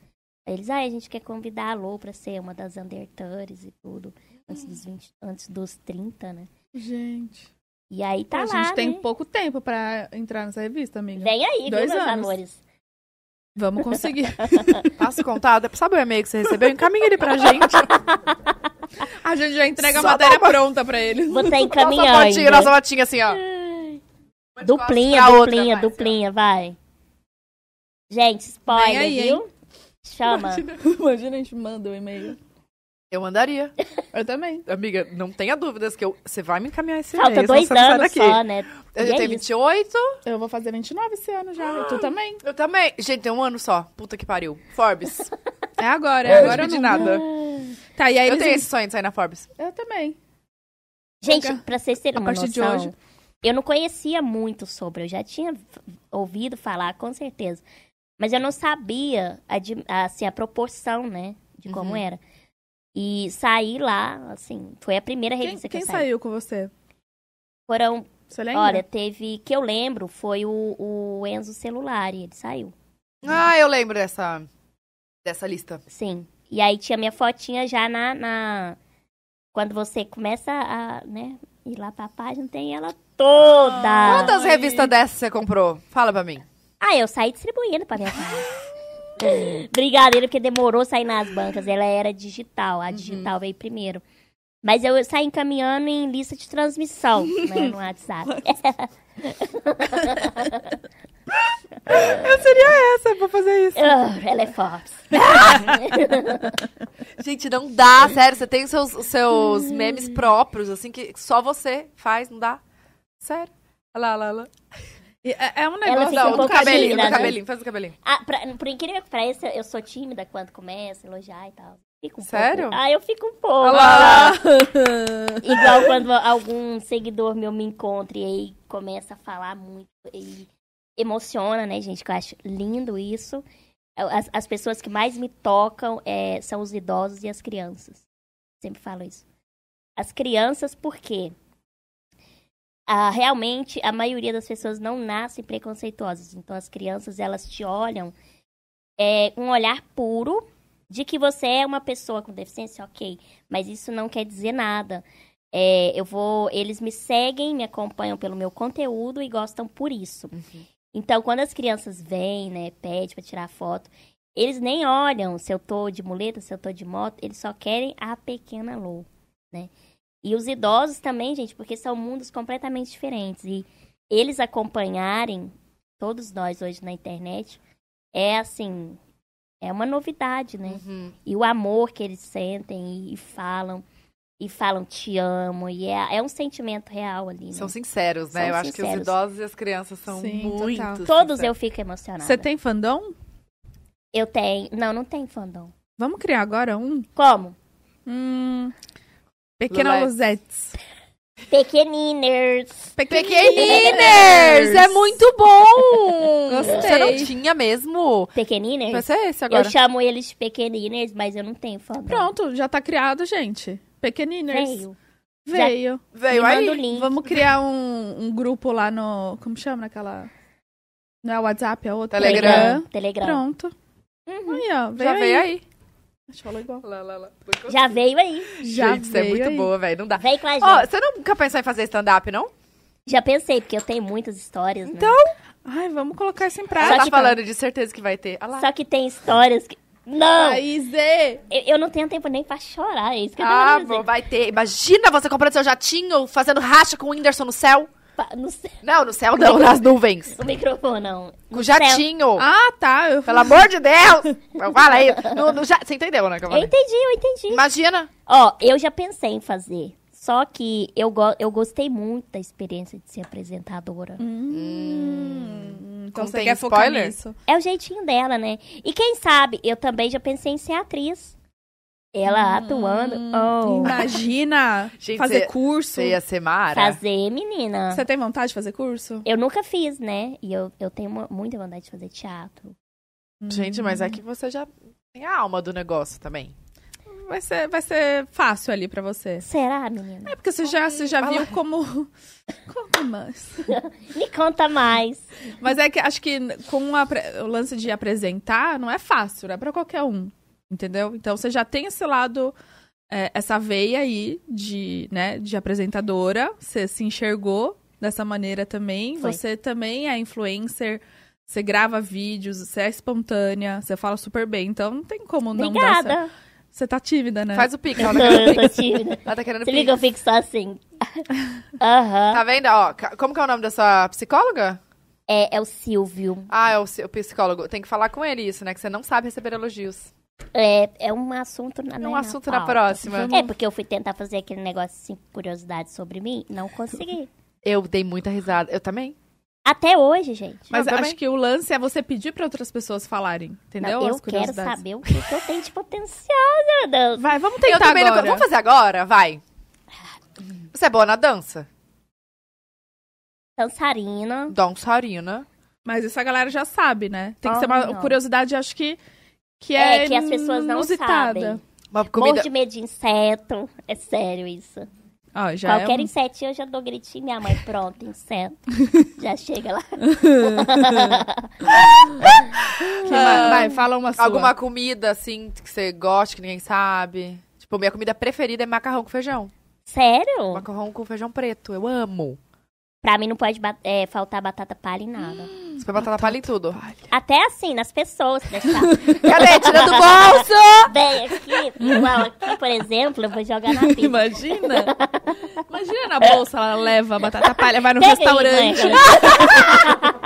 S3: Aí Eles, ah, a gente quer convidar a Lou pra ser uma das undertores e tudo. Antes dos, 20, antes dos 30, né?
S2: Gente.
S3: E aí tá
S2: É, a
S3: lá,
S2: gente tem
S3: né?
S2: pouco tempo pra entrar nessa revista, amiga.
S3: Vem aí,
S2: Dois
S3: viu, meus
S2: anos.
S3: amores?
S2: Vamos conseguir.
S4: Passa o contato, sabe o e-mail que você recebeu? Encaminha ele pra gente.
S2: A gente já entrega
S4: Só
S2: a matéria pronta pra eles.
S3: Vou estar
S4: Nossa botinha,
S3: encaminhando.
S4: nossa botinha assim, ó.
S3: Duplinha,
S4: Pra outra,
S3: duplinha,
S4: vai, assim,
S3: duplinha, vai. Gente, spoiler,
S2: Vem aí,
S3: viu? Chama.
S2: Imagina, imagina a gente manda o e-mail.
S4: Eu mandaria.
S2: Eu também.
S4: Amiga, não tenha dúvidas que eu... você vai me encaminhar esse e-mail.
S3: Falta dois
S4: senão você não sai
S3: anos só, né?
S4: Eu
S3: E
S4: já
S3: é
S4: tenho
S3: isso.
S4: 28.
S2: Eu vou fazer 29 esse ano já. Tu também.
S4: Eu também. Gente, tem um ano só. Puta que pariu. Forbes.
S2: É agora,
S4: É,
S2: é agora
S4: não
S2: ou
S4: de
S2: nunca.
S4: nada.
S2: Tá, e aí
S4: Eu
S2: eles...
S4: tenho esse sonho de sair na Forbes.
S2: Eu também.
S3: Gente,
S2: Nunca.
S3: pra vocês terem
S2: A
S3: uma
S2: partir de
S3: noção,
S2: hoje.
S3: eu não conhecia muito sobre, eu já tinha f- ouvido falar, com certeza. Mas eu não sabia a, di- a, assim, a proporção, né? De como
S4: Uhum.
S3: era. E saí lá, assim, foi a primeira
S2: Quem,
S3: revista que
S2: quem
S3: eu saí.
S2: saiu com você?
S3: Foram,
S2: Você lembra?
S3: olha, teve, que eu lembro, foi o, o Enzo Celulari, ele saiu.
S4: Ah, eu lembro dessa, dessa lista.
S3: Sim. E aí tinha minha fotinha já na. na- Quando você começa a, né, ir lá pra página, tem ela toda.
S2: Ah.
S4: Quantas
S2: Ai.
S4: revistas dessas você comprou? Fala pra mim.
S3: Ah, eu saí distribuindo pra minha casa. Brigadeiro, porque demorou sair nas bancas. Ela era digital,
S4: Uhum.
S3: a digital veio primeiro. Mas eu saí encaminhando em lista de transmissão, né, no WhatsApp.
S4: Eu seria essa pra fazer isso.
S3: Ah, ela é forte.
S4: Gente, não dá, sério. Você tem os seus, os seus memes próprios, assim, que só você faz, não dá. Sério. Olha lá, olha lá, olha lá.
S2: E É, é um
S3: Ela
S2: negócio...
S3: fica
S4: Não,
S3: um
S4: do
S3: pouco
S4: cabelinho,
S3: tímida,
S4: do
S3: né?
S4: cabelinho, faz o cabelinho.
S3: Ah, pra- por incrível que pareça, eu sou tímida quando começa, elogiar e tal. Fico um
S4: Sério?
S3: Pouco. Ah, eu fico um pouco.
S4: Olha lá.
S3: Igual quando algum seguidor meu me encontra e aí começa a falar muito e emociona, né, gente? Que eu acho lindo isso. Eu- As, as pessoas que mais me tocam é, são os idosos e as crianças. Sempre falo isso. As crianças, por quê? Ah, realmente, a maioria das pessoas não nascem preconceituosas. Então, as crianças, elas te olham é, um olhar puro de que você é uma pessoa com deficiência, ok. Mas isso não quer dizer nada. É, eu vou, eles me seguem, me acompanham pelo meu conteúdo e gostam por isso. Então, quando as crianças vêm, né, pedem pra tirar foto, eles nem olham se eu tô de muleta, se eu tô de moto, eles só querem a pequena Lou, né? E os idosos também, gente, porque são mundos completamente diferentes e eles acompanharem todos nós hoje na internet é assim, é uma novidade, né?
S4: Uhum.
S3: e o amor que eles sentem e, e falam e falam te amo e é, é um sentimento real ali né?
S4: São sinceros, né?
S3: São
S4: eu acho que os
S3: sinceros.
S4: idosos e as crianças são
S2: Sim,
S4: muito
S2: total.
S3: todos eu
S4: sinceros.
S3: fico emocionada
S2: Você tem fandom?
S3: eu tenho não não tem fandom
S2: Vamos criar agora um?
S3: como
S2: Hum... Pequena
S4: Lulete.
S2: Losettes.
S3: pequeniners
S4: é Pequeniners! É muito bom!
S2: Gostei.
S4: Você não tinha mesmo? Vai
S3: pequeniners
S4: ser esse
S3: eu
S4: agora.
S3: chamo eles de pequeniners mas eu não tenho fandom
S2: Pronto, já tá criado, gente. Pequeniners.
S3: Veio. Já-
S2: Veio.
S4: Veio
S3: Me
S4: aí.
S3: manda o link.
S2: Vamos criar um, um grupo lá no. Como chama naquela. Não é WhatsApp, é outro.
S4: Telegram. Uhum.
S3: Telegram.
S2: Pronto. Aí, ó. Veio
S4: Já veio
S2: aí.
S4: aí.
S2: Acho que falou igual.
S4: Lá, lá, lá.
S3: Já veio aí.
S2: Já
S4: Gente, isso é
S2: veio
S4: muito
S2: aí.
S4: boa, velho. Não dá.
S3: Vem com a gente.
S4: Ó, você nunca pensou em fazer stand-up, não?
S3: Já pensei, porque eu tenho muitas histórias, né?
S4: Então,
S2: Ai, vamos colocar isso em
S4: Ela tá
S2: prática.
S4: falando de certeza que vai ter. Olha lá.
S3: Só que tem histórias que... Não!
S2: Aí, Zê.
S3: Eu, eu não tenho tempo nem pra chorar, é isso que eu tô
S4: Ah,
S3: dizendo.
S4: bom, vai ter. Imagina você comprando seu jatinho, ou fazendo racha com o Whindersson no céu.
S3: Pa- Não sei...
S4: Não, no céu não, nas nuvens.
S3: O microfone, não.
S4: Com o jatinho.
S2: Ah, tá. Eu...
S4: Pelo amor de Deus! Não, Fala aí. No, no ja- Você entendeu, né? que eu
S3: Eu
S4: falei?
S3: entendi, eu entendi.
S4: Imagina.
S3: Ó, eu já pensei em fazer. Só que eu, go eu gostei muito da experiência de ser apresentadora.
S2: Hum. Então você
S4: Contém
S2: quer focar
S4: spoiler?
S2: nisso?
S3: É o jeitinho dela, né? E quem sabe, eu também já pensei em ser atriz. Ela
S2: Hum,
S3: atuando. Oh.
S2: Imagina
S4: Gente,
S2: fazer
S4: cê-
S2: curso.
S4: Você ia ser Mara?
S3: Fazer, menina.
S2: Você tem vontade de fazer curso?
S3: Eu nunca fiz, né? E eu, eu tenho uma- muita vontade de fazer teatro.
S4: Gente, mas é que você já tem a alma do negócio também.
S2: Vai ser, vai ser fácil ali pra você.
S3: Será, menina?
S2: É porque você já, você já
S4: Fala.
S2: viu como. Como mais? É.
S3: Me conta mais.
S2: Mas é que acho que com a pre- o lance de apresentar não é fácil, não é pra qualquer um. Entendeu? Então você já tem esse lado, é, essa veia aí de, né, de apresentadora. Você se enxergou dessa maneira também.
S3: Foi.
S2: Você também é influencer. Você grava vídeos, você é espontânea, você fala super bem, então não tem como não dar certo.
S3: Obrigada.
S2: Você tá tímida, né?
S4: Faz o pique, ela tá
S3: Não, eu
S4: querendo
S3: tô
S4: pique.
S3: tímida.
S4: Ela tá querendo
S3: Você viu que eu
S4: pique.
S3: fico só assim? Aham.
S4: Tá vendo? Ó, ca- como que é o nome da sua psicóloga?
S3: É, é o Silvio.
S4: Ah, é o seu psicólogo. Tem que falar com ele isso, né? Que você não sabe receber elogios.
S3: É, é um assunto na
S4: É um
S3: né,
S4: assunto na
S3: pauta.
S4: próxima.
S3: É porque eu fui tentar fazer aquele negócio assim, curiosidade sobre mim, não consegui.
S4: Eu dei muita risada. Eu também.
S3: Até hoje, gente.
S2: Mas
S4: Não, também.
S2: acho que o lance é você pedir pra outras pessoas falarem, entendeu?
S3: Não, eu
S2: As
S3: quero
S2: curiosidades.
S3: saber o que, que eu tenho de potencial, meu Deus.
S2: Vai, vamos
S4: Eu
S2: tentar
S4: também não-
S2: agora.
S4: Vamos fazer agora? Vai. Você é boa na dança?
S3: Dançarina.
S4: um Dançarina.
S2: Mas isso a galera já sabe, né? Tem que ser
S3: Ah,
S2: uma
S3: não.
S2: curiosidade, acho que que é,
S3: É, que as pessoas não
S2: inusitada.
S3: sabem.
S4: Uma
S3: Morro
S4: comida.
S3: de medo de inseto. É sério isso.
S2: Ó, já
S3: Qualquer
S2: é um-
S3: insetinho eu já dou gritinho, minha mãe, pronto, inseto. já chega lá.
S2: que vai, vai, fala uma sua.
S4: Alguma comida, assim, que você gosta, que ninguém sabe. Tipo, minha comida preferida é macarrão com feijão.
S3: Sério?
S4: Macarrão com feijão preto. Eu amo.
S3: Pra mim não pode ba- é, faltar batata palha em nada.
S4: Você põe Hum. batata palha em tudo.
S3: Até assim, nas pessoas, se deixar.
S4: Cadê? Tira do bolso!
S3: Bem, aqui, igual aqui, por exemplo, eu vou jogar na pizza.
S2: Imagina. Imagina na bolsa, ela leva a batata palha,
S4: um
S2: vai no
S3: Pega aí, né?
S2: restaurante.
S3: mãe.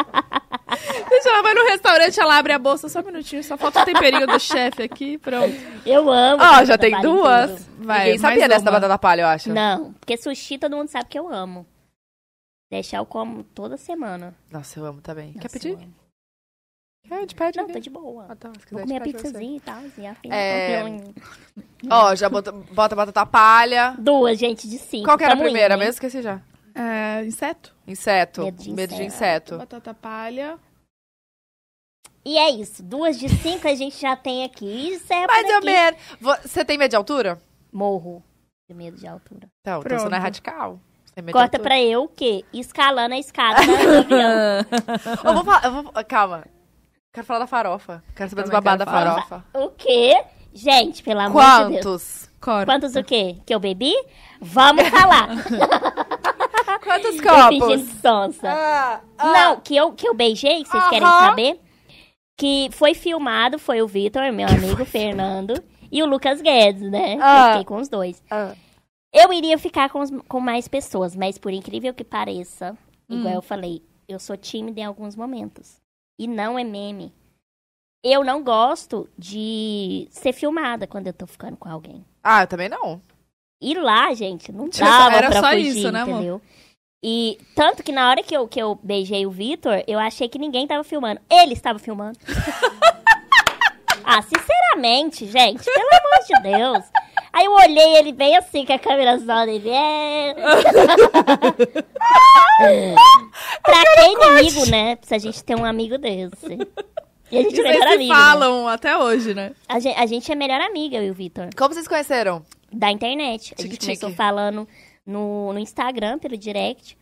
S2: Gente, ela vai no restaurante, ela abre a bolsa, só um minutinho, só falta o temperinho do chefe aqui, pronto.
S3: Eu amo.
S4: Ó,
S3: batata
S4: já tem
S3: palha em
S4: duas.
S3: tudo.
S2: Vai,
S4: Ninguém sabia
S2: mais
S4: dessa da
S2: uma.
S4: batata palha, eu acho.
S3: Não, porque sushi todo mundo sabe que eu amo. Deixar eu como toda semana.
S4: Nossa, eu amo também. Quer
S3: Nossa,
S4: pedir?
S3: eu amo.
S4: Quer? A gente pede.
S3: Não, tô de boa.
S4: Ah, tá. Se quiser,
S3: Vou
S4: a
S3: comer a
S4: gente pede pra você.
S3: pizzazinha e tal. assim, E afim,
S4: É.
S3: então,
S4: Ó, já bota, bota batata palha.
S3: Duas, gente, de cinco.
S4: Qual que era a
S3: Tamo indo,
S4: primeira
S3: hein?
S4: mesmo? Esqueci já.
S2: É, inseto,
S4: Inseto.
S3: Medo de
S4: Medo de
S3: inseto.
S4: inseto.
S2: batata palha.
S3: E é isso. Duas de cinco a gente já tem aqui. Isso é
S4: Mais
S3: por
S4: ou
S3: aqui.
S4: menos. Vo- Você tem medo de altura?
S3: Morro de medo de altura.
S4: Então, então você não é
S2: Pronto.
S4: radical. Você é tem medo de
S3: Corta
S4: altura.
S3: pra eu o quê? Escalando a escada do avião.
S4: Eu vou falar, eu vou- calma. Quero falar da farofa. Quero saber dos
S2: Também
S4: babados da
S2: quero falar.
S4: farofa.
S3: O quê? Gente, pelo amor de Deus.
S4: Quantos?
S2: Cora.
S3: Quantos o quê? Que eu bebi? Vamos falar.
S4: Quantos
S3: Eu fingi
S4: copos?
S3: de sonsa.
S4: Ah, ah.
S3: Não, que eu, que eu beijei, que vocês querem
S4: Aham.
S3: saber. Que foi filmado, foi o Vitor, meu amigo Fernando, e o Lucas Guedes, né?
S4: Ah.
S3: Eu fiquei com os dois.
S4: Ah.
S3: Eu iria ficar com, os- com mais pessoas, mas por incrível que pareça,
S4: Hum.
S3: igual eu falei, eu sou tímida em alguns momentos. E não é meme. Eu não gosto de ser filmada quando eu tô ficando com alguém.
S4: Ah, eu também não.
S3: E lá, gente, não
S2: Tinha-
S3: dava
S2: era
S3: pra
S2: só
S3: fugir,
S2: isso, né, amor?
S3: entendeu? E tanto que na hora que eu, que eu beijei o Vitor, eu achei que ninguém tava filmando. Ele estava filmando. ah, sinceramente, gente, pelo amor de Deus. Aí eu olhei ele bem assim, com a câmera só dele. É... pra quem
S2: um
S3: inimigo, né? Se a gente tem um amigo desse. E a
S2: E
S3: gente é
S2: vocês
S3: melhor
S2: se
S3: amigo. né?
S2: falam até hoje, né?
S3: A, gente, a gente é melhor amiga, eu e o Vitor.
S4: Como vocês conheceram?
S3: Da internet. A gente
S4: Tique-tique.
S3: começou falando no, no Instagram, pelo direct.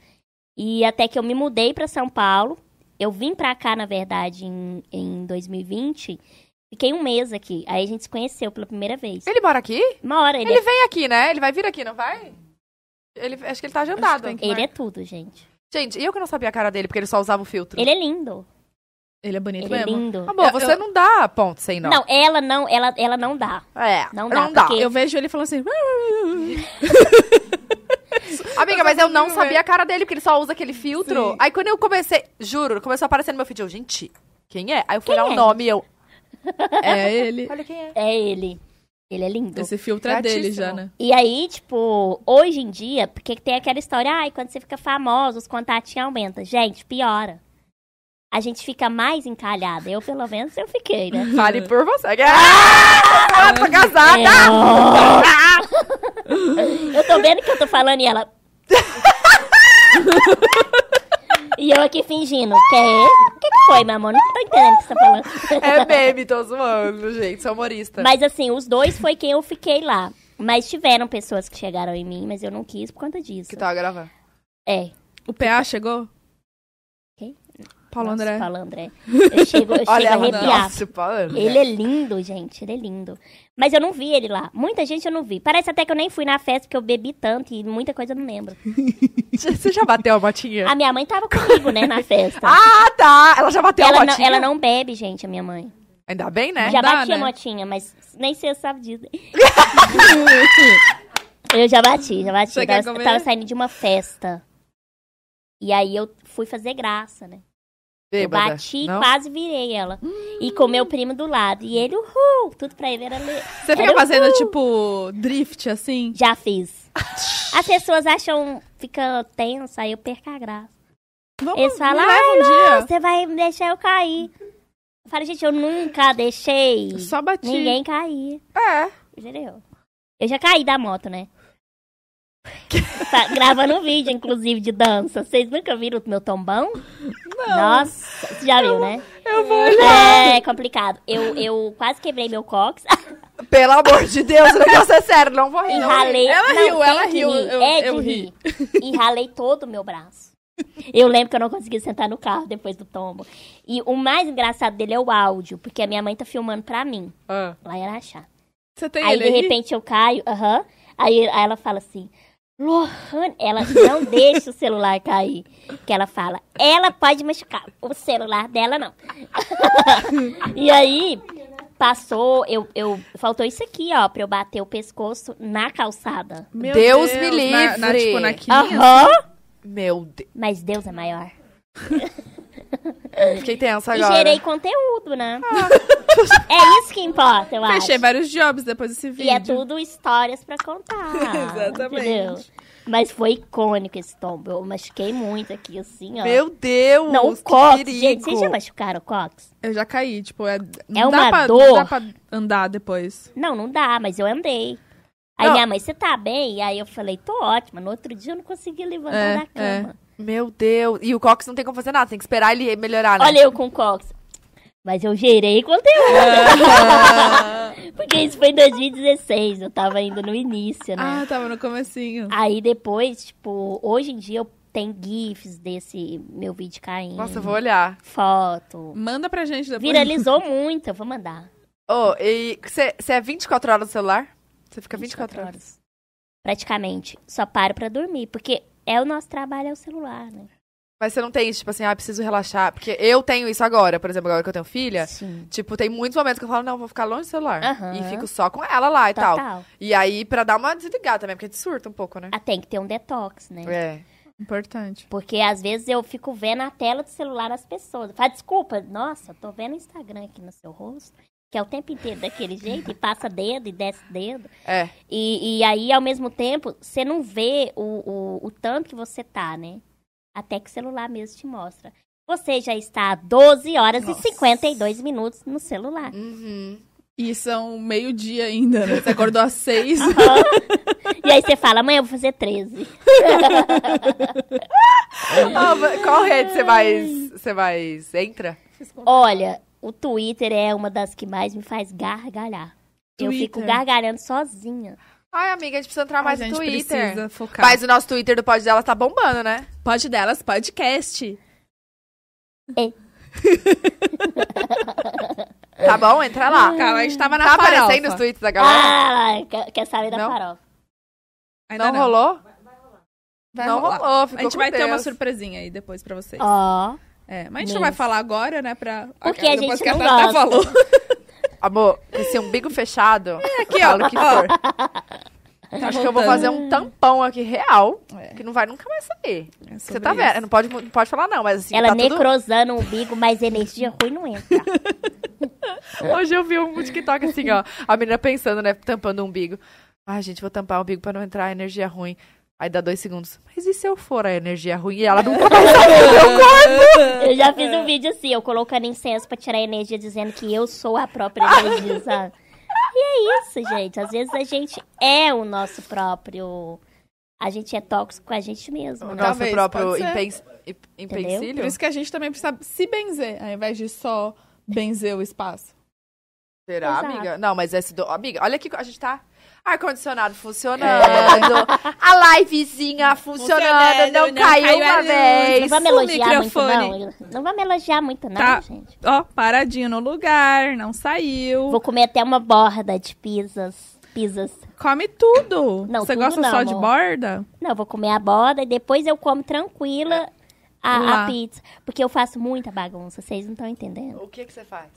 S3: E até que eu me mudei pra São Paulo. Eu vim pra cá, na verdade, em, em 2020. Fiquei um mês aqui. Aí a gente se conheceu pela primeira vez.
S4: Ele mora aqui?
S3: Uma hora, ele, é,
S4: Ele vem aqui, né? Ele vai vir aqui, não vai? Ele, acho que ele tá agendado.
S2: tem que-
S3: é, ele é tudo, gente.
S4: Gente, e eu que não sabia a cara dele, porque ele só usava o filtro.
S3: Ele é lindo.
S2: Ele é bonito
S3: Ele é
S2: mesmo.
S3: lindo.
S4: Amor,
S2: Eu-
S4: você
S2: eu-
S4: não dá ponto sem
S3: Não,
S4: nó.
S3: ela não, ela, ela não dá.
S4: É, não
S3: Não dá,
S4: dá.
S3: porque-
S2: Eu vejo ele falando assim,
S4: Amiga, mas é eu não
S2: Sim,
S4: sabia a cara dele, porque ele só usa aquele filtro.
S2: Sim.
S4: Aí quando eu comecei, juro, começou a aparecer no meu feed, eu, gente, quem é? Aí eu fui
S3: Quem
S4: lá o
S3: é?
S4: nome e eu,
S2: é ele.
S4: olha quem é.
S3: É ele. Ele é lindo.
S2: Esse filtro é dele já, né?
S3: E aí, tipo, hoje em dia, porque tem aquela história, ai, quando você fica famoso, os contatinhos aumentam. Gente, piora. a gente fica mais encalhada. Eu, pelo menos, eu fiquei, né?
S4: Fale por você. Ah, eu tô casada!
S3: É, ó. eu tô vendo que eu tô falando e ela. e eu aqui fingindo. Que é? O que, que foi, meu amor? Não tô entendendo o que você tá falando.
S4: É meme, tô zoando, gente. Sou humorista.
S3: Mas assim, os dois foi quem eu fiquei lá. Mas tiveram pessoas que chegaram em mim, mas eu não quis por conta disso.
S4: Que tá- tava gravando.
S3: É.
S2: O PA chegou?
S3: Quem?
S2: Paulo
S3: Nossa,
S2: André.
S3: Paulo André. Eu chego, eu chego
S4: Olha
S3: a
S4: ela,
S3: arrepiar.
S4: nossa, né? Paulo.
S3: Ele é lindo, gente. Ele é lindo. Mas eu não vi ele lá. Muita gente eu não vi. Parece até que eu nem fui na festa porque eu bebi tanto e muita coisa eu não lembro.
S4: Você já bateu a motinha?
S3: A minha mãe tava comigo, né, na festa.
S4: Ah, tá! Ela já bateu a
S3: ela, não,
S4: motinha?
S3: ela não bebe, gente, a minha mãe.
S4: Ainda bem, né?
S3: Já
S2: dá,
S3: bati a
S2: né?
S3: motinha, mas nem sei se sabe disso. eu já bati, já bati.
S2: Você
S3: Eu
S2: quer
S3: tava, eu
S2: comer?
S3: tava saindo de uma festa. E aí eu fui fazer graça, né? Eu
S4: Bêbada.
S3: bati e
S4: Não?
S3: quase virei ela. E com meu primo do lado. E ele, uhul! Tudo pra ele era ler.
S2: Você fica
S3: Era
S2: fazendo,
S3: uhul.
S2: tipo, drift, assim?
S3: Já fiz. As pessoas acham, fica tensa, aí eu perco a graça.
S2: Vamos,
S3: Eles
S2: me
S3: falam,
S2: leva
S3: ah,
S2: um
S3: você vai me deixar eu cair. Eu falo, gente, eu nunca deixei
S2: dia. Só bati.
S3: ninguém cair.
S4: É.
S3: Entendeu? Eu já caí da moto, né? tá gravando um vídeo, inclusive, de dança. Vocês nunca viram o meu tombão? Nossa, você já viu, né?
S4: Eu vou
S3: É complicado. Eu, eu quase quebrei meu cox.
S4: Pelo amor de Deus, o negócio é sério, não vou rir.
S3: E
S4: não.
S3: ralei.
S2: Ela
S3: não,
S2: riu,
S3: tem
S2: ela
S3: que
S2: riu,
S3: rir.
S2: eu-
S3: é de
S2: eu
S3: rir. E ralei todo o meu braço. Eu lembro que eu não consegui sentar no carro depois do tombo. E o mais engraçado dele é o áudio, porque a minha mãe tá filmando pra mim.
S4: Ah.
S3: Lá era achar.
S2: Você tem
S3: Aí,
S2: ele
S3: de
S2: aí?
S3: repente, eu caio, aham. Aí, aí ela fala assim, Lohan, ela não deixa o celular cair. Que ela fala, ela pode machucar, o celular dela não. e aí, passou, eu, eu, faltou isso aqui, ó, pra eu bater o pescoço na calçada.
S2: Meu
S4: Deus me
S2: na- na-
S4: livre.
S2: tipo, na quinha.
S3: Aham,
S4: Meu Deus.
S3: mas Deus é maior.
S4: Fiquei tensa
S3: E
S4: agora.
S3: gerei conteúdo, né? é isso que importa, eu acho.
S2: Ah. Fechei vários jobs depois desse
S3: E é
S2: vídeo.
S3: tudo histórias pra contar.
S2: Exatamente.
S3: Entendeu? Mas foi icônico esse tombo. Eu machuquei muito aqui, assim, ó.
S4: Meu Deus.
S3: Não, o
S4: que
S3: Cox.
S4: perigo.
S3: Gente, vocês já machucaram o Cox?
S2: Eu já caí, tipo, é, não
S3: É
S2: dá
S3: uma
S2: pra, Não
S3: dor.
S2: dá pra andar depois.
S3: Não, não dá, mas eu andei. Aí
S4: Não.
S3: minha mãe, você tá bem? E aí eu falei, tô ótima. No outro dia eu não consegui levantar
S2: É,
S3: da cama.
S4: Meu Deus. E o Cox não tem como fazer nada, tem que esperar ele melhorar, né?
S3: Olha eu com o Cox. Mas eu gerei
S4: Ah.
S3: conteúdo. Porque isso foi em 2016. Eu tava ainda no início, né?
S2: Ah, tava no comecinho.
S3: Aí depois, tipo, hoje em dia eu tenho GIFs desse meu vídeo caindo.
S4: Nossa, eu vou olhar.
S3: Foto.
S2: Manda pra gente depois.
S3: Viralizou muito, eu vou mandar.
S4: Ô, e você é 24 horas no celular? Você fica 24, horas.
S3: Praticamente. Só paro pra dormir, porque é o nosso trabalho, é o celular, né?
S4: Mas você não tem isso, tipo assim, ah, preciso relaxar. Porque eu tenho isso agora, por exemplo, agora que eu tenho filha.
S3: Sim.
S4: Tipo, tem muitos momentos que eu falo, não, vou ficar longe do celular.
S3: Aham. Tá,
S4: E fico só com ela lá e é tal.
S3: Total.
S4: E aí, pra dar uma desligada também, porque a gente surta um pouco, né?
S3: Ah, tem que ter um detox, né?
S4: É.
S2: Importante.
S3: Porque às vezes eu fico vendo a tela do celular das pessoas. Fala, desculpa, nossa, eu tô vendo o Instagram aqui no seu rosto. Que é o tempo inteiro daquele jeito, e passa dedo e desce dedo.
S4: É.
S3: E, e aí, ao mesmo tempo, você não vê o, o, o tanto que você tá, né? Até que o celular mesmo te mostra. Você já está há 12 horas
S2: Nossa.
S3: e 52 minutos no celular.
S4: Uhum.
S2: E são meio-dia ainda, né? Você acordou às seis.
S3: E aí você fala, amanhã eu vou fazer 13.
S4: Ah, mas qual rede você mais, você mais entra?
S3: Olha, o Twitter é uma das que mais me faz gargalhar. Eu fico
S2: Twitter.
S3: gargalhando sozinha.
S4: Ai, amiga, a gente precisa entrar mais
S2: a
S4: no
S2: gente
S4: Twitter.
S2: precisa focar.
S4: Mas o nosso Twitter do Pod dela tá bombando, né?
S2: Pode delas, podcast.
S4: Tá bom? Entra lá.
S2: Cara, a gente Hum, tava na
S4: Tá
S2: farofa.
S4: aparecendo os tweets da galera?
S3: Ah, quer, quer saber da
S4: Não?
S3: farofa.
S2: Ainda
S4: não, rolou?
S2: Vai
S4: não
S2: rolar.
S4: rolou, ficou
S2: A gente
S4: com
S2: vai ter uma
S4: Deus.
S2: surpresinha aí depois pra vocês.
S3: Ó,
S2: É, mas a gente não
S3: Deus.
S2: vai falar agora, né? Pra...
S3: Porque a
S2: depois
S3: gente
S2: que a
S3: não
S2: Tatá
S3: gosta.
S2: falou.
S4: Amor, com esse umbigo fechado.
S2: Aqui, ó.
S4: Fala o que
S2: ó.
S4: for. Acho que eu vou fazer um tampão aqui real, que não vai nunca mais sair.
S2: É
S4: Você
S2: sobre
S4: tá
S2: isso.
S4: vendo? Não pode, não pode falar, não, mas assim.
S3: ela é
S4: tá tudo-
S3: necrosando o umbigo, mas energia ruim não entra.
S4: Hoje eu vi um TikTok assim, ó. A menina pensando, né? Tampando o umbigo. Ai, gente, vou tampar o umbigo pra não entrar energia ruim. Aí dá dois segundos. Mas e se eu for a energia ruim? E ela nunca mais
S3: Eu já fiz um vídeo assim, eu colocando incenso pra tirar energia, dizendo que eu sou a própria energia, sabe? E é isso, gente. Às vezes a gente é o nosso próprio. A gente é tóxico com a gente mesmo.
S4: O
S3: né?
S4: nosso
S2: Talvez,
S4: próprio
S2: pode ser.
S4: impen- imp-
S2: Por
S4: empecilho.
S2: isso que a gente também precisa se benzer, ao invés de só benzer o espaço.
S4: Será,
S3: Exato.
S4: amiga? Não, mas esse do... Amiga, olha aqui, a gente tá... Ar-condicionado funcionando,
S2: É.
S4: a livezinha funcionando,
S2: Funcionando,
S4: não,
S2: não
S4: caiu
S2: caiu a
S4: uma
S2: luz.
S3: Não
S4: vez.
S2: Isso,
S3: vamos elogiar muito,
S2: microfone.
S3: não. Não vamos elogiar muito, não,
S2: Tá.
S3: gente.
S2: Ó, paradinho no lugar, não saiu.
S3: Vou comer até uma borda de pizzas. Pizzas.
S2: Come tudo.
S3: Não,
S2: Você
S3: tudo
S2: gosta
S3: não,
S2: só de
S3: amor.
S2: borda?
S3: Não, eu vou comer a borda e depois eu como tranquila a,
S2: Lá.
S3: a pizza. Porque eu faço muita bagunça, vocês não estão entendendo.
S4: O que que você faz?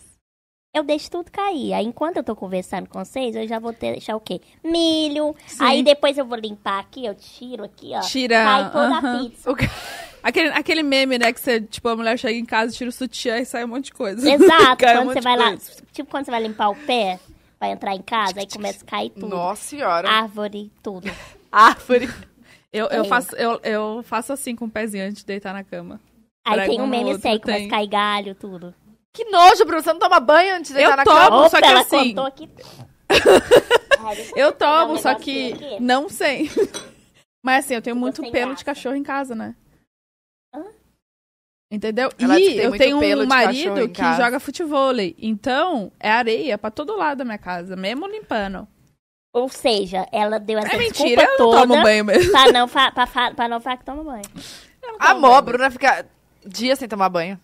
S3: Eu deixo tudo cair. Aí enquanto eu tô conversando com vocês, eu já vou ter- deixar o quê? Milho.
S2: Sim.
S3: Aí depois eu vou limpar aqui, eu tiro aqui, ó.
S2: Tira.
S3: Cai toda a
S2: aham.
S3: pizza.
S2: Aquele, aquele meme, né? Que você, tipo, a mulher chega em casa, tira o sutiã e sai um monte de coisa.
S3: Exato,
S2: Cai um
S3: quando
S2: monte
S3: você
S2: de
S3: vai lá,
S2: coisa.
S3: tipo quando você vai limpar o pé, vai entrar em casa, aí começa a cair tudo.
S4: Nossa senhora.
S3: Árvore, tudo.
S2: Ah,
S4: Árvore.
S2: Eu, eu,
S3: É.
S2: faço, eu, eu faço assim com o pezinho antes de deitar na cama.
S3: Aí
S2: Prega
S3: tem um
S2: um no
S3: meme
S2: outro,
S3: assim, aí começa
S2: tem.
S3: a cair galho, tudo.
S4: Que nojo, Bruno. Você não toma banho antes de
S2: Eu
S4: deitar na
S2: tomo.
S4: cama?
S2: Bom, só que
S3: ela
S2: assim-
S3: contou aqui. Ai, deixa
S2: Eu
S3: pegar um
S2: tomo, só que
S3: negocinho aqui.
S2: não sei. Mas assim, eu tenho
S3: Tudo
S2: muito
S3: sem
S2: pelo
S3: graça.
S2: de cachorro em casa, né?
S3: Hã?
S2: Entendeu?
S4: Ela disse que
S2: e
S4: tem
S2: eu
S4: muito
S2: tenho
S4: pelo
S2: um
S4: de cachorro em
S2: marido que
S4: casa.
S2: joga futevôlei. Então, é areia pra todo lado da minha casa, mesmo limpando.
S3: Ou seja, ela deu essa
S2: É
S3: desculpa
S2: mentira, eu não
S3: toda
S2: tomo banho mesmo.
S3: pra não, fa pra fa- pra não falar que toma banho.
S4: Amor, a Bruna fica dias sem tomar banho.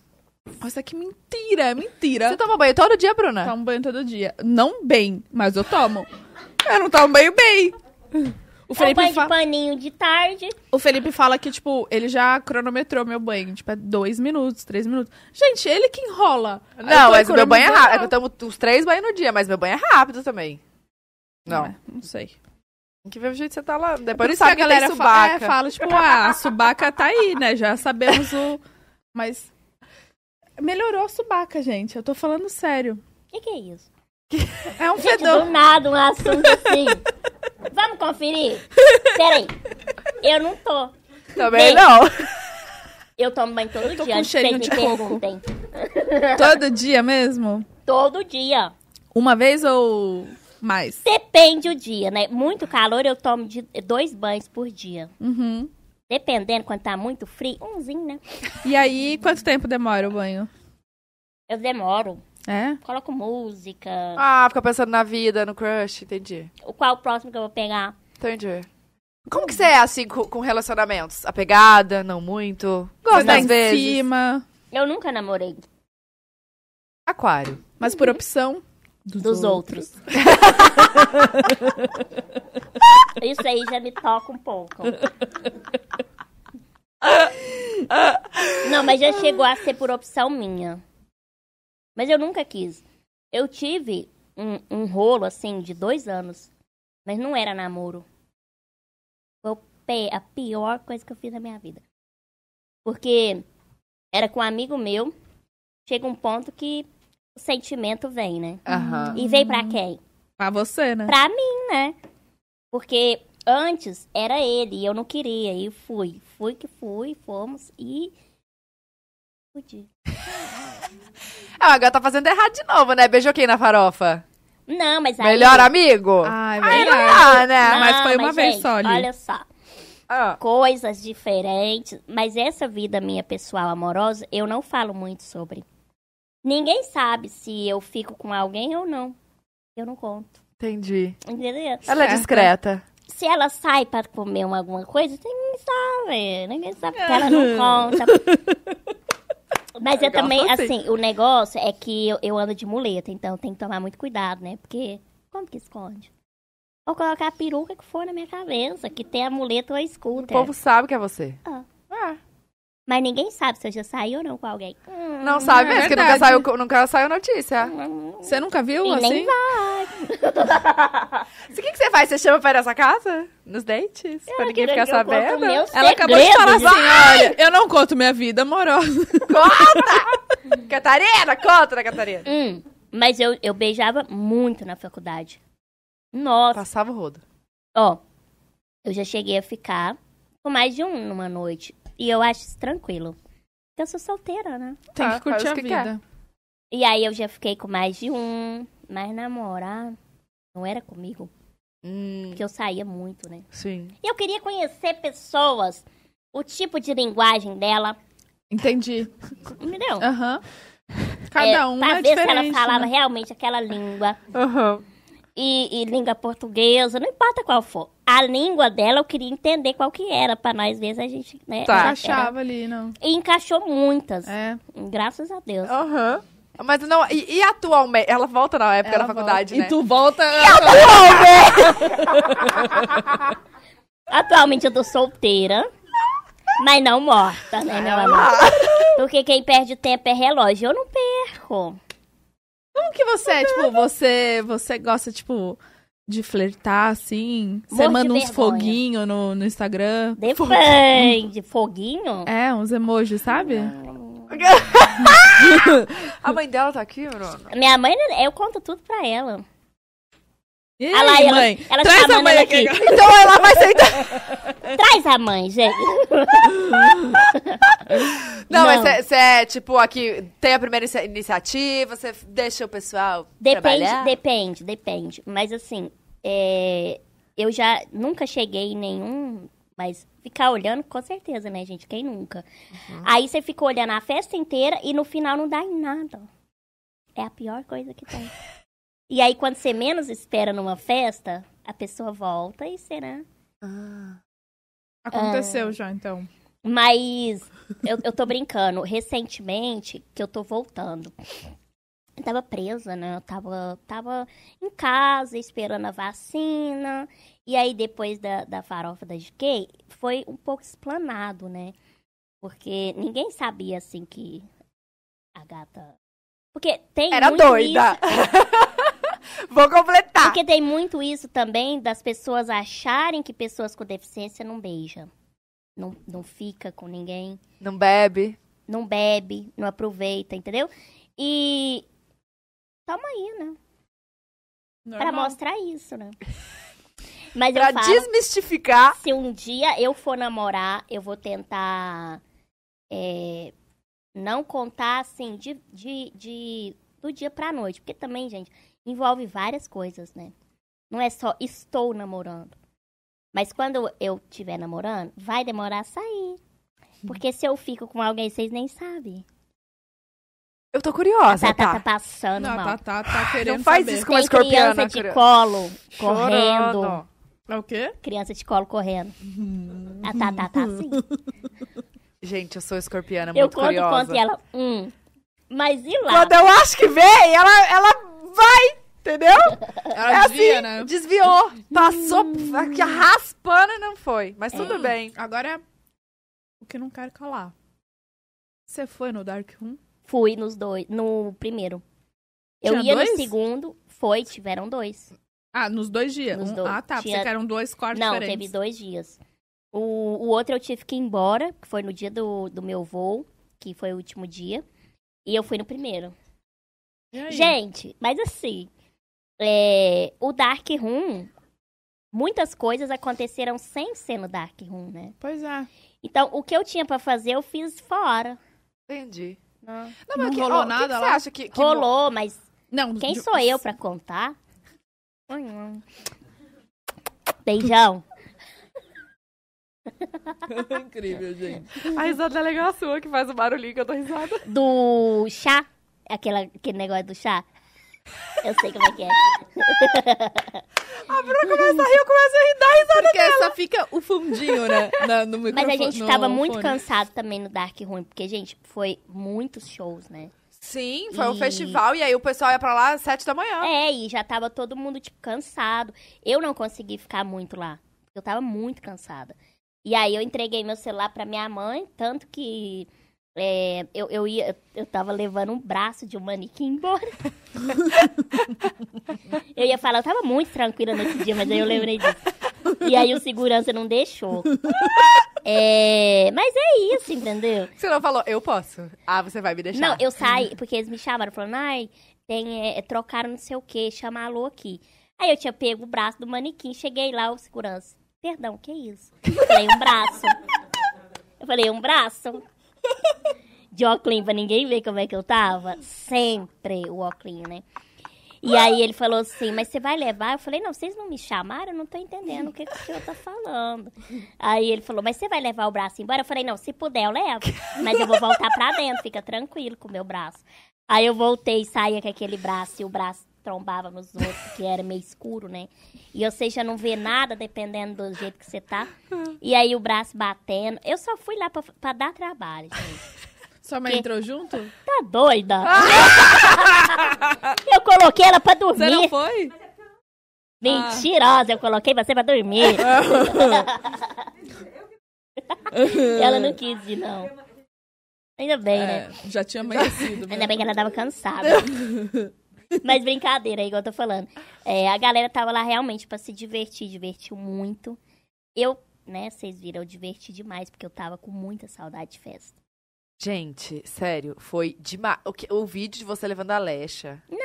S2: Nossa, que mentira, é
S4: Você
S2: mentira.
S4: toma banho todo dia, Bruna?
S2: Eu tomo tá banho todo dia. Não bem, mas eu tomo. Eu não tomo banho bem. O Felipe,
S3: Felipe É um banho
S2: fa-
S3: de paninho de tarde.
S2: o Felipe fala que, tipo, ele já cronometrou meu banho. Tipo, é dois minutos, três minutos. Gente, ele que enrola. Eu
S4: Não,
S2: tô
S4: mas o meu banho é rápido. É que
S2: cronometrando.
S4: eu tomo t- uns três banhos no dia, mas meu banho é rápido também. Não.
S2: É, não sei.
S4: Tem que ver o jeito que você tá lá. Depois
S2: Por
S4: não
S2: isso que
S4: sabe
S2: a
S4: que galera
S2: galera
S4: tem
S2: fa-
S4: subaca.
S2: é, fala, tipo, ah, a subaca tá aí, né? Já sabemos o. Mas. Melhorou a subaca, gente. Eu tô falando sério.
S3: O que, que é isso?
S2: É um
S3: Gente,
S2: fedor.
S3: do nada um assunto assim. Vamos conferir? Peraí. Eu não tô.
S4: Também
S3: Bem.
S4: não.
S3: Eu tomo banho todo
S2: Eu tô
S3: dia.
S2: com
S3: antes que vocês
S2: cheirinho
S3: me
S2: de coco.
S3: perguntem.
S2: Todo dia mesmo?
S3: Todo dia.
S2: Uma vez ou mais?
S3: Depende o dia, né? Muito calor, eu tomo de dois banhos por dia.
S2: Uhum.
S3: Dependendo, quando tá muito frio, umzinho, né?
S2: E aí, quanto tempo demora o banho?
S3: Eu demoro.
S2: É?
S3: Coloco música.
S4: Ah, fica pensando na vida, no crush. Entendi.
S3: O Qual o próximo que eu vou pegar?
S4: Entendi. Como que você é, assim, co- com, relacionamentos? Apegada? Não muito? Gosto
S2: Tá
S4: das
S2: em
S4: vezes?
S2: cima,
S3: Eu nunca namorei
S4: Aquário.
S2: mas por opção Uhum. dos,
S3: dos outros. Isso aí já me toca um pouco. Não, mas já chegou a ser por opção minha. Mas eu nunca quis. Eu tive um, um rolo, assim, de dois anos. Mas não era namoro. Foi o pe- a pior coisa que eu fiz na minha vida. Porque era com um amigo meu. Chega um ponto que o sentimento vem, né?
S4: Aham.
S3: E veio pra quem?
S2: Pra você, né?
S3: Pra mim, né? Porque antes era ele e eu não queria. E fui. Fui que fui, fomos e. Fudi.
S4: Ah, agora tá fazendo errado de novo, né? Beijou quem na farofa?
S3: Não, mas Tá aí.
S4: Melhor amigo?
S2: Ai,
S4: Aí não dá,
S2: verdade.
S4: né?
S3: Não,
S2: mas foi uma vez
S3: gente,
S2: só ali.
S3: Olha só.
S4: Ah.
S3: Coisas diferentes. Mas essa vida minha pessoal amorosa, eu não falo muito sobre. Ninguém sabe se eu fico com alguém ou não. Eu não conto.
S4: Entendi.
S3: Entendeu?
S4: Ela é
S2: Certo.
S4: discreta.
S3: se ela sai pra comer uma, alguma coisa, ninguém sabe. Ninguém sabe porque ela não conta. Mas eu
S2: Legal,
S3: também,
S2: assim.
S3: assim, o negócio é que eu, eu ando de muleta, então tem que tomar muito cuidado, né? Porque como que esconde? Vou colocar a peruca que for na minha cabeça, que tem a muleta ou a
S4: O
S3: escuta.
S4: povo "Ah." sabe que é você.
S3: Mas ninguém sabe se eu já saí ou não com alguém. Hum,
S4: Não sabe
S2: é
S4: mesmo, que nunca
S2: verdade.
S4: saiu, co- nunca saiu notícia.
S2: Você nunca viu
S3: E nem
S2: assim?
S4: O que, que você faz? Você chama pra ir nessa casa? Nos dates? pra ninguém
S3: quero
S4: ficar
S3: que eu conte o
S4: sabendo?
S3: meu
S2: Ela acabou de
S3: segredo,
S2: falar assim,
S3: gente.
S2: olha, eu não conto minha vida amorosa.
S4: Conta! "Ah, Catarina, conta, né, Catarina?
S3: Hum, mas eu, eu beijava muito na faculdade. Nossa.
S4: Passava o rodo.
S3: Ó, eu já cheguei a ficar com mais de um numa noite. E eu acho isso tranquilo. Porque eu sou solteira, né?
S2: Tem
S4: Ah,
S2: que curtir
S4: faz o
S2: a
S4: que
S2: vida.
S3: E aí eu já fiquei com mais de um, mas namorar não era comigo,
S4: Hum,
S3: porque eu saía muito, né?
S4: sim.
S3: E eu queria conhecer pessoas, o tipo de linguagem dela,
S2: Entendi.
S3: entendeu?
S2: Aham. Ah, Cada um
S3: pra
S2: é
S3: ver se ela
S2: diferente.
S3: falava
S2: né?
S3: realmente aquela língua.
S4: Aham.
S3: E, e língua portuguesa, não importa qual for. A língua dela eu queria entender qual que era, pra nós vezes a gente, né?
S4: Tá.
S3: era-
S2: Achava ali, não.
S3: era- E encaixou muitas,
S2: É.
S3: graças a Deus.
S4: Aham. Mas não, e, e atualmente? Ela volta na época da
S2: Ela
S4: faculdade,
S2: volta.
S4: né?
S2: E tu volta.
S3: Atualmente eu tô solteira, mas não morta, né, meu amor? Porque quem perde tempo é relógio. Eu não perco.
S2: Como que você é? Tipo, você, você gosta, tipo, de flertar, assim? Você
S3: Morro de
S2: manda uns
S3: vergonha.
S2: foguinho no, no Instagram?
S3: Depende. Foguinho?
S2: É, uns emojis, sabe?
S4: A mãe dela tá aqui, Bruno?
S3: Minha mãe, né, eu conto tudo pra ela.
S2: E aí,
S3: Ah lá, ela-
S2: mãe?
S3: ela
S2: traz a
S3: chamando
S2: mãe
S3: ela
S2: aqui.
S3: aqui.
S4: Então ela vai sentar.
S3: Traz a mãe, gente.
S4: Não,
S3: Não.
S4: mas você é, tipo, aqui tem a primeira inicia- iniciativa, você deixa o pessoal
S3: Depende,
S4: trabalhar?
S3: depende, depende. Mas assim, é, eu já nunca cheguei em nenhum. Mas ficar olhando, com certeza, né, gente? Quem nunca? Aí você fica olhando a festa inteira e no final não dá em nada. É a pior coisa que tem. e aí, quando você menos espera numa festa, a pessoa volta e será.
S4: Ah.
S2: Aconteceu já, então.
S3: Mas eu, eu tô brincando. Recentemente, que eu tô voltando. Eu tava presa, né? Eu tava, tava em casa, esperando a vacina. E aí, depois da, da farofa da GK, foi um pouco explanado, né? Porque ninguém sabia, assim, que a gata... Porque tem
S4: Era
S3: muito
S4: doida. Vou completar.
S3: porque tem muito isso também das pessoas acharem que pessoas com deficiência não beijam. Não, não fica com ninguém,
S4: Não bebe.
S3: não bebe, não aproveita, entendeu? E tamo aí, né? Pra
S2: Normal.
S3: mostrar isso, né? Mas
S4: Pra
S3: eu falo,
S4: desmistificar.
S3: se um dia eu for namorar, eu vou tentar é, não contar assim de, de, de- do dia pra noite. Porque também, gente, envolve várias coisas, né? Não é só estou namorando. Mas quando eu estiver namorando, vai demorar a sair. Porque se eu fico com alguém, vocês nem sabem.
S4: Eu tô curiosa,
S3: Tá, tá, tá
S4: tá?
S3: passando
S2: Não,
S3: mal.
S2: tá, tá, tá querendo
S4: Não faz
S2: saber.
S4: isso com uma
S3: Tem
S4: escorpiana.
S3: criança de
S4: curiosa.
S3: colo
S4: Chorando.
S3: tá. correndo.
S2: É o quê?
S3: Criança de colo correndo.
S4: Hum.
S3: Ah, tá, tá, tá, sim.
S4: Gente, eu sou escorpiana,
S3: Eu
S4: é muito
S3: conto,
S4: curiosa.
S3: conto e ela. Hum. Mas e lá?
S4: Quando eu acho que vem, ela, ela vai, entendeu?
S2: Ela
S4: É
S2: desvia,
S4: assim,
S2: né?
S4: desviou, passou aqui raspando e não foi. Mas tudo bem.
S2: Agora, é o que não quero calar. Você foi no Dark Room?
S3: Fui nos dois. No primeiro. Eu
S2: Tinha
S3: ia
S2: dois?
S3: no segundo, foi, tiveram dois.
S2: Ah, nos dois dias.
S3: Nos
S2: Um-
S3: dois.
S2: Ah, tá.
S3: Tinha-
S2: Você queram dois quartos
S3: Não, teve
S2: diferentes.
S3: dois dias. O, o outro eu tive que ir embora, que foi no dia do, do meu voo, que foi o último dia. E eu fui no primeiro.
S2: E aí?
S3: Gente, mas assim, é, o Dark Room, muitas coisas aconteceram sem ser no Dark Room, né?
S2: Pois é.
S3: Então, o que eu tinha pra fazer, eu fiz fora.
S4: Entendi.
S3: Não.
S2: Não
S4: que-
S2: rolou
S4: ó, o que
S2: nada
S4: que
S2: lá?
S4: Você acha que, que mo-
S3: Rolou, mas
S2: Não,
S3: Quem
S2: de-
S3: sou eu pra contar? Beijão.
S2: Incrível, gente.
S4: A risada é legal a sua, que faz o barulhinho que eu tô risada.
S3: Do chá? Aquela, aquele negócio do chá? Eu sei como é que é.
S4: A Bruna começa a rir, eu começo a rir, dá risada.
S2: Porque só fica o fundinho, né? na- no
S3: Mas a
S2: microfone-
S3: gente
S2: no
S3: tava muito
S2: fone.
S3: cansado também no Dark Room, porque, gente, foi muitos shows, né?
S4: Sim, foi um
S3: E-
S4: festival e aí o pessoal ia pra lá às sete da manhã.
S3: É, e já tava todo mundo, tipo, cansado. Eu não consegui ficar muito lá. Eu tava muito cansada. E aí eu entreguei meu celular pra minha mãe, tanto que é, eu, eu ia. Eu tava levando um braço de um manequim embora. eu ia falar, eu tava muito tranquila nesse dia, mas aí eu lembrei disso. E aí o segurança não deixou. É, mas é isso, entendeu?
S4: Você não falou, eu posso. Ah, você vai me deixar.
S3: Não, eu saí, porque eles me chamaram, falando, ai, tem, é, é, trocaram não sei o que, chama a Lu aqui. Aí eu tinha pego o braço do manequim, cheguei lá, o segurança, perdão, que isso? Eu falei, um braço. Eu falei, um braço. de óculos pra ninguém ver como é que eu tava. Sempre o óculos, né? E aí ele falou assim, mas você vai levar? Eu falei, não, vocês não me chamaram, eu não tô entendendo o que, que o senhor tá falando. Aí ele falou, mas você vai levar o braço embora? Eu falei, não, se puder eu levo, mas eu vou voltar pra dentro, fica tranquilo com o meu braço. Aí eu voltei e saía com aquele braço, e o braço trombava nos outros, que era meio escuro, né? E você já não vê nada, dependendo do jeito que você tá. E aí o braço batendo. Eu só fui lá pra, pra dar trabalho, gente.
S2: Sua mãe
S3: Quê?
S2: entrou junto?
S3: Tá doida? eu coloquei ela pra
S2: Você não
S3: dormir.
S2: foi?
S4: Ah.
S3: Mentirosa, eu coloquei você pra dormir.
S4: É.
S3: ela não quis ir, não. Ainda bem, né?
S2: É, já tinha amanhecido. né?
S3: Ainda bem que ela tava cansada. Mas brincadeira, igual eu tô falando. É, a galera tava lá realmente pra se divertir, divertiu muito. Eu, né, vocês viram, eu diverti demais, porque eu tava com muita saudade de festa.
S4: Gente, sério, foi demais. O, que- o vídeo de você levando a Alexa.
S3: Foi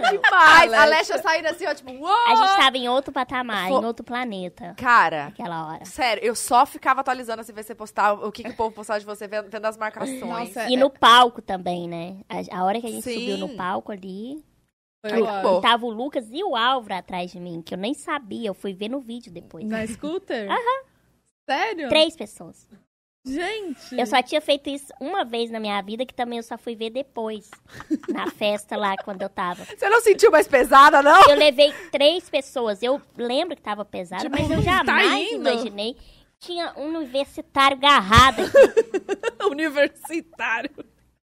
S4: Demais! A Alexa saindo assim, ó, tipo, uou!
S3: A gente tava em outro patamar,
S4: Fo-
S3: em outro planeta,
S4: Cara,
S3: naquela hora.
S4: sério, eu só ficava atualizando assim, ver você postar o que, que o povo postava de você, vendo, vendo as marcações.
S2: Nossa,
S3: E no palco também, né? A, a hora que a gente
S4: É. Sim. Oh.
S3: subiu no palco ali,
S2: foi
S4: Ai,
S2: o ano.
S4: pô.
S3: tava o Lucas e o Álvaro atrás de mim, que eu nem sabia, eu fui ver no vídeo depois.
S2: Na scooter? Sério?
S3: Três pessoas.
S2: Gente!
S3: Eu só tinha feito isso uma vez na minha vida, que também eu só fui ver depois. na festa lá, quando eu tava.
S4: Você não sentiu mais pesada, não?
S3: Eu levei três pessoas. Eu lembro que tava pesado,
S2: Tipo,
S3: mas eu
S2: não tá
S3: jamais
S2: indo.
S3: imaginei. Tinha um universitário garrado.
S2: Universitário.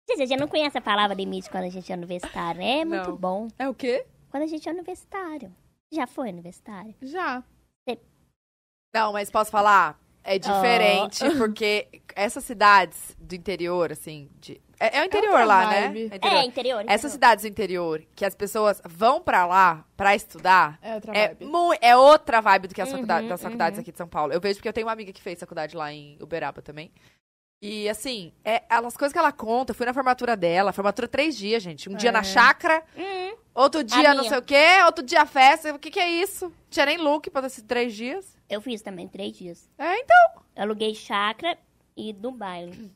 S3: Gente, a gente não conhece a palavra limite quando a gente é universitário, né? É muito
S4: Não.
S3: bom.
S2: É o quê?
S3: Quando a gente é universitário. Já foi universitário.
S2: Já.
S4: Não, mas posso falar? É diferente, porque essas cidades do interior, assim, de- é, é o interior
S2: outra
S4: lá,
S2: vibe.
S4: né? interior.
S3: É, interior.
S4: Essas
S3: interior.
S4: cidades do interior, que as pessoas vão pra lá pra estudar,
S2: É outra
S4: é,
S2: vibe.
S4: mu- é outra vibe do que as,
S3: Uhum,
S4: faculdades, das faculdades
S3: uhum.
S4: aqui de São Paulo. Eu vejo porque eu tenho uma amiga que fez faculdade lá em Uberaba também. E assim, é, ela- as coisas que ela conta, eu fui na formatura dela, formatura três dias, gente. Um dia na
S2: É. Uhum.
S4: chácara,
S3: Hum,
S4: outro dia não
S3: minha.
S4: sei o quê, outro dia festa. O que, que é isso? Não Tinha nem look pra esses três dias.
S3: eu fiz também, três dias.
S4: É, então.
S3: Eu aluguei chácara e do baile.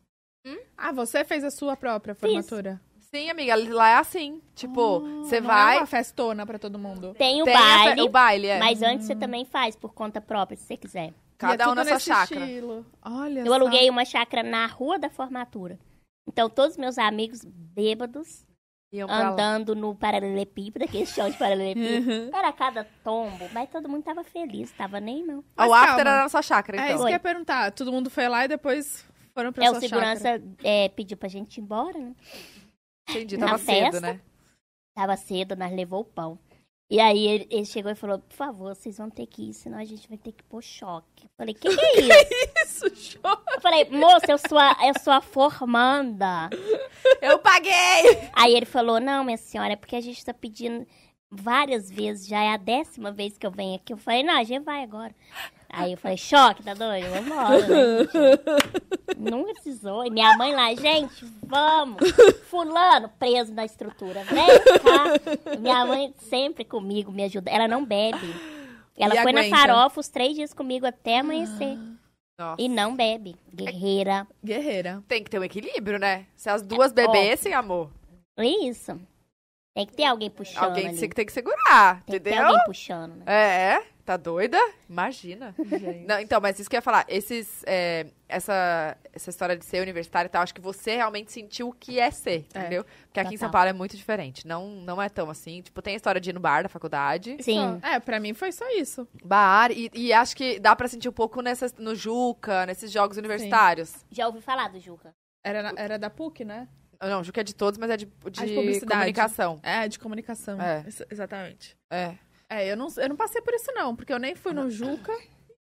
S2: Ah, você fez a sua própria formatura?
S4: Sim, amiga, lá é assim.
S3: Ah.
S4: Tipo, você
S2: Não
S4: vai.
S2: É uma festona pra todo mundo.
S3: Tem o
S4: tem a fe-
S3: baile,
S4: o baile, é.
S3: mas antes você também faz por conta própria, se você quiser.
S2: E é
S4: Cada um
S2: tudo
S4: na sua
S2: nesse
S4: chácara.
S2: estilo. Olha
S3: Eu
S2: só.
S3: aluguei uma chácara na rua da formatura. Então, todos meus amigos bêbados,
S4: Iam pra lá.
S3: andando no paralelepípedo, aquele chão de paralelepípedo.
S2: Uhum.
S3: Era cada tombo, mas todo mundo tava feliz, tava nem não.
S2: Mas
S4: o after
S2: calma.
S4: era na sua chácara,
S2: É isso
S4: então.
S2: que eu
S3: Foi.
S2: ia perguntar. Todo mundo foi lá e depois foram pra
S3: É,
S2: sua
S3: o segurança é, pediu pra gente ir embora, né?
S4: Entendi,
S3: Na
S4: tava cedo,
S3: festa.
S4: né?
S3: Tava cedo, nós levou o pão. E aí ele, ele chegou e falou, por favor, vocês vão ter que ir, senão a gente vai ter que pôr choque. Eu falei, que que é isso?
S2: chácara. Isso, show.
S3: Eu falei, moça, eu sou a, eu sou a formanda.
S4: Eu paguei!
S3: Aí ele falou, não, minha senhora, é porque a gente tá pedindo várias vezes, já é a décima vez que eu venho aqui. Eu falei, não, a gente vai agora. Aí eu falei, choque, tá doido? Vamos embora. Né? Nunca precisou. E minha mãe lá, gente, vamos. Fulano, preso na estrutura. Vem cá. Minha mãe sempre comigo, me ajuda. Ela não bebe. Ela
S4: E
S3: foi
S4: aguenta.
S3: na farofa os três dias comigo até amanhecer.
S4: Nossa.
S3: E não bebe. Guerreira.
S2: Guerreira.
S4: Tem que ter um equilíbrio, né? Se as duas bebessem, amor,
S3: É isso. Tem que ter alguém puxando
S4: alguém
S3: ali.
S4: se- tem que segurar,
S3: né, Tem que ter
S4: entendeu?
S3: alguém puxando, né?
S4: É, é. tá doida? Imagina. Não, então, mas isso que eu ia falar, esses, é, essa, essa história de ser universitário e tal, acho que você realmente sentiu o que é ser,
S2: É.
S4: entendeu? Porque aqui em São
S3: Total.
S4: Paulo é muito diferente, não, não é tão assim. Tipo, tem a história de ir no bar da faculdade,
S3: Sim.
S2: É, pra mim foi só isso.
S4: bar, e, e acho que dá pra sentir um pouco nessas, no Juca, nesses jogos universitários.
S3: Já ouvi falar do Juca.
S2: Era, na- era da PUC, né?
S4: Não, Juca é de todos, mas é de,
S3: Ah,
S4: de,
S2: publicidade.
S4: comunicação.
S2: É, de comunicação.
S4: É.
S2: Ex- exatamente.
S4: É.
S2: É, eu não, eu não passei por isso, não, porque eu nem fui no Juca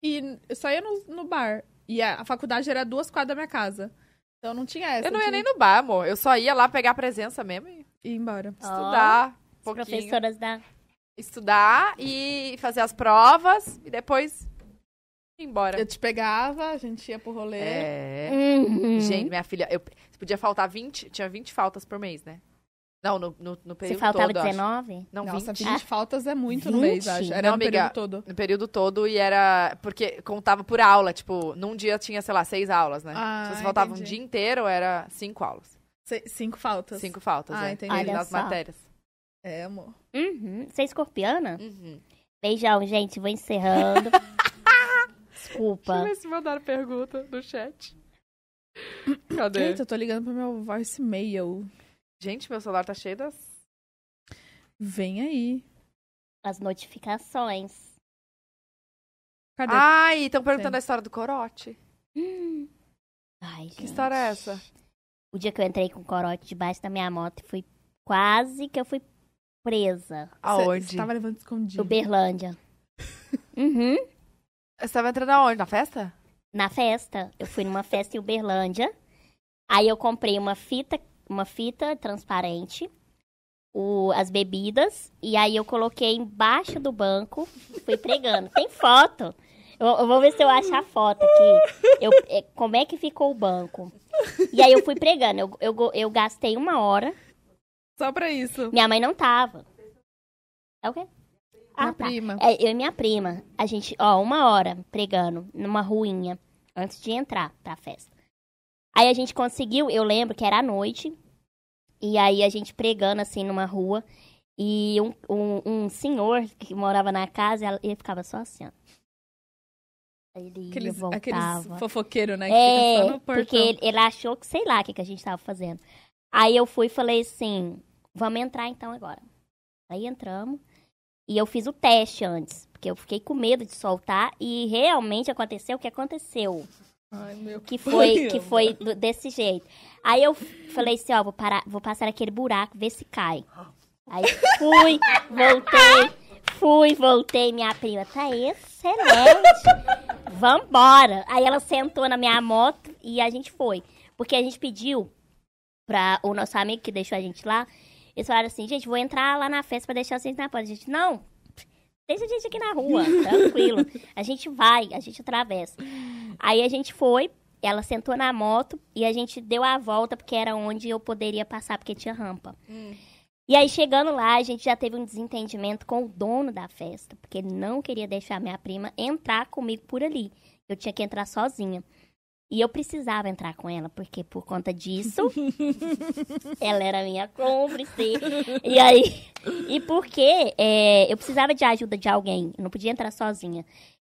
S2: e eu só ia no, no bar. E a, a faculdade era duas quadras da minha casa. Então não tinha essa.
S4: Eu não
S2: de
S4: ia nem no bar, amor. Eu só ia lá pegar a presença mesmo e
S2: Ir embora.
S3: Ó,
S4: estudar. um
S3: As
S4: pouquinho.
S3: professoras da.
S4: Estudar e fazer as provas e depois ir embora.
S2: Eu te pegava, a gente ia pro rolê.
S4: É.
S3: Uhum.
S4: Gente, minha filha, eu podia faltar 20. Tinha 20 faltas por mês, né? Não, no, no, no
S3: Você
S4: período
S3: faltava
S4: todo, eu acho.
S3: 19?
S4: Não,
S2: Nossa,
S4: 20.
S2: 20 faltas é muito no mês,
S3: 20?
S2: acho. Era
S4: Não,
S2: no período
S4: amiga.
S2: todo.
S4: No período todo e era. Porque contava por aula, tipo, num dia tinha, sei lá, seis aulas, né?
S2: Ah,
S4: Se você faltava um
S2: entendi.
S4: dia inteiro, era cinco aulas.
S2: Se- Cinco faltas.
S4: Cinco faltas,
S2: Ah,
S4: é.
S2: entendi.
S4: Ele
S3: Olha
S4: nas
S3: só.
S4: matérias.
S2: É, amor.
S3: Uhum. Você é escorpiana?
S4: Uhum.
S3: Beijão, gente. Vou encerrando. Desculpa.
S4: ver se mandaram pergunta no chat. Cadê?
S2: Eita, eu tô ligando pro meu voice mail.
S4: Gente, meu celular tá cheio das.
S2: Vem aí.
S3: As notificações.
S2: Cadê?
S3: Ah,
S4: Ai, estão perguntando a
S2: Tem.
S4: história do corote.
S3: Ai, gente.
S4: Que história é essa?
S3: O dia que eu entrei com o corote debaixo da minha moto e fui quase que eu fui presa.
S2: Aonde?
S4: Aonde?
S2: Você tava levando escondido.
S3: Uberlândia. uhum.
S4: Você tava entrando aonde? Na festa?
S3: Na festa. Eu fui numa festa em Uberlândia. Aí eu comprei uma fita, uma fita transparente, o, as bebidas, e aí eu coloquei embaixo do banco, fui pregando. Tem foto. Eu, eu vou ver se eu acho a foto aqui. Eu- é, como é que ficou o banco? E aí eu fui pregando. Eu, eu, go- eu gastei uma hora.
S2: Só pra isso.
S3: Minha mãe não tava. É o quê?
S2: Minha
S3: Ah, tá.
S2: prima.
S3: É, eu e minha prima, a gente, ó, uma hora pregando numa ruinha antes de entrar pra festa. Aí a gente conseguiu, eu lembro que era à noite, e aí a gente pregando assim numa rua, e um, um, um senhor que morava na casa, ela- ele ficava só assim, ó. Aí Ele ia,
S2: Aqueles,
S3: voltava.
S2: aqueles fofoqueiros, né? Que
S3: É,
S2: fica só no portão.
S3: porque ele, ele achou que, sei lá, o que, que a gente tava fazendo. Aí eu fui e falei assim, vamos entrar então agora. Aí entramos. E eu fiz o teste antes, porque eu fiquei com medo de soltar e realmente aconteceu o que aconteceu,
S2: Ai, meu
S3: que foi
S2: pai,
S3: que
S2: amor.
S3: foi do- desse jeito. Aí eu f- falei assim, ó, vou parar, vou passar aquele buraco, ver se cai. Aí fui, voltei, fui, voltei, minha prima tá excelente. Vambora. Aí ela sentou na minha moto e a gente foi, porque a gente pediu pra o nosso amigo que deixou a gente lá, eles falaram assim, gente, vou entrar lá na festa pra deixar vocês na porta. A gente, não, deixa a gente aqui na rua, tranquilo. A gente vai, a gente atravessa. Aí a gente foi, ela sentou na moto e a gente deu a volta, porque era onde eu poderia passar, porque tinha rampa. E aí, chegando lá, a gente já teve um desentendimento com o dono da festa, porque ele não queria deixar minha prima entrar comigo por ali. Eu tinha que entrar sozinha. E eu precisava entrar com ela, porque por conta disso, ela era minha cúmplice. E aí, e porque é, eu precisava de ajuda de alguém, eu não podia entrar sozinha.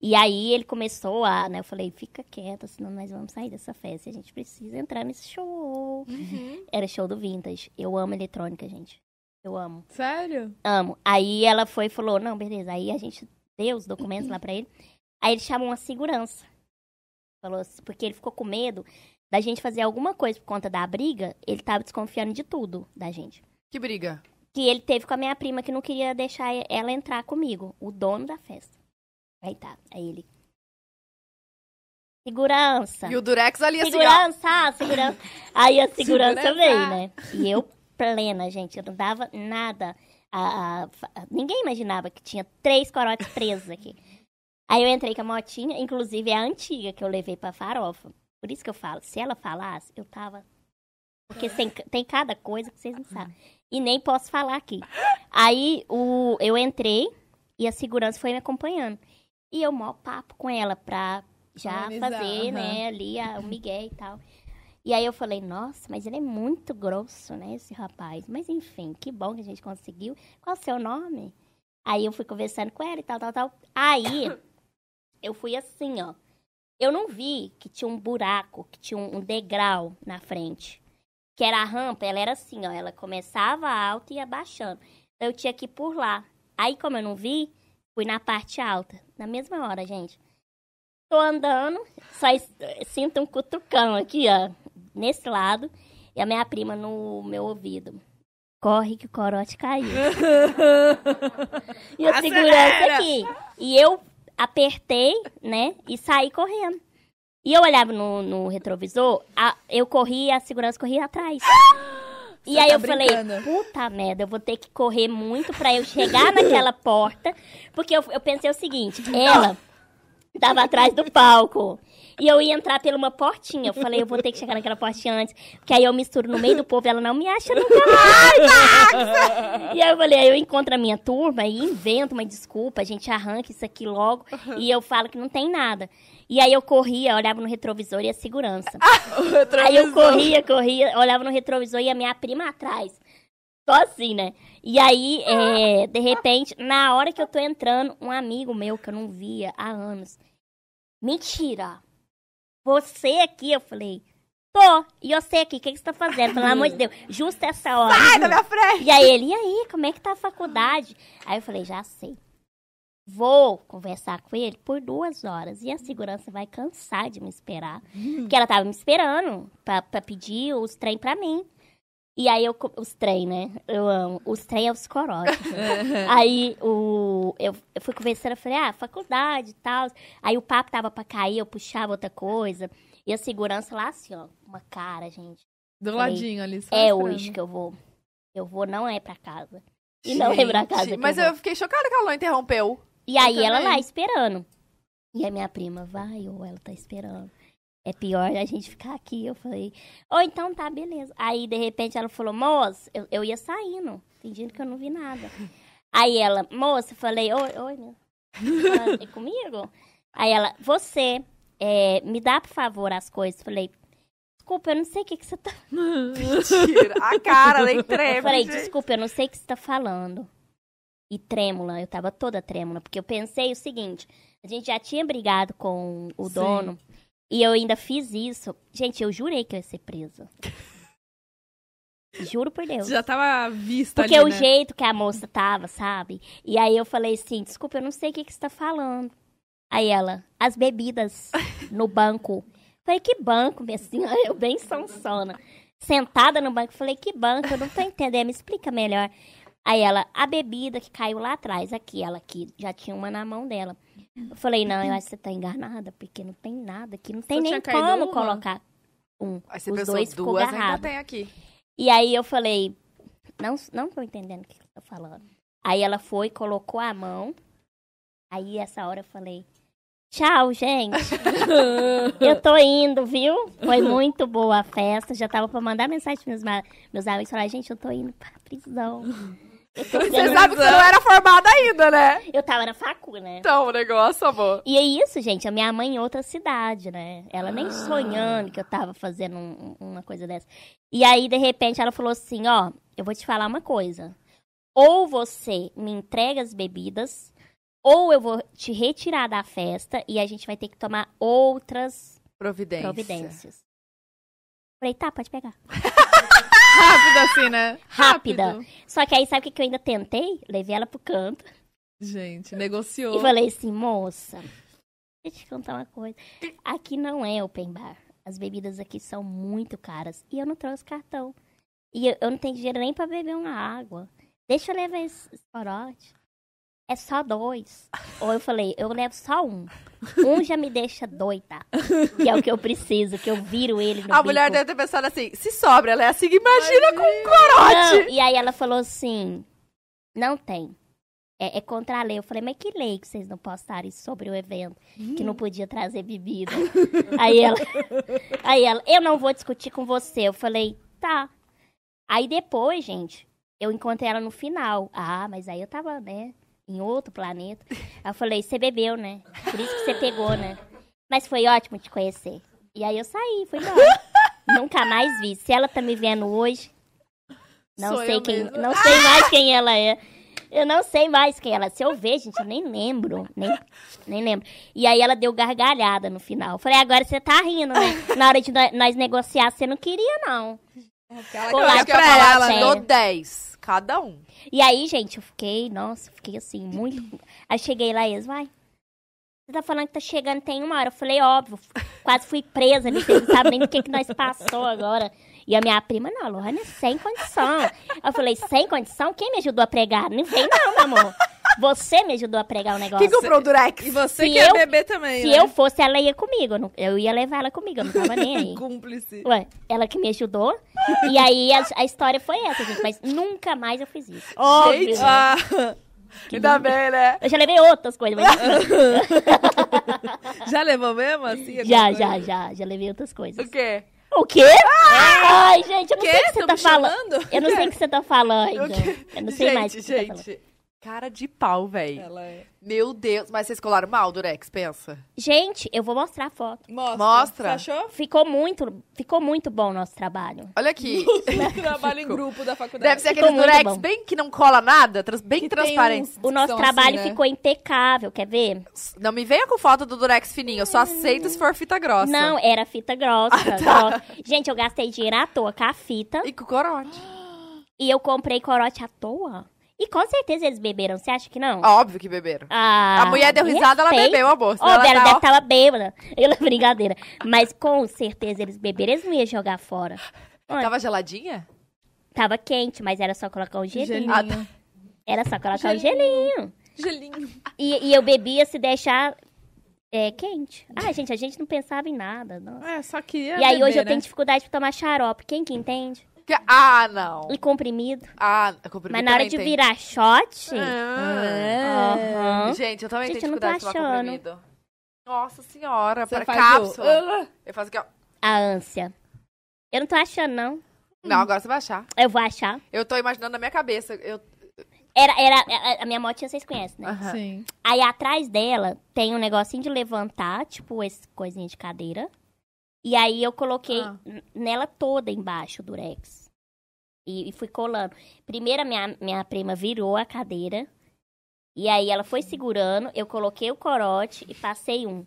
S3: E aí ele começou a, né, eu falei, fica quieta, senão nós vamos sair dessa festa, e a gente precisa entrar nesse show. Era show do Vintage, eu amo eletrônica, gente, eu amo.
S2: Sério?
S3: Amo. Aí ela foi e falou, não, beleza. Aí a gente deu os documentos lá pra ele. Aí ele chamou uma segurança. Falou assim, porque ele ficou com medo da gente fazer alguma coisa por conta da briga. Ele tava desconfiando de tudo da gente.
S4: Que briga.
S3: Que ele teve com a minha prima que não queria deixar e- ela entrar comigo. O dono da festa. Aí tá, aí ele... Segurança!
S4: E o Durex ali assim, ó.
S3: Segurança, ah, segurança. Aí a segurança,
S2: Segurança.
S3: veio, né? E eu plena, gente, eu não dava nada. A, a- fa- ninguém imaginava que tinha três corotes presos aqui. Aí eu entrei com a motinha, inclusive é a antiga que eu levei pra farofa. Por isso que eu falo, se ela falasse, eu tava. Porque tem, tem cada coisa que vocês não sabem. E nem posso falar aqui. Aí o, eu entrei e a segurança foi me acompanhando. E eu mó papo com ela pra já
S2: Amenizar,
S3: fazer,
S2: aham.
S3: né, ali a, o Miguel e tal. E aí eu falei, nossa, mas ele é muito grosso, né, esse rapaz. Mas enfim, que bom que a gente conseguiu. Qual o seu nome? Aí eu fui conversando com ela e tal, tal, tal. Aí eu fui assim, ó. Eu não vi que tinha um buraco, que tinha um, um degrau na frente. Que era a rampa, ela era assim, ó. Ela começava alta e ia baixando. Então, Eu tinha que ir por lá. Aí, como eu não vi, fui na parte alta. Na mesma hora, gente. Tô andando, só es- sinto um cutucão aqui, ó. Nesse lado. E a minha prima no meu ouvido. Corre que o corote caiu. e a segurança
S4: Acelera!
S3: aqui. E eu apertei, né? E saí correndo. E eu olhava no, no retrovisor, a- eu corri, a segurança corria atrás. e
S2: Você
S3: aí
S2: tá
S3: eu
S2: brincando.
S3: falei, puta merda, eu vou ter que correr muito pra eu chegar naquela porta. Porque eu, eu pensei o seguinte, ela tava atrás do palco. E eu ia entrar pela uma portinha. Eu falei, eu vou ter que chegar naquela portinha antes. Porque aí eu misturo no meio do povo e ela não me acha nunca mais. e aí eu falei, aí eu encontro a minha turma e invento uma desculpa. A gente arranca isso aqui logo. E eu falo que não tem nada. E aí eu corria, olhava no retrovisor e a segurança.
S4: Ah,
S3: Aí eu corria, corria, olhava no retrovisor e a minha prima atrás. Só assim, né? E aí, é, de repente, na hora que eu tô entrando, um amigo meu que eu não via há anos. Mentira! Você aqui, eu falei. Tô, e você aqui, o que, que você tá fazendo? Pelo amor de Deus, justo essa hora.
S4: Sai da minha frente!
S3: E aí ele, e aí, como é que tá a faculdade? Aí eu falei, já sei. Vou conversar com ele por duas horas. E a segurança vai cansar de me esperar. Porque ela tava me esperando pra, pra pedir os trem pra mim. E aí eu. co- Os trem, né? Eu amo. Os trem é os corotes. né? aí o, eu, eu fui conversando, eu falei, ah, faculdade e tal. Aí o papo tava pra cair, eu puxava outra coisa. E a segurança lá assim, ó. Uma cara, gente.
S2: Do ladinho ali. só
S3: É
S2: esperando.
S3: hoje que eu vou. Eu vou, não é pra casa. E não é pra casa. que
S4: Mas
S3: eu vou.
S4: eu fiquei chocada que ela não interrompeu.
S3: E aí
S2: Eu
S3: ela
S2: também.
S3: lá esperando. E a minha prima, vai, ou ela tá esperando. É pior a gente ficar aqui. Eu falei, ou então tá, beleza. Aí, de repente, ela falou, moça, eu, eu ia saindo, fingindo que eu não vi nada. Aí ela, moça, eu falei, oi, oi, meu. Ela, é comigo? Aí ela, você, é, me dá, por favor, as coisas. Eu falei, desculpa, eu não sei o que, que você tá
S4: Mentira. A cara, ela nem treme.
S3: eu falei,
S4: gente.
S3: desculpa, eu não sei o que você tá falando. E trêmula, eu tava toda trêmula, porque eu pensei o seguinte, a gente já tinha brigado com o
S2: Sim.
S3: dono, e eu ainda fiz isso. Gente, eu jurei que eu ia ser presa. Juro por Deus.
S2: Já tava vista
S3: Porque é
S2: ali,
S3: o
S2: né?
S3: jeito que a moça tava, sabe? E aí eu falei assim, desculpa, eu não sei o que, que você tá falando. Aí ela, as bebidas no banco. Falei, que banco, minha senhora? Eu bem sonsona. Sentada no banco, falei, que banco? Eu não tô entendendo, me explica melhor. Aí ela, a bebida que caiu lá atrás, aqui, ela aqui, já tinha uma na mão dela. Eu falei, não, eu acho que você tá enganada, porque não tem nada aqui, não tem
S2: Só
S3: nem
S2: tinha caído
S3: como
S2: uma?
S3: colocar um.
S4: Aí você
S3: Os
S4: pensou,
S3: dois ficou
S4: duas ainda
S3: agarrado.
S4: tem aqui.
S3: E aí eu falei, não, não tô entendendo o que você tá falando. Aí ela foi, colocou a mão. Aí essa hora eu falei, tchau, gente. eu tô indo, viu? Foi muito boa a festa. Já tava pra mandar mensagem pros meus, ma- meus amigos falar, gente, eu tô indo pra prisão. Eu, tô
S4: Você
S3: sendo-
S4: sabe que você não era formada ainda, né?
S3: eu tava na facu, né?
S4: Então, o negócio, amor.
S3: E é isso, gente. A minha mãe em outra cidade, né? Ela nem sonhando que eu tava fazendo um- um- uma coisa dessa. E aí, de repente, ela falou assim: Ó, eu vou te falar uma coisa. Ou você me entrega as bebidas, ou eu vou te retirar da festa e a gente vai ter que tomar outras
S4: Providência.
S3: providências. Falei, tá, pode pegar.
S2: Rápido assim, né?
S3: Rápida. Só que aí, sabe o que, que eu ainda tentei? Levei ela pro canto
S2: Gente, negociou.
S3: e falei assim: moça, deixa eu te contar uma coisa. Aqui não é open bar. As bebidas aqui são muito caras. E eu não trouxe cartão. E eu, eu não tenho dinheiro nem pra beber uma água. Deixa eu levar esse esse corote. É só dois. Ou eu falei, eu levo só um. Um já me deixa doida. Que é o que eu preciso, que eu viro ele no
S4: A mulher
S3: bico.
S4: deve ter pensado assim, se sobra, ela é assim, imagina com um corote.
S3: Não, e aí ela falou assim: não tem. É, é contra a lei. Eu falei, mas que lei que vocês não postaram isso sobre o evento? Que não podia trazer bebida. aí ela. Aí ela, eu não vou discutir com você. Eu falei, tá. Aí depois, gente, eu encontrei ela no final. Ah, mas aí eu tava, né? Em outro planeta. Aí eu falei, você bebeu, né? Por isso que você pegou, né? Mas foi ótimo te conhecer. E aí eu saí, fui embora. Nunca mais vi. Se ela tá me vendo hoje, não
S2: Sou
S3: sei
S2: eu
S3: quem,
S2: mesma. Ah!
S3: não sei mais quem ela é. Eu não sei mais quem ela. é. Se eu ver, gente, eu nem lembro, nem, nem lembro. E aí ela deu gargalhada no final. Eu Falei, agora você tá rindo, né? Na hora de nó- nós negociar, você não queria não.
S2: Aquela
S3: Vou
S4: Eu
S3: lá
S4: acho que eu ia
S3: pra
S4: falar,
S3: ela,
S4: te
S3: né?
S4: dou 10, cada um.
S3: E aí, gente, eu fiquei, nossa, fiquei assim, muito. Aí cheguei lá e eles, vai. Você tá falando que tá chegando tem uma hora. Eu falei, óbvio, quase fui presa, ali, vocês não sabem nem do que, que nós passou agora. E a minha prima, não, Lohane, é sem condição. Eu falei, sem condição? Quem me ajudou a pregar? Não vem não, meu amor. Você me ajudou a pregar o negócio.
S4: Quem comprou o Durex?
S2: E você
S3: Se
S2: que é
S3: eu-
S2: bebê também,
S3: Se
S2: né?
S3: eu fosse, ela ia comigo. Eu, não- eu ia levar ela comigo, eu não tava nem aí.
S2: Cúmplice.
S3: Ué, ela que me ajudou. E aí a, a história foi essa, gente. Mas nunca mais eu fiz isso. Óbvio.
S2: Ah,
S4: Ainda bem, né?
S3: Eu já levei outras coisas, mas
S4: Ah,
S2: Já levou mesmo assim?
S3: já,
S2: alguma
S3: já,
S2: coisa?
S3: já, já levei outras coisas.
S4: O quê?
S3: O quê? Ai, gente, eu não sei o que você
S2: Tão
S3: tá
S2: me
S3: falando.
S2: chamando?
S3: Eu não sei o que você tá falando.
S4: O quê?
S3: Eu não sei
S4: gente,
S3: mais o que você tá falando.
S4: gente. Cara de pau, velho.
S2: Ela é.
S4: Meu Deus. Mas vocês colaram mal, Durex, pensa.
S3: Gente, eu vou mostrar a foto.
S2: Mostra.
S4: Mostra.
S2: Você achou?
S3: Ficou muito, ficou muito bom o nosso trabalho.
S4: Olha aqui.
S2: Trabalho em
S4: Ficou.
S2: grupo da faculdade.
S4: Deve ser
S3: Ficou
S4: aquele
S3: muito
S4: Durex
S3: bom.
S4: bem que não cola nada, trans- bem
S2: Que tem
S4: transparente.
S2: uns que
S3: O nosso
S2: são assim,
S3: trabalho
S2: né?
S3: ficou impecável, quer ver?
S4: Não me venha com foto do Durex fininho, eu só aceito se for fita grossa.
S3: Não, era fita grossa.
S4: Ah, tá.
S3: grossa. Gente, eu gastei dinheiro à toa com a fita
S4: E com corote.
S3: e eu comprei corote à toa. E com certeza eles beberam, você acha que não?
S4: Óbvio que beberam.
S3: Ah,
S4: a mulher deu risada, ela
S3: respeito.
S4: bebeu, amor.
S3: Ô,
S4: Senão ela
S3: Bela,
S4: tá,
S3: deve
S4: ó,
S3: tava bêbada. Ela é brincadeira. Mas com certeza eles beberam, eles não iam jogar fora. Olha, tava...
S4: Tava geladinha?
S3: quente, mas era só colocar um gelinho.
S2: Gelinho.
S4: Ah, tá.
S3: Era só colocar um
S2: Gelinho.
S3: gelinho.
S2: Gelinho.
S3: E, e eu bebia se deixar é, quente. Ah, gente, a gente não pensava em nada. não.
S2: É, só queria
S3: E aí hoje
S2: beber,
S3: eu tenho
S2: né?
S3: dificuldade pra tomar xarope. Quem que entende?
S4: Que- Ah, não.
S3: E comprimido.
S4: Ah,
S3: Mas na hora de virar shot...
S4: Ah.
S3: Aham.
S4: Gente, eu também
S3: Gente,
S4: tenho
S3: eu não tô
S4: dificuldade de tomar
S3: achando.
S4: comprimido. Nossa senhora,
S2: Você
S4: para
S2: faz
S4: cápsula.
S2: o-
S4: Eu faço aqui, ó.
S3: A ânsia. Eu não tô achando, não.
S4: Não, agora você vai achar.
S3: Eu vou achar.
S4: Eu tô imaginando na minha cabeça. Eu...
S3: Era, era, a- a minha motinha vocês conhecem, né?
S4: Aham.
S2: Sim.
S3: Aí atrás dela tem um negocinho de levantar, tipo esse coisinha de cadeira. E aí eu coloquei
S2: Ah.
S3: n- nela toda embaixo do Rex. E, e fui colando. Primeiro a minha, minha prima virou a cadeira. E aí ela foi segurando, eu coloquei o corote e passei um,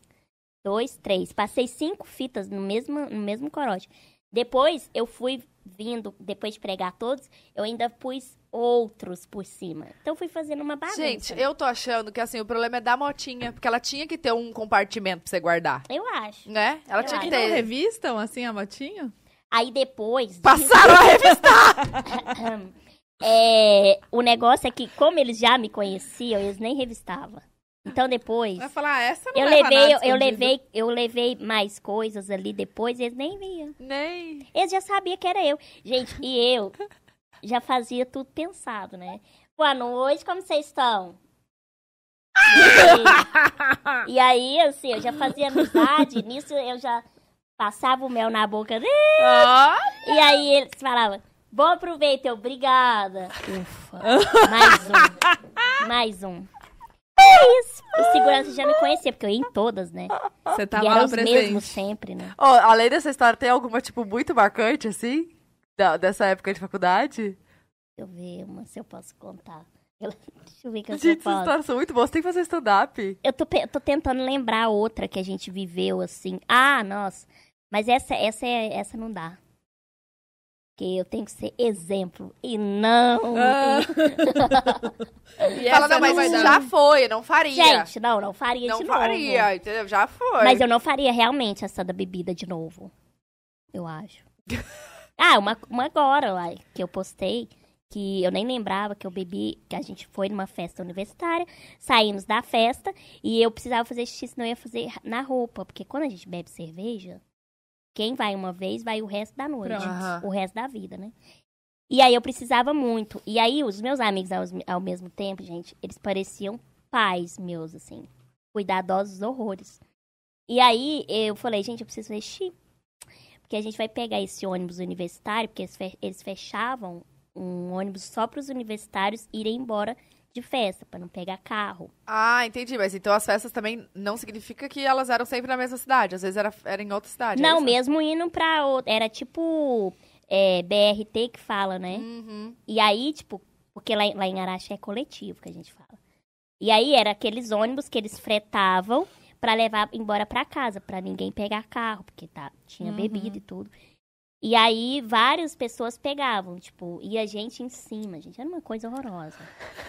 S3: dois, três. Passei cinco fitas no mesmo, no mesmo corote. Depois eu fui vindo, depois de pregar todos, eu ainda pus outros por cima. Então fui fazendo uma bagunça.
S4: Gente, eu tô achando que assim, o problema é da motinha, porque ela tinha que ter um compartimento pra você guardar.
S3: Eu acho.
S4: Né? Ela
S3: Eu
S4: tinha que
S2: E
S3: acho.
S2: não
S4: ter.
S2: revistam assim a motinho?
S3: Aí depois. Hum,
S4: Passaram a revista.
S3: É, o negócio é que, como eles já me conheciam, eles nem revistavam. Então depois.
S2: Vai falar, ah, essa não
S3: Eu
S2: leva
S3: levei,
S2: nada
S3: eu, eu
S2: escondido.
S3: levei, eu levei mais coisas ali depois, eles nem viam.
S4: Nem.
S3: Eles já sabiam que era eu. Gente, e eu já fazia tudo pensado, né? Boa noite, como vocês estão? E aí, assim, eu já fazia amizade, nisso eu já passava o mel na boca dele.
S4: Ah,
S3: E aí eles falavam, bom aproveito, eu, obrigada. Ufa, mais um, mais um. É isso. O segurança já me conhecia, porque eu ia em todas, né?
S2: Você tá
S4: Tá
S2: tava
S3: e era
S2: lá
S3: os mesmos
S2: presente.
S3: sempre, né?
S4: Ó, além dessa história, tem alguma, tipo, muito marcante, assim? Da- dessa época de faculdade?
S3: Deixa eu ver uma, se eu posso contar. Eu- deixa eu ver que eu
S4: Gente,
S3: sou
S4: essas histórias são muito boas. Tem que fazer stand-up.
S3: Eu tô, pe- eu tô tentando lembrar outra que a gente viveu, assim. Ah, nossa. Mas essa, essa, é- essa não dá. Porque eu tenho que ser exemplo. E não...
S2: Ah. e
S4: Fala,
S2: essa
S4: não, é mas
S2: vai dar.
S4: já foi, não faria.
S3: Gente, não, não faria
S4: não
S3: de novo.
S4: faria, entendeu? Já foi.
S3: Mas eu não faria realmente essa da bebida de novo. Eu acho. ah, uma, uma agora lá que eu postei, que eu nem lembrava que eu bebi, que a gente foi numa festa universitária, saímos da festa e eu precisava fazer xixi, senão eu ia fazer na roupa. Porque quando a gente bebe cerveja, quem vai uma vez vai o resto da noite.
S2: Pronto.
S4: Aham.
S3: O resto da vida, né? E aí eu precisava muito. E aí os meus amigos ao, ao mesmo tempo, gente, eles pareciam pais meus, assim. Cuidadosos horrores. E aí eu falei, gente, eu preciso fazer xixi. Porque a gente vai pegar esse ônibus universitário, porque eles, fe- eles fechavam um ônibus só para os universitários irem embora de festa, para não pegar carro.
S4: Ah, entendi. Mas então as festas também não significa que elas eram sempre na mesma cidade. Às vezes era, era em outra cidade. é
S3: não,
S4: isso?
S3: mesmo indo pra outra. Era tipo é, BRT que fala, né?
S4: Uhum.
S3: E aí, tipo, porque lá, em- lá em Araxá é coletivo que a gente fala. E aí era aqueles ônibus que eles fretavam pra levar embora pra casa, pra ninguém pegar carro, porque tá, tinha
S2: Uhum.
S3: bebida e tudo. E aí várias pessoas pegavam, tipo, e a gente em cima, gente, era uma coisa horrorosa.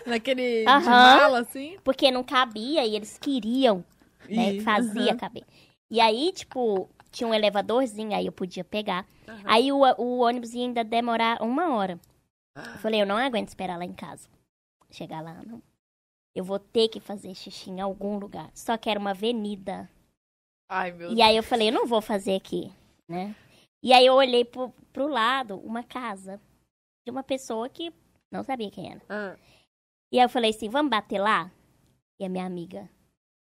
S2: Naquele de
S3: Aham.
S2: mala, assim.
S3: Porque não cabia e eles queriam, né,
S2: Ih,
S3: que fazia caber. E aí, tipo, tinha um elevadorzinho, aí eu podia pegar. Aí o, o ônibus ia ainda demorar uma hora. Eu falei, eu não aguento esperar lá em casa. Chegar lá, não. Eu vou ter que fazer xixi em algum lugar. Só que era uma avenida.
S4: Ai, meu
S3: E aí eu falei, eu não vou fazer aqui, né? E aí eu olhei pro, pro lado, uma casa. De uma pessoa que não sabia quem era.
S4: Ah.
S3: E aí eu falei assim, vamos bater lá? E a minha amiga,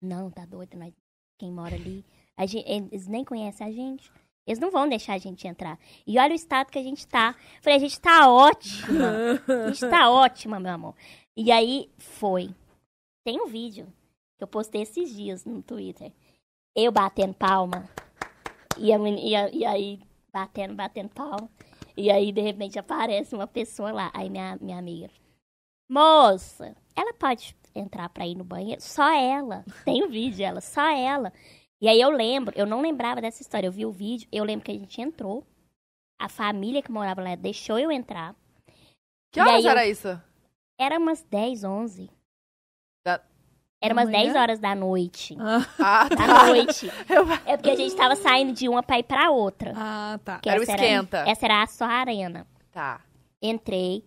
S3: não, tá doida, nós, quem mora ali, a gen- eles nem conhecem a gente. Eles não vão deixar a gente entrar. E olha o estado que a gente tá. Eu Falei, a gente tá ótima. A gente tá ótima, meu amor. E aí foi. Tem um vídeo que eu postei esses dias no Twitter. Eu batendo palma. E, a meni- e a- e aí, batendo, batendo palma. E aí, de repente, aparece uma pessoa lá. Aí, minha, minha amiga. Moça, ela pode entrar pra ir no banheiro? Só ela. Tem o vídeo, ela. Só ela. E aí, eu lembro. Eu não lembrava dessa história. Eu vi o vídeo. Eu lembro que a gente entrou. A família que morava lá deixou eu entrar.
S4: Que
S3: E
S4: horas
S3: aí eu-
S4: era isso?
S3: Era umas 10, 11.
S4: Da-
S3: Era
S2: Da
S3: umas
S2: manhã?
S3: 10 horas da noite.
S2: Ah,
S4: Ah,
S3: Da
S4: tá.
S3: noite.
S4: Eu-
S3: É porque a gente tava saindo de uma pra ir pra outra.
S2: ah, tá.
S3: Que
S4: Era o
S3: essa
S4: esquenta.
S3: Essa era a sua arena.
S4: Tá.
S3: Entrei,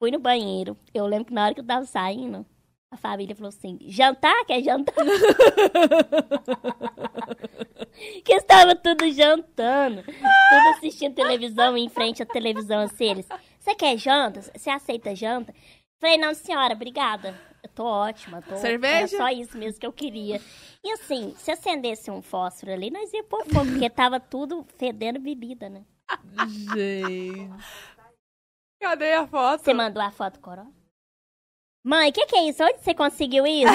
S3: fui no banheiro. Eu lembro que na hora que eu tava saindo, a família falou assim: jantar? Quer jantar? que estava tudo jantando, tudo assistindo televisão em frente à televisão. Assim, eles: Você quer janta? Você aceita janta? Falei: Não, senhora, obrigada. Eu tô ótima. Tô...
S2: Cerveja?
S3: Era só isso mesmo que eu queria. E assim, se acendesse um fósforo ali, nós ia pôr fogo, porque tava tudo fedendo bebida, né?
S2: Gente.
S4: Cadê a foto?
S3: Você mandou a foto, Coró? Mãe, o que, que é isso? Onde você conseguiu isso?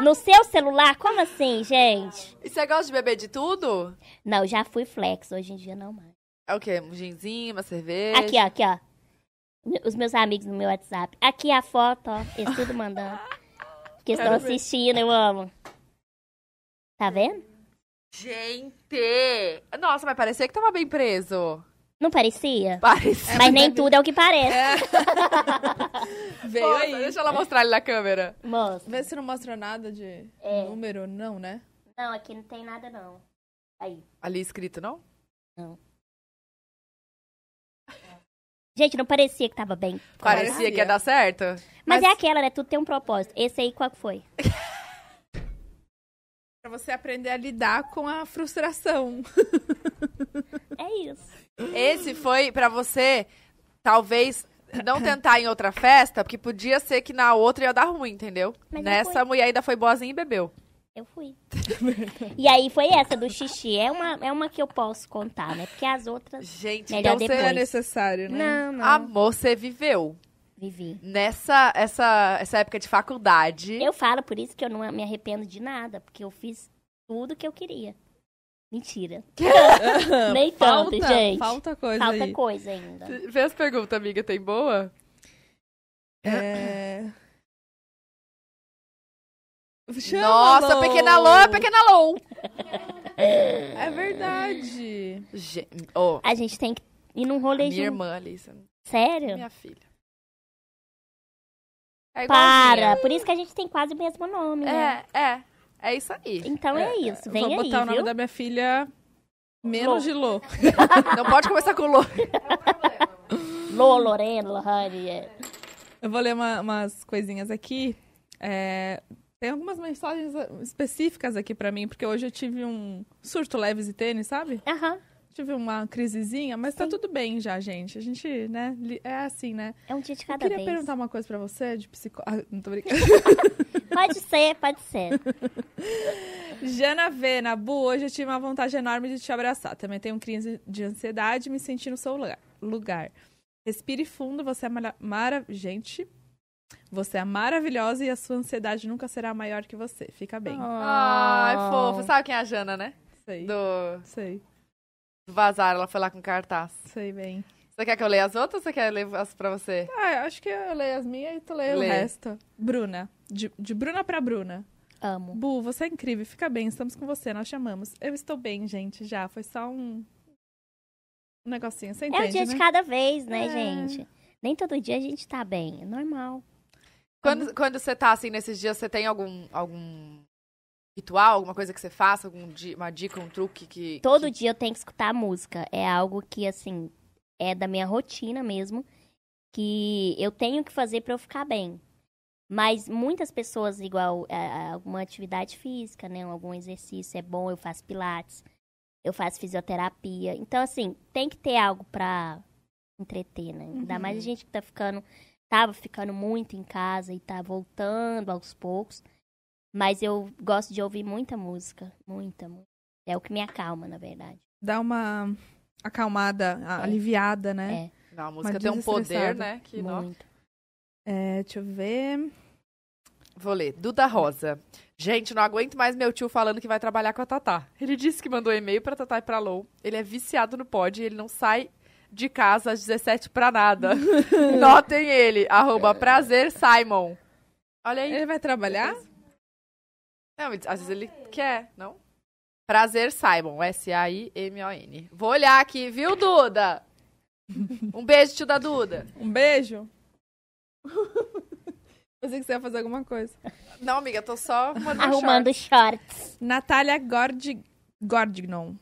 S3: no seu celular? Como assim, gente?
S4: E você gosta de beber de tudo?
S3: Não, já fui flex, hoje em dia não mais.
S4: É o quê? Um ginzinho, uma cerveja?
S3: Aqui, ó, aqui, ó. Me- Os meus amigos no meu WhatsApp. Aqui a foto, ó. Eles tudo mandando. Que estão
S2: Quero ver.
S3: assistindo, eu amo. Tá vendo?
S4: Gente! Nossa, mas parecia que tava bem preso.
S3: Não parecia?
S4: Parecia.
S3: Mas nem tudo é o que parece,
S2: Veio
S4: Nossa,
S2: aí.
S4: Deixa ela mostrar ele na câmera.
S2: É.
S3: moço.
S2: Vê se não mostra nada de
S3: É.
S2: número, não, né?
S3: Não, aqui não tem nada, não. Aí.
S4: Ali escrito, não?
S3: Gente, não parecia que tava bem.
S4: Parecia, que ia dar certo?
S3: Mas,
S2: Mas-
S3: é aquela, né? Tudo tem um propósito. Esse aí, qual que foi?
S2: Pra você aprender a lidar com a frustração.
S3: É isso.
S4: Esse foi pra você, talvez, não tentar em outra festa, porque podia ser que na outra ia dar ruim, entendeu?
S3: Mas não
S4: Nessa,
S3: foi.
S4: a mulher ainda foi boazinha e bebeu.
S3: Eu fui. e aí foi essa do xixi. É uma, é uma que eu posso contar, né? Porque as outras.
S4: Gente,
S3: Melhor
S4: então
S3: depois.
S2: É
S4: você...
S2: necessário, né?
S3: Não, não.
S4: Amor, você viveu.
S3: Vivi.
S4: Nessa essa, essa época de faculdade...
S3: Eu falo por isso que eu não me arrependo de nada, porque eu fiz tudo que eu queria. Mentira. Nem tanto,
S2: falta,
S3: gente.
S2: Falta coisa
S3: Falta
S2: aí.
S3: coisa ainda.
S4: Vê as perguntas, amiga, tem boa?
S2: É... Chama,
S4: Nossa,
S2: Lou.
S4: pequena Lou, pequena Lou!
S2: É verdade.
S4: Gen- Ô,
S3: A gente tem que ir num
S4: minha
S3: rolê junto.
S4: irmã, Alissa,
S3: Sério?
S4: minha filha. É igualzinha.
S3: Para. Por isso que a gente tem quase o mesmo nome, né?
S4: É, é. É isso aí.
S3: Então é, isso. Vem
S2: Vou
S3: aí,
S2: botar o nome
S3: viu?
S2: da minha filha menos de Lô.
S4: Não pode começar com Lou.
S3: Lô, Lorena, Lohane. é.
S2: Eu vou ler uma- umas coisinhas aqui. É, tem algumas mensagens específicas aqui pra mim, porque hoje eu tive um surto leves e tênis, sabe?
S3: Aham.
S2: Tive uma crisezinha, mas tá
S3: Sim.
S2: tudo bem já, gente. A gente, né, li- é assim, né?
S3: É um dia de
S2: Eu
S3: cada
S2: queria
S3: vez.
S2: perguntar uma coisa pra você de psicó... Ah, não tô brincando.
S3: Pode ser, pode ser.
S2: Jana V, Nabu, hoje eu tive uma vontade enorme de te abraçar. Também tenho crise de ansiedade e me senti no seu lugar- lugar. Respire fundo, você é mara... mara- Gente, você é maravilhosa e a sua ansiedade nunca será maior que você. Fica bem.
S4: Ai,
S3: Oh.
S4: fofo. Sabe quem é a Jana, né?
S2: Sei,
S4: Do,
S2: sei,
S4: do Vazar, ela foi lá com cartaz.
S2: sei bem.
S4: Você quer que eu leia as outras ou você quer ler as pra você?
S2: Ah, eu acho que eu leio as minhas e tu leio
S4: Lê.
S2: o resto. Bruna. De, de Bruna pra Bruna.
S3: Amo.
S2: Bu, você é incrível, fica bem, estamos com você, nós te amamos. Eu estou bem, gente, já. Foi só um. Um negocinho, você entende?
S3: é um dia
S2: né?
S3: de cada vez, né,
S2: É.
S3: gente? Nem todo dia a gente tá bem, é normal.
S4: Quando, quando você tá assim nesses dias, você tem algum, algum ritual, alguma coisa que você faça? Algum di- uma dica, um truque que.
S3: Todo dia eu tenho que escutar música. É algo que, assim, é da minha rotina mesmo. Que eu tenho que fazer pra eu ficar bem. Mas muitas pessoas, igual é, é, alguma atividade física, né? Algum exercício é bom, eu faço pilates, eu faço fisioterapia. Então, assim, tem que ter algo pra entreter, né? Ainda mais a gente que tá ficando tava ficando muito em casa e tá voltando aos poucos. Mas eu gosto de ouvir muita música. Muita, muita. É o que me acalma, na verdade.
S2: Dá uma acalmada, a-
S3: É.
S2: aliviada, né?
S3: É,
S4: Não, a música
S2: Mas
S4: tem um poder,
S2: desestressado.
S4: né? Que, nó.
S3: muito.
S2: É, deixa eu ver.
S4: Vou ler. Duda Rosa. Gente, não aguento mais meu tio falando que vai trabalhar com a Tatá. Ele disse que mandou e-mail pra Tatá e pra Lou. Ele é viciado no pod e ele não sai de casa às 17 pra nada. Notem ele. Arroba prazer Simon. Olha aí.
S2: Ele vai trabalhar?
S4: Não, mas às vezes ele quer, não? Prazer Simon. S-A-I-M-O-N. Vou olhar aqui, viu, Duda? Um beijo, tio da Duda.
S2: Um beijo? Pensei que você ia fazer alguma coisa.
S4: Não, amiga, eu tô só arrumando meu short.
S3: Arrumando shorts.
S2: Natália Gordi... Gordignon.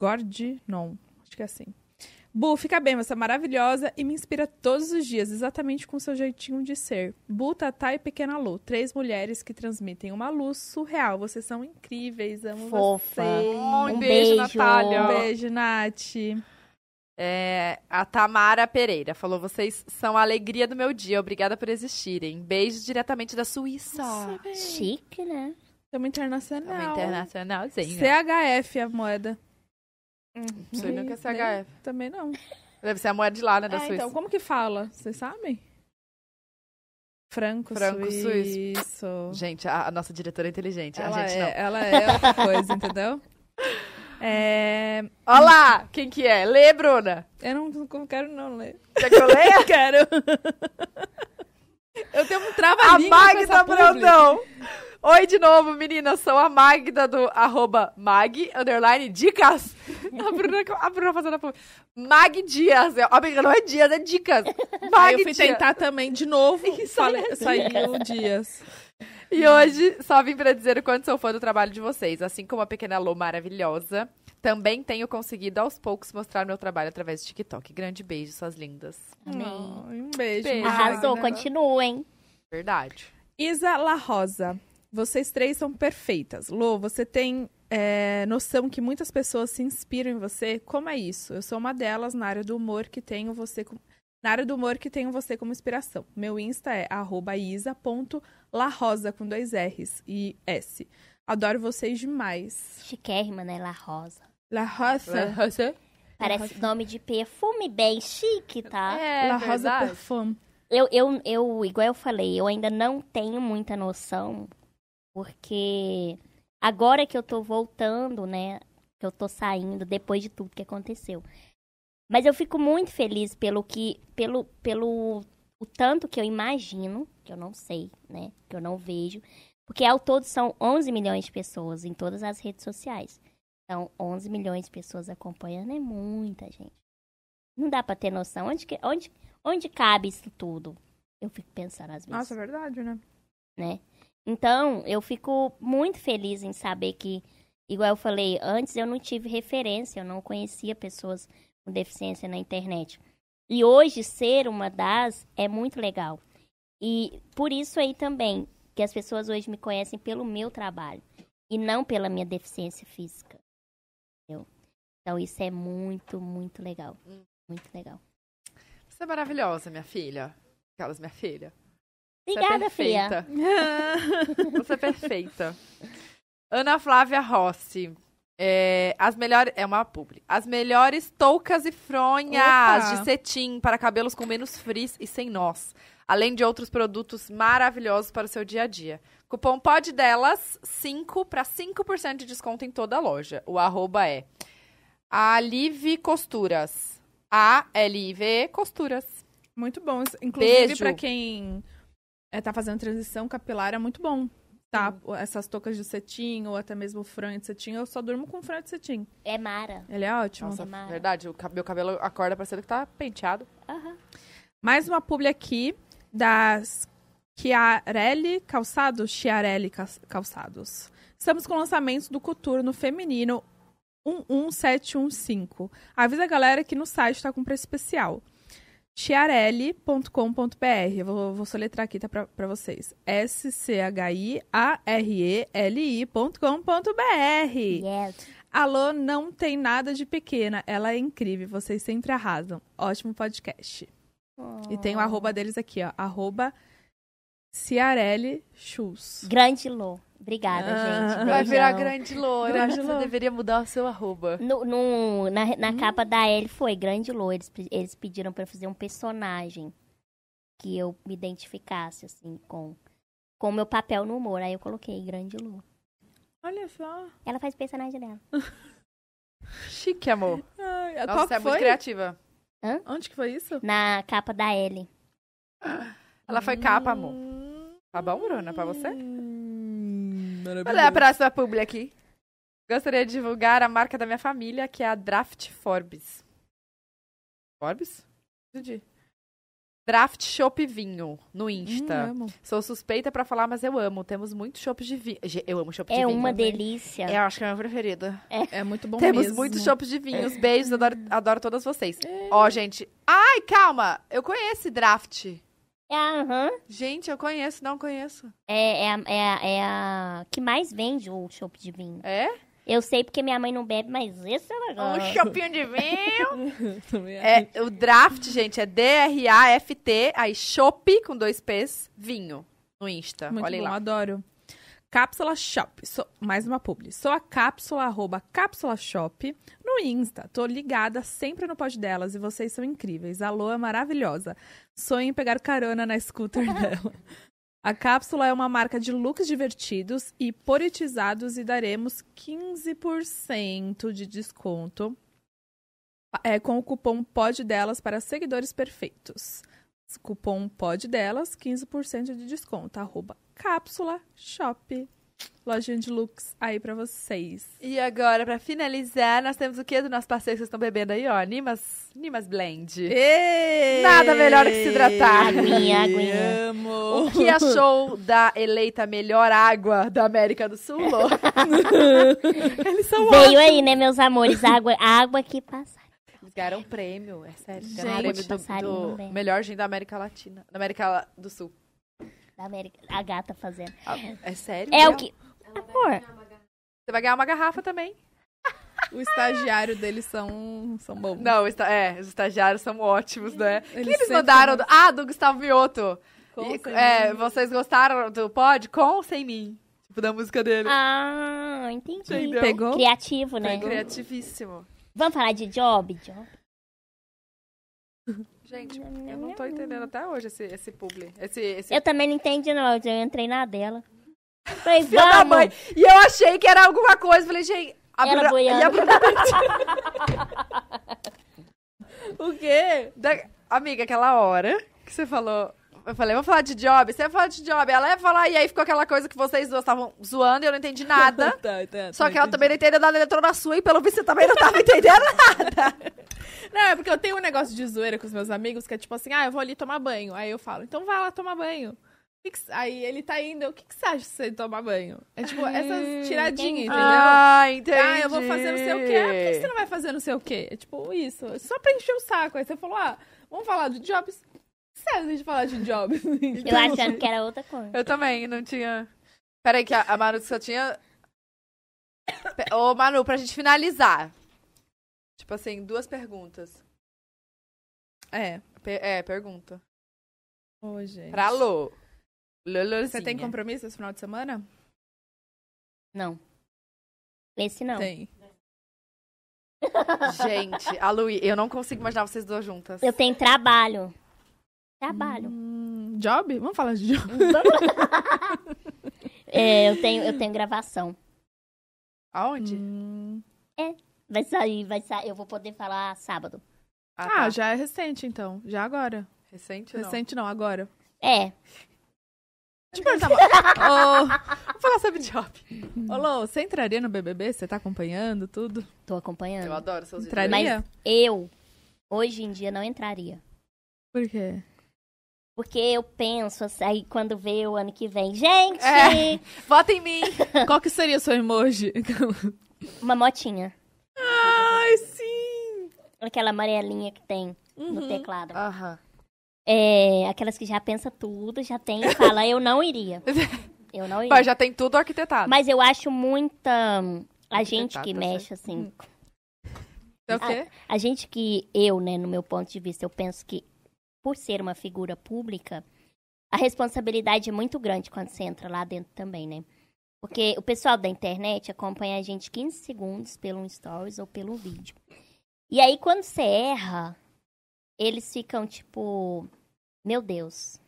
S2: Gordignon. Acho que é assim. Bu, fica bem, você é maravilhosa e me inspira todos os dias, exatamente com seu jeitinho de ser. Bu, Tatá e Pequena Lu, três mulheres que transmitem uma luz surreal. Vocês são incríveis, amo
S3: Fofa.
S2: vocês.
S4: Um, beijo,
S3: Um beijo.
S4: Natália.
S2: Um beijo, Nath.
S4: É, a Tamara Pereira falou: vocês são a alegria do meu dia, obrigada por existirem. Beijo diretamente da Suíça.
S3: Chique, né?
S2: Estamos internacional.
S4: É internacionalzinha.
S2: CHF a moeda.
S4: Não sei nem o que é
S2: Nem-
S4: CHF.
S2: Também não.
S4: Deve ser a moeda de lá, né? Da
S2: Ah,
S4: Suíça.
S2: então, como que fala? Vocês sabem? Franco,
S4: Franco suíço.
S2: suíço.
S4: Gente, a, a nossa diretora é inteligente.
S2: Ela,
S4: a gente
S2: é, ela é outra coisa, entendeu? É,
S4: não. Olha lá, quem que é? Lê, Bruna.
S2: eu não, não quero não ler.
S4: Quer que eu leia?
S2: Quero. Eu tenho um
S4: a
S2: trava-língua com essa
S4: Magda
S2: publi.
S4: Brandão. Oi de novo, meninas. Sou a Magda do arroba Mag, underline, dicas. A Bruna, a Bruna fazendo a publi. Mag Dias. Eu- Amiga, não é Dias, é dicas.
S2: Aí
S4: Mag
S2: eu fui
S4: Dias.
S2: tentar também de novo. Falei, saiu o Dias.
S4: E hoje só vim pra dizer o quanto sou fã do trabalho de vocês, assim como a pequena Lô maravilhosa. Também tenho conseguido aos poucos mostrar meu trabalho através do TikTok. Grande beijo, suas lindas.
S3: Amém.
S2: Ai, Um beijo.
S4: Beijo.
S3: Arrasou,
S2: Magda.
S3: continua, hein?
S4: É Verdade.
S2: Isa La Rosa, vocês três são perfeitas. Lô, você tem é, noção que muitas pessoas se inspiram em você? Como é isso? Eu sou uma delas na área do humor que tenho você como. Na área do humor que tenho você como inspiração. Meu Insta é arroba isa.larosa com dois R's e S. Adoro vocês demais.
S3: Chiquérrima, né? La Rosa.
S2: La Rosa.
S3: Parece nome de perfume bem chique, tá?
S4: É,
S2: La Rosa
S4: verdade.
S2: Perfume.
S3: Eu, eu, eu, igual eu falei, eu ainda não tenho muita noção, porque agora que eu tô voltando, né? Que eu tô saindo depois de tudo que aconteceu. Mas eu fico muito feliz pelo que. pelo, pelo o tanto que eu imagino, que eu não sei, né? Que eu não vejo. Porque ao todo são 11 milhões de pessoas em todas as redes sociais. Então, 11 milhões de pessoas acompanhando é muita gente. Não dá pra ter noção. Onde, que, onde, onde cabe isso tudo? Eu fico pensando às vezes.
S2: Nossa, é verdade, né?
S3: né? Então, eu fico muito feliz em saber que, igual eu falei, antes eu não tive referência, eu não conhecia pessoas com deficiência na internet. E hoje ser uma das é muito legal. E por isso aí também, que as pessoas hoje me conhecem pelo meu trabalho e não pela minha deficiência física. Entendeu? Então isso é muito, muito legal.
S4: Hum.
S3: Muito legal.
S4: Você é maravilhosa, minha filha. Aquelas, minha filha. Você é
S3: Obrigada, Fia.
S4: perfeita. Você é perfeita. Ana Flávia Rossi. É, as melhores. É uma publi. As melhores toucas e fronhas
S2: Opa!
S4: de cetim para cabelos com menos frizz e sem nós. Além de outros produtos maravilhosos para o seu dia a dia. Cupom POD delas, 5 para 5% de desconto em toda a loja. O arroba é Alive Costuras. A-L-I-V Costuras.
S2: Muito bom. Isso- Inclusive,
S4: Beijo.
S2: pra quem é, tá fazendo transição capilar, é muito bom. Tá? Essas toucas de cetim, ou até mesmo franho de cetim. Eu só durmo com franho de cetim.
S3: É Mara.
S2: Ele é ótimo.
S3: Nossa, Mara.
S4: Verdade, o cab- meu cabelo acorda parecendo que tá penteado.
S3: Aham.
S2: Mais uma publi aqui das Chiarelli Calçados. Chiarelli Cas- Calçados. Estamos com lançamentos do Coturno Feminino 11715. Avisa a galera que no site tá com preço especial. chiarelli.com.br. Eu vou, vou soletrar aqui, tá? Pra, pra vocês. S-C-H-I-A-R-E-L-I.com.br.
S3: Yes.
S2: Alô, não tem nada de pequena. Ela é incrível. Vocês sempre arrasam. Ótimo podcast. E tem o arroba deles aqui, ó. Arroba Ciarelli Shoes.
S3: Grande Lô. Obrigada,
S2: Ah,
S3: gente.
S4: Vai
S3: Beijão.
S4: virar grande Lô. Eu
S2: Grande
S4: acho que você
S2: Lô.
S4: deveria mudar o seu arroba.
S3: No, no- na
S4: Hum.
S3: na capa da L foi Grande Lô. Eles, pe- eles pediram pra eu fazer um personagem que eu me identificasse, assim, com com o meu papel no humor. Aí eu coloquei Grande Lô.
S2: Olha só.
S3: Ela faz personagem dela.
S4: Chique, amor.
S2: Ai,
S4: Nossa,
S2: qual
S4: você
S2: que
S4: é muito
S2: foi?
S4: criativa.
S2: Onde que foi isso?
S3: Na capa da L.
S4: Ela foi capa, amor. Tá bom, Bruna, pra você?
S2: Hum,
S4: Olha é a próxima publi aqui. Gostaria de divulgar a marca da minha família, que é a Draft Forbes. Forbes? Entendi. Draft Shop Vinho, no Insta.
S2: Hum, amo.
S4: Sou suspeita pra falar, mas eu amo. Temos muitos shops de vinho. Ge- Eu amo shopping de
S3: É
S4: vinho.
S3: uma
S4: também.
S3: delícia.
S4: Eu acho que é a minha preferida.
S2: É muito bom
S4: Temos
S2: mesmo.
S4: muitos shops de vinhos. Beijos, adoro, adoro todas vocês. Ó, gente. Ai, calma! Eu conheço Draft.
S3: É, a- aham.
S4: Gente, eu conheço, não conheço.
S3: É, é, a- é, a- é a que mais vende o chopp de vinho.
S4: É?
S3: Eu sei porque minha mãe não bebe, mas esse é
S4: Um
S3: negócio.
S4: shopping de vinho.
S2: Também acho.
S4: É, o draft, gente, é D-R-A-F-T, aí chopp com dois P's, vinho, no Insta.
S2: Muito
S4: Olhem
S2: bom,
S4: lá.
S2: adoro. Cápsula Shop. Sou- mais uma publi. Sou a cápsula, arroba cápsula shop no Insta. Tô ligada sempre no pod delas e vocês são incríveis. A Lô é maravilhosa. Sonho em pegar carona na scooter dela. A cápsula é uma marca de looks divertidos e politizados e daremos 15% de desconto é, com o cupom POD delas para seguidores perfeitos. Cupom POD delas, 15% de desconto. Arroba cápsula shop. Lojinha de looks aí pra vocês.
S4: E agora, pra finalizar, nós temos o que do nosso parceiro que vocês estão bebendo aí, ó? Nimas, Nimas Blend. Nada melhor que se hidratar.
S3: Aguinha, aguinha.
S2: Amo.
S4: O que achou da eleita melhor água da América do Sul? Lô? Eles são ótimos.
S3: Veio aí, né, meus amores? Água, água que passa.
S4: Eles ganharam um prêmio, é sério.
S2: Gente,
S4: Ganharam prêmio
S3: passarinho
S4: do, do
S3: bem.
S4: melhor gin da América Latina, da América do Sul.
S3: Da América. A gata fazendo.
S4: Ah, É sério?
S3: É
S4: mesmo?
S3: o que. Amor,
S4: Você vai ganhar uma garrafa também.
S2: O estagiário deles são, são bons.
S4: Não, esta- é, os estagiários são ótimos, né? O que eles
S2: sempre
S4: mandaram?
S2: são
S4: do- Ah, do Gustavo Mioto.
S2: Com
S4: E-
S2: sem
S4: é,
S2: mim.
S4: vocês gostaram do pod? Com ou sem mim? Tipo, da música dele.
S3: Ah, entendi.
S4: Entendeu?
S2: Pegou?
S3: Criativo, né?
S4: Criativíssimo.
S3: Vamos falar de job, job?
S4: Gente, eu não é tô entendendo até hoje esse, esse publi. Esse, esse
S3: Eu também não entendi, não. Eu entrei na dela. Falei,
S4: filho da
S3: vamos!
S4: mãe. E eu achei que era alguma coisa. Falei, gente... A
S3: Era
S4: Bruna-
S3: boiando.
S4: e a Bruna- É.
S2: O quê?
S4: da- Amiga, aquela hora que você falou... Eu falei, vamos falar de job. Você vai falar de job. Ela ia falar. E aí ficou aquela coisa que vocês duas estavam zoando e eu não entendi nada.
S2: Tá, tá,
S4: Só
S2: tá,
S4: que ela
S2: entendi.
S4: também não entendeu nada, entrou na sua e pelo visto você também não tava entendendo nada.
S2: Não, é porque eu tenho um negócio de zoeira com os meus amigos que é tipo assim, ah, eu vou ali tomar banho. Aí eu falo, então vai lá tomar banho. O que que- Aí ele tá indo, o que, que você acha se você tomar banho? É tipo
S3: Hum,
S2: essas tiradinhas,
S3: entendi.
S2: entendeu?
S4: Ah, entendi.
S2: Ah, eu vou fazer não sei o quê. Ah, Por que que você não vai fazer não sei o quê? É tipo isso. Só pra encher o saco. Aí você falou, ah, vamos falar de jobs. O que você acha de falar de jobs? então.
S3: Eu
S4: um
S3: achando que era outra coisa.
S4: Eu também, não tinha. Peraí, que a, a Manu disse que eu tinha. Pe- Ô, Manu, pra gente finalizar. Tipo assim, duas perguntas.
S2: É.
S4: Pe- é, pergunta.
S2: Ô, gente.
S4: Pra assim, é. Lô.
S2: Você tem compromisso esse final de semana?
S3: Não. Esse não.
S2: Tem.
S4: Gente, a Luí, eu não consigo imaginar vocês duas juntas.
S3: Eu tenho trabalho. Trabalho.
S2: Hum, job? Vamos falar de job.
S3: É, eu, tenho, eu tenho gravação.
S4: Aonde?
S2: Hum.
S3: Vai sair, vai sair. Eu vou poder falar sábado.
S2: Ah,
S4: tá.
S2: já é recente, então. Já agora.
S4: Recente ou não?
S2: Recente não, agora.
S3: É.
S2: Deixa eu perguntar uma-
S4: Vamos falar sobre job.
S2: Ô, ô, Lô, você entraria no BBB? Você tá acompanhando tudo?
S3: Tô
S4: Eu
S3: acompanhando.
S4: adoro seus vídeos.
S2: Entraria?
S3: Eu, hoje em dia, não entraria.
S2: Por quê?
S3: Porque eu penso, assim, aí quando vê o ano que vem, gente,
S4: É. Vota em mim!
S2: Qual que seria o seu emoji?
S3: uma motinha.
S2: Ai, sim! Uhum.
S3: Aquela amarelinha que tem no teclado.
S4: Aham.
S3: É, aquelas que já pensa tudo, já tem e fala, eu não iria. Eu não iria.
S4: Mas
S3: Mas,
S4: já tem tudo arquitetado.
S3: eu acho muita. hum, A gente
S4: Arquitetado,
S3: que
S4: tá
S3: mexe, assim.
S2: É o quê?
S3: A gente que, eu, né, no meu ponto de vista, eu penso que por ser uma figura pública, a responsabilidade é muito grande quando você entra lá dentro também, né? Porque o pessoal da internet acompanha a gente 15 segundos pelo stories ou pelo vídeo. E aí, quando você erra, eles ficam tipo: Meu Deus,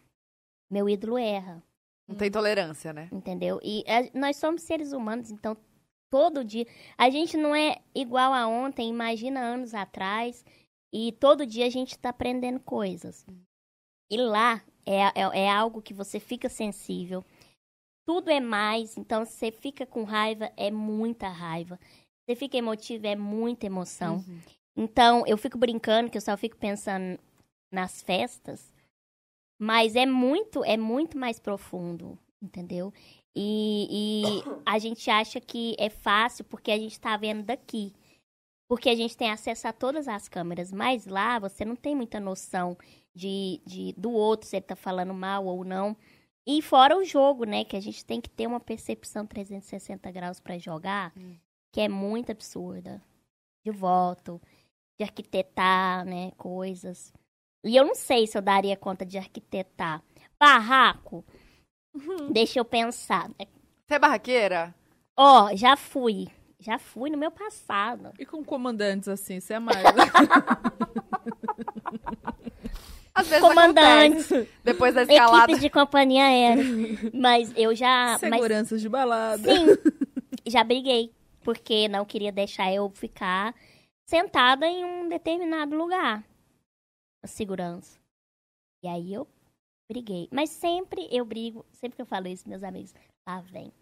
S3: meu ídolo erra,
S4: Não tem tolerância, né?
S3: entendeu? E a- nós somos seres humanos, então todo dia. A gente não é igual a ontem, imagina anos atrás. E todo dia a gente tá aprendendo coisas. E lá é, é, é algo que você fica sensível. Tudo é mais, então você fica com raiva, é muita raiva. Você fica emotivo, é muita emoção. Então, eu fico brincando que eu só fico pensando nas festas, mas é muito, é muito mais profundo, entendeu? E, e a gente acha que é fácil porque a gente tá vendo daqui. Porque a gente tem acesso a todas as câmeras, mas lá você não tem muita noção de, de do outro, se ele tá falando mal ou não. E fora o jogo, né? Que a gente tem que ter uma percepção 360 graus pra jogar, que é muito absurda. De voto, de arquitetar, né, coisas. E eu não sei se eu daria conta de arquitetar. Barraco? Deixa eu pensar.
S4: Você é barraqueira?
S3: Ó, já fui. Já fui no meu passado.
S2: E com comandantes assim, você é mais.
S4: Às vezes acontece.
S3: Comandantes,
S4: Depois da escalada.
S3: equipe de companhia aérea. Mas eu já. Ah, Mas
S2: Seguranças de balada.
S3: já briguei, porque não queria deixar eu ficar sentada em um determinado lugar. A segurança. E aí eu briguei. Mas sempre eu brigo, sempre que eu falo isso, meus amigos, lá vem.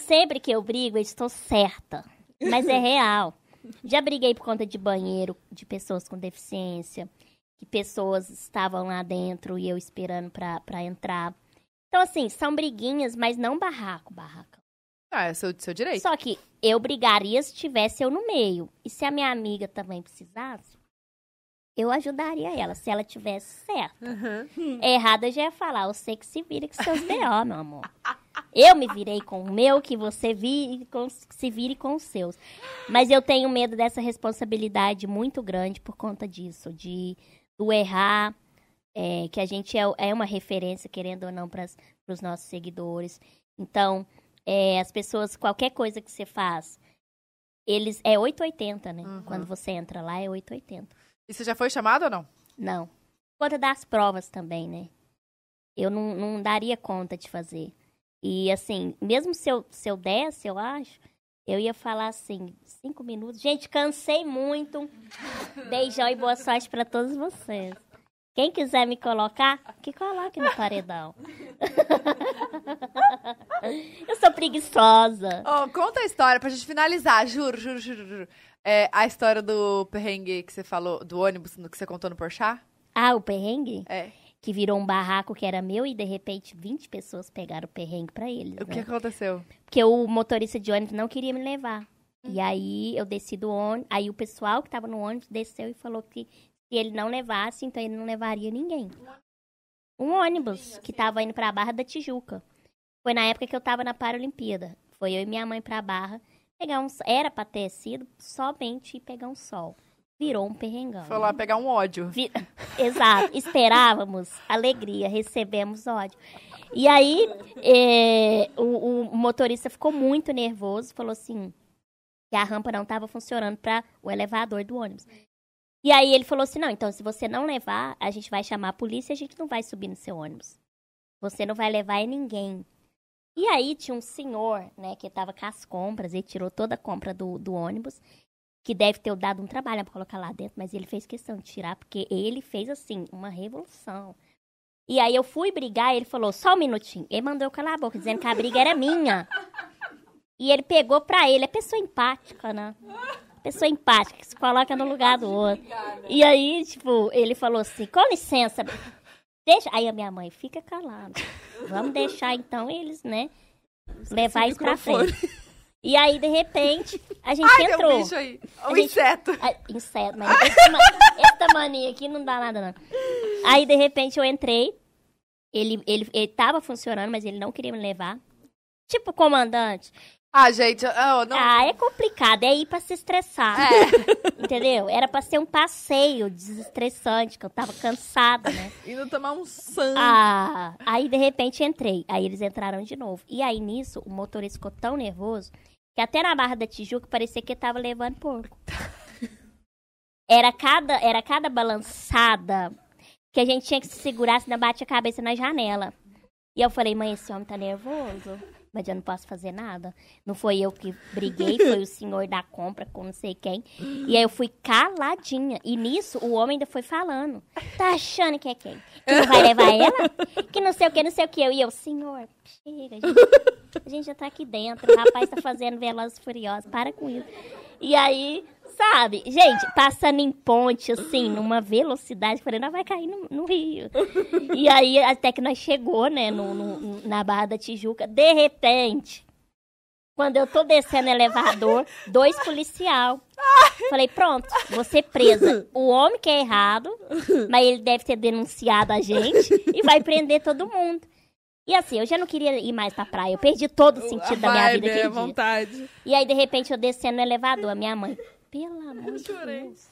S3: Sempre que eu brigo, eu estou certa. Mas é real. Já briguei por conta de banheiro, de pessoas com deficiência, que pessoas estavam lá dentro e eu esperando pra, pra entrar. Então, assim, são briguinhas, mas não barraco, barraco.
S4: Ah, é seu, seu direito.
S3: Só que eu brigaria se tivesse eu no meio. E se a minha amiga também precisasse, eu ajudaria ela, se ela tivesse certo.
S4: Uhum.
S3: Errada eu já ia falar, você que se vira com seus B.O., meu amor. Eu me virei com o meu, que você vire com- se vire com os seus. Mas eu tenho medo dessa responsabilidade muito grande por conta disso, de do errar, é, que a gente é, é uma referência, querendo ou não, para os nossos seguidores. Então, é, as pessoas, qualquer coisa que você faz, eles é 880, né?
S4: Uhum.
S3: Quando você entra lá, é 880.
S4: E você já foi chamada ou não?
S3: Não. Por conta das provas também, né? Eu não, não daria conta de fazer. E assim, mesmo se eu, se eu desse, eu acho, eu ia falar assim, cinco minutos. Gente, cansei muito. Beijão e boa sorte pra todos vocês. Quem quiser me colocar, que coloque no paredão. eu sou preguiçosa.
S4: Ó, conta a história pra gente finalizar, juro, juro, juro, juro. É, a história do perrengue que você falou, do ônibus no- que você contou no Porchat?
S3: Ah, o perrengue?
S4: É.
S3: Que virou um barraco que era meu e de repente 20 pessoas pegaram o perrengue pra eles.
S4: O
S3: né?
S4: que aconteceu?
S3: Porque o motorista de ônibus não queria me levar. E aí eu desci do ônibus, aí o pessoal que tava no ônibus desceu e falou que se ele não levasse, então ele não levaria ninguém. Um ônibus que tava indo pra Barra da Tijuca. Foi na época que eu tava na Paralimpíada. Foi eu e minha mãe pra Barra pegar um s- era pra ter sido somente ir pegar um sol. Virou um perrengão.
S4: Foi lá pegar um ódio.
S3: Vi- Exato. Esperávamos alegria, recebemos ódio. E aí, é, o, o motorista ficou muito nervoso, falou assim que a rampa não estava funcionando para o elevador do ônibus. E aí ele falou assim, não, então se você não levar, a gente vai chamar a polícia e a gente não vai subir no seu ônibus. Você não vai levar é ninguém. E aí tinha um senhor, né, que tava com as compras, ele tirou toda a compra do, do ônibus que deve ter dado um trabalho pra colocar lá dentro, mas ele fez questão de tirar, porque ele fez, assim, uma revolução. E aí eu fui brigar, ele falou, só um minutinho. Ele mandou eu calar a boca, dizendo que a briga era minha. E ele pegou pra ele, é pessoa empática, né? Pessoa empática, que se coloca no lugar do outro. E aí, tipo, ele falou assim, com licença, deixa... Aí a minha mãe, fica calada. Vamos deixar, então, eles, né, levar isso pra
S2: microfone.
S3: frente. E aí, de repente, a gente
S4: Tem
S3: entrou.
S4: um bicho aí. Um
S3: A gente-
S4: inseto.
S3: Ah, Inseto, mas esse, ma- essa mania aqui não dá nada, não. Aí, de repente, eu entrei. Ele, ele, ele tava funcionando, mas ele não queria me levar. Tipo comandante.
S4: Ah, gente, eu não.
S3: Ah, é complicado, é ir pra se estressar. Entendeu? Era pra ser um passeio desestressante, que eu tava cansada, né?
S2: Indo tomar um sangue.
S3: Ah, aí de repente entrei. Aí eles entraram de novo. E aí nisso, o motorista ficou tão nervoso que até na Barra da Tijuca parecia que ele tava levando porco. Era cada, era cada balançada que a gente tinha que se segurar, senão bate a cabeça na janela. E eu falei, mãe, esse homem tá nervoso. Mas eu não posso fazer nada. Não foi eu que briguei, foi o senhor da compra com não sei quem. E aí eu fui caladinha. E nisso o homem ainda foi falando. Tá achando que é quem? Que não vai levar ela? Que não sei o que, não sei o que. E eu, senhor, chega, gente. A gente já tá aqui dentro. O rapaz tá fazendo Velozes e Furiosos. Para com isso. E aí, sabe? Gente, passando em ponte, assim, numa velocidade. Falei, nós vai cair no, no rio. E aí, até que nós chegou, né, no, no- na Barra da Tijuca. De repente, quando eu tô descendo o elevador, dois policial. Falei, pronto, você presa. O homem que é errado, mas ele deve ter denunciado a gente e vai prender todo mundo. E assim, eu já não queria ir mais pra praia. Eu perdi todo o sentido da minha
S4: é
S3: vida aquele dia.
S2: vontade.
S3: E aí, de repente, eu descendo no elevador, a minha mãe, pelo amor de
S2: chorei.
S3: Deus,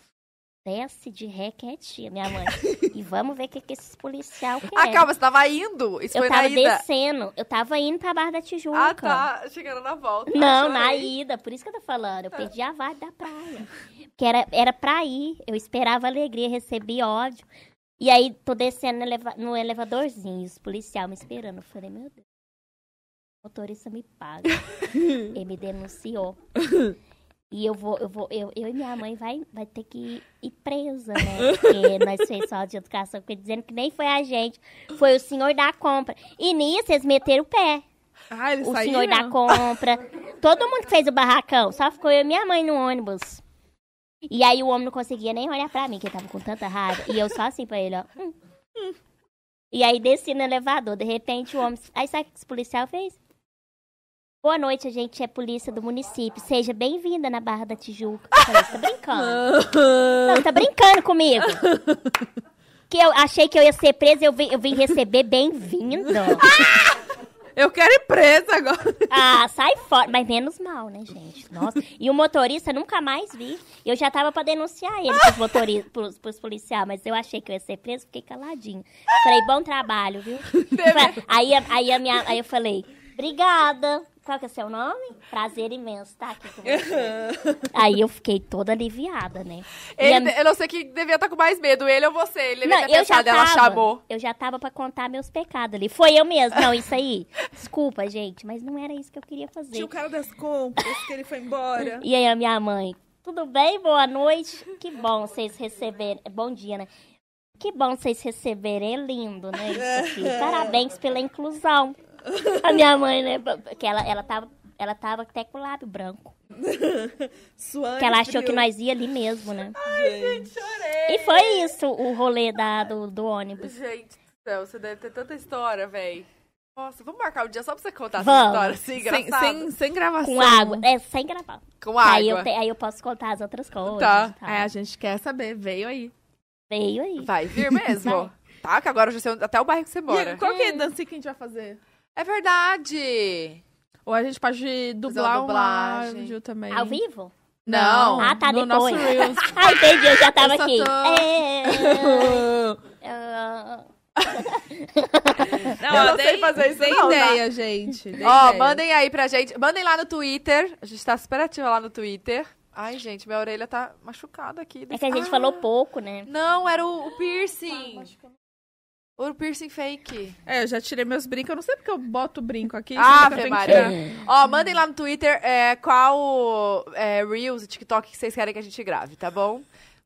S3: desce de ré quietinha, minha mãe. e vamos ver o que, que esses policial
S4: Ah,
S3: querem.
S4: calma, você tava indo. Isso
S3: eu
S4: foi na
S3: tava
S4: ida.
S3: descendo, eu tava indo pra Barra da Tijuca.
S4: Ah, tá. Chegando na volta.
S3: Não,
S4: Chorei.
S3: na ida, por isso que eu tô falando. Eu perdi a vibe da praia. Porque era, era pra ir. Eu esperava alegria, recebi ódio. E aí, tô descendo no, eleva- no elevadorzinho, os policial me esperando. Eu falei, meu Deus, o motorista me paga. Ele me denunciou. E eu vou, eu vou, eu, eu e minha mãe vai, vai ter que ir presa, né? Porque nós fez só de educação, porque dizendo que nem foi a gente, foi o senhor da compra. E nisso eles meteram o pé
S2: Ah, ele
S3: o
S2: saiu.
S3: senhor da compra. Todo mundo que fez o barracão. Só ficou eu e minha mãe no ônibus. E aí o homem não conseguia nem olhar pra mim, que ele tava com tanta raiva. E eu só assim pra ele, ó. hum, hum. E aí desci no elevador. De repente o homem. Aí sabe o que esse policial fez? Boa noite, a gente é polícia do município. Seja bem-vinda na Barra da Tijuca. Eu falei, você tá brincando? Não, você tá brincando comigo? Que eu achei que eu ia ser presa, eu vim, eu vim receber bem-vindo.
S2: Eu quero ir presa agora.
S3: Ah, sai fora. Mas menos mal, né, gente? Nossa. E o motorista nunca mais vi. Eu já tava pra denunciar ele pros, motoristas, pros, pros policiais, mas eu achei que eu ia ser preso, fiquei caladinha. Falei, bom trabalho, viu? Fa- aí, a- aí, a minha, aí eu falei, obrigada. Qual que é seu nome? Prazer imenso estar aqui com você. aí eu fiquei toda aliviada, né? E a-
S4: Ele, Eu não sei quem devia estar com mais medo, ele ou você. Ele devia
S3: não,
S4: ter
S3: eu já
S4: pensado,
S3: tava,
S4: ela chamou.
S3: eu já tava pra contar meus pecados ali. Foi eu mesmo, não, isso aí. Desculpa, gente, mas não era isso que eu queria fazer.
S2: Tinha o cara das compras, que ele foi embora.
S3: E aí a minha mãe, tudo bem? Boa noite. Que bom vocês receberem. Bom dia, né? Que bom vocês receberem. É lindo, né? Isso aqui. Parabéns pela inclusão. A minha mãe, né? Que ela, ela tava. Ela tava até com o lábio branco.
S2: Suando.
S3: Que ela achou que nós ia ali mesmo, né?
S2: Gente.
S3: E
S2: É.
S3: foi isso o rolê da, do, do ônibus.
S4: Gente do céu, você deve ter tanta história, véi. Nossa, vamos marcar um dia só pra você contar essa
S3: Vamos.
S4: história, assim,
S2: Sem,
S4: engraçada.
S2: sem, sem gravação.
S3: Com água. É, sem gravar.
S4: Com
S3: Aí
S4: água.
S3: eu, te- aí eu posso contar as outras coisas.
S4: Tá.
S3: e tal.
S2: É, a gente quer saber. Veio aí.
S3: Veio aí.
S4: Vai vir mesmo. Tá, que agora eu já sei onde- até o bairro que você mora.
S2: E Qual que é a dancinha que a gente vai fazer?
S4: É verdade.
S2: Ou a gente pode dublar uma
S4: dublagem.
S2: áudio também.
S3: Ao vivo?
S4: Não.
S3: Ah, tá,
S2: no
S3: depois.
S2: nosso Reels.
S3: Ah, entendi, eu já tava
S2: Eu só
S3: aqui.
S2: tô-
S3: É,
S2: Não,
S4: Eu não
S2: dei-
S4: sei fazer isso
S2: dei
S4: não, tá?
S2: ideia, gente. Dei
S4: Ó,
S2: ideia.
S4: mandem aí pra gente. Mandem lá no Twitter. A gente tá super ativa lá no Twitter. Ai, gente, minha orelha tá machucada aqui.
S3: É que a gente
S4: Ah,
S3: falou pouco, né?
S4: Não, era o, o piercing. O piercing fake.
S2: É, eu já tirei meus brincos. Eu não sei porque eu boto brinco aqui.
S4: Ah,
S2: sempre que eu tenho que
S4: Maria.
S2: tirar.
S3: É.
S4: Ó, mandem lá no Twitter é, qual é, Reels, TikTok que vocês querem que a gente grave, tá bom?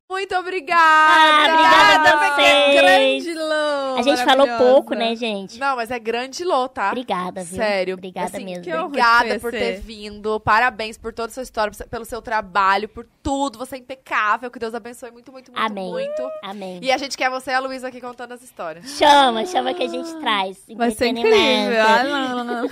S4: Muito obrigada!
S3: Ah, obrigada a vocês.
S2: Grande Lô,
S3: A gente falou
S2: maravilhosa.
S3: pouco, né, gente?
S4: Não, mas é grande Lô, tá?
S3: Obrigada, viu?
S4: Sério.
S3: Obrigada
S4: assim,
S3: mesmo.
S2: que eu-
S4: Obrigada por
S2: conhecer.
S4: ter vindo. Parabéns por toda a sua história, pelo seu trabalho, por tudo. Você é impecável. Que Deus abençoe muito, muito, muito,
S3: Amém.
S4: muito.
S3: Amém.
S4: E a gente quer você e a Luísa aqui contando as histórias.
S3: Chama, chama que a gente traz.
S2: Vai ser incrível.
S3: Entretenimento.
S2: Ah, não, não, não.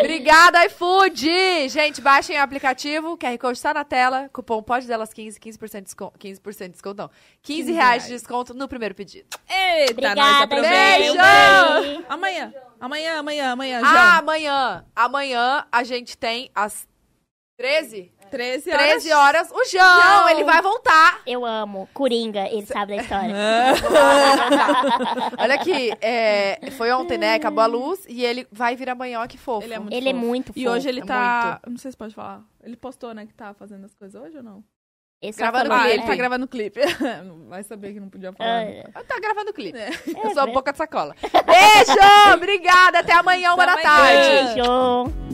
S4: Obrigada, iFood! Gente, baixem o aplicativo. O QR Code tá na tela. Cupom pode delas 15, 15% de desconto. 15% de desconto, não. 15 reais de desconto no primeiro pedido.
S2: Eita, nós
S3: Obrigada,
S2: aproveita.
S3: gente.
S2: Amanhã. Amanhã, amanhã, amanhã,
S4: Ah,
S2: já.
S4: amanhã. Amanhã a gente tem às 13?
S2: 13 horas.
S4: 13 horas. O João,
S2: João.
S4: ele vai voltar.
S3: Eu amo. Coringa, ele sabe da história.
S2: É.
S4: Olha aqui, é, foi ontem, né? Acabou a luz e ele vai vir amanhã, olha que fofo.
S2: Ele é muito
S3: Ele é
S2: fofo.
S3: muito fofo.
S2: E hoje ele
S4: É
S2: tá. Não sei se pode falar. Ele postou, né, que tá fazendo as coisas hoje ou não?
S3: Ele só
S4: gravando
S3: falou,
S2: Ah,
S4: clipe.
S2: ele
S3: é.
S2: tá gravando clipe. Vai saber que não podia falar.
S3: É.
S2: né?
S4: Tá gravando o clipe.
S2: É.
S4: Eu sou a
S3: É,
S4: boca de sacola. Beijo! Obrigada! Até amanhã, uma
S2: Até
S4: da
S2: amanhã.
S4: tarde.
S3: Beijo.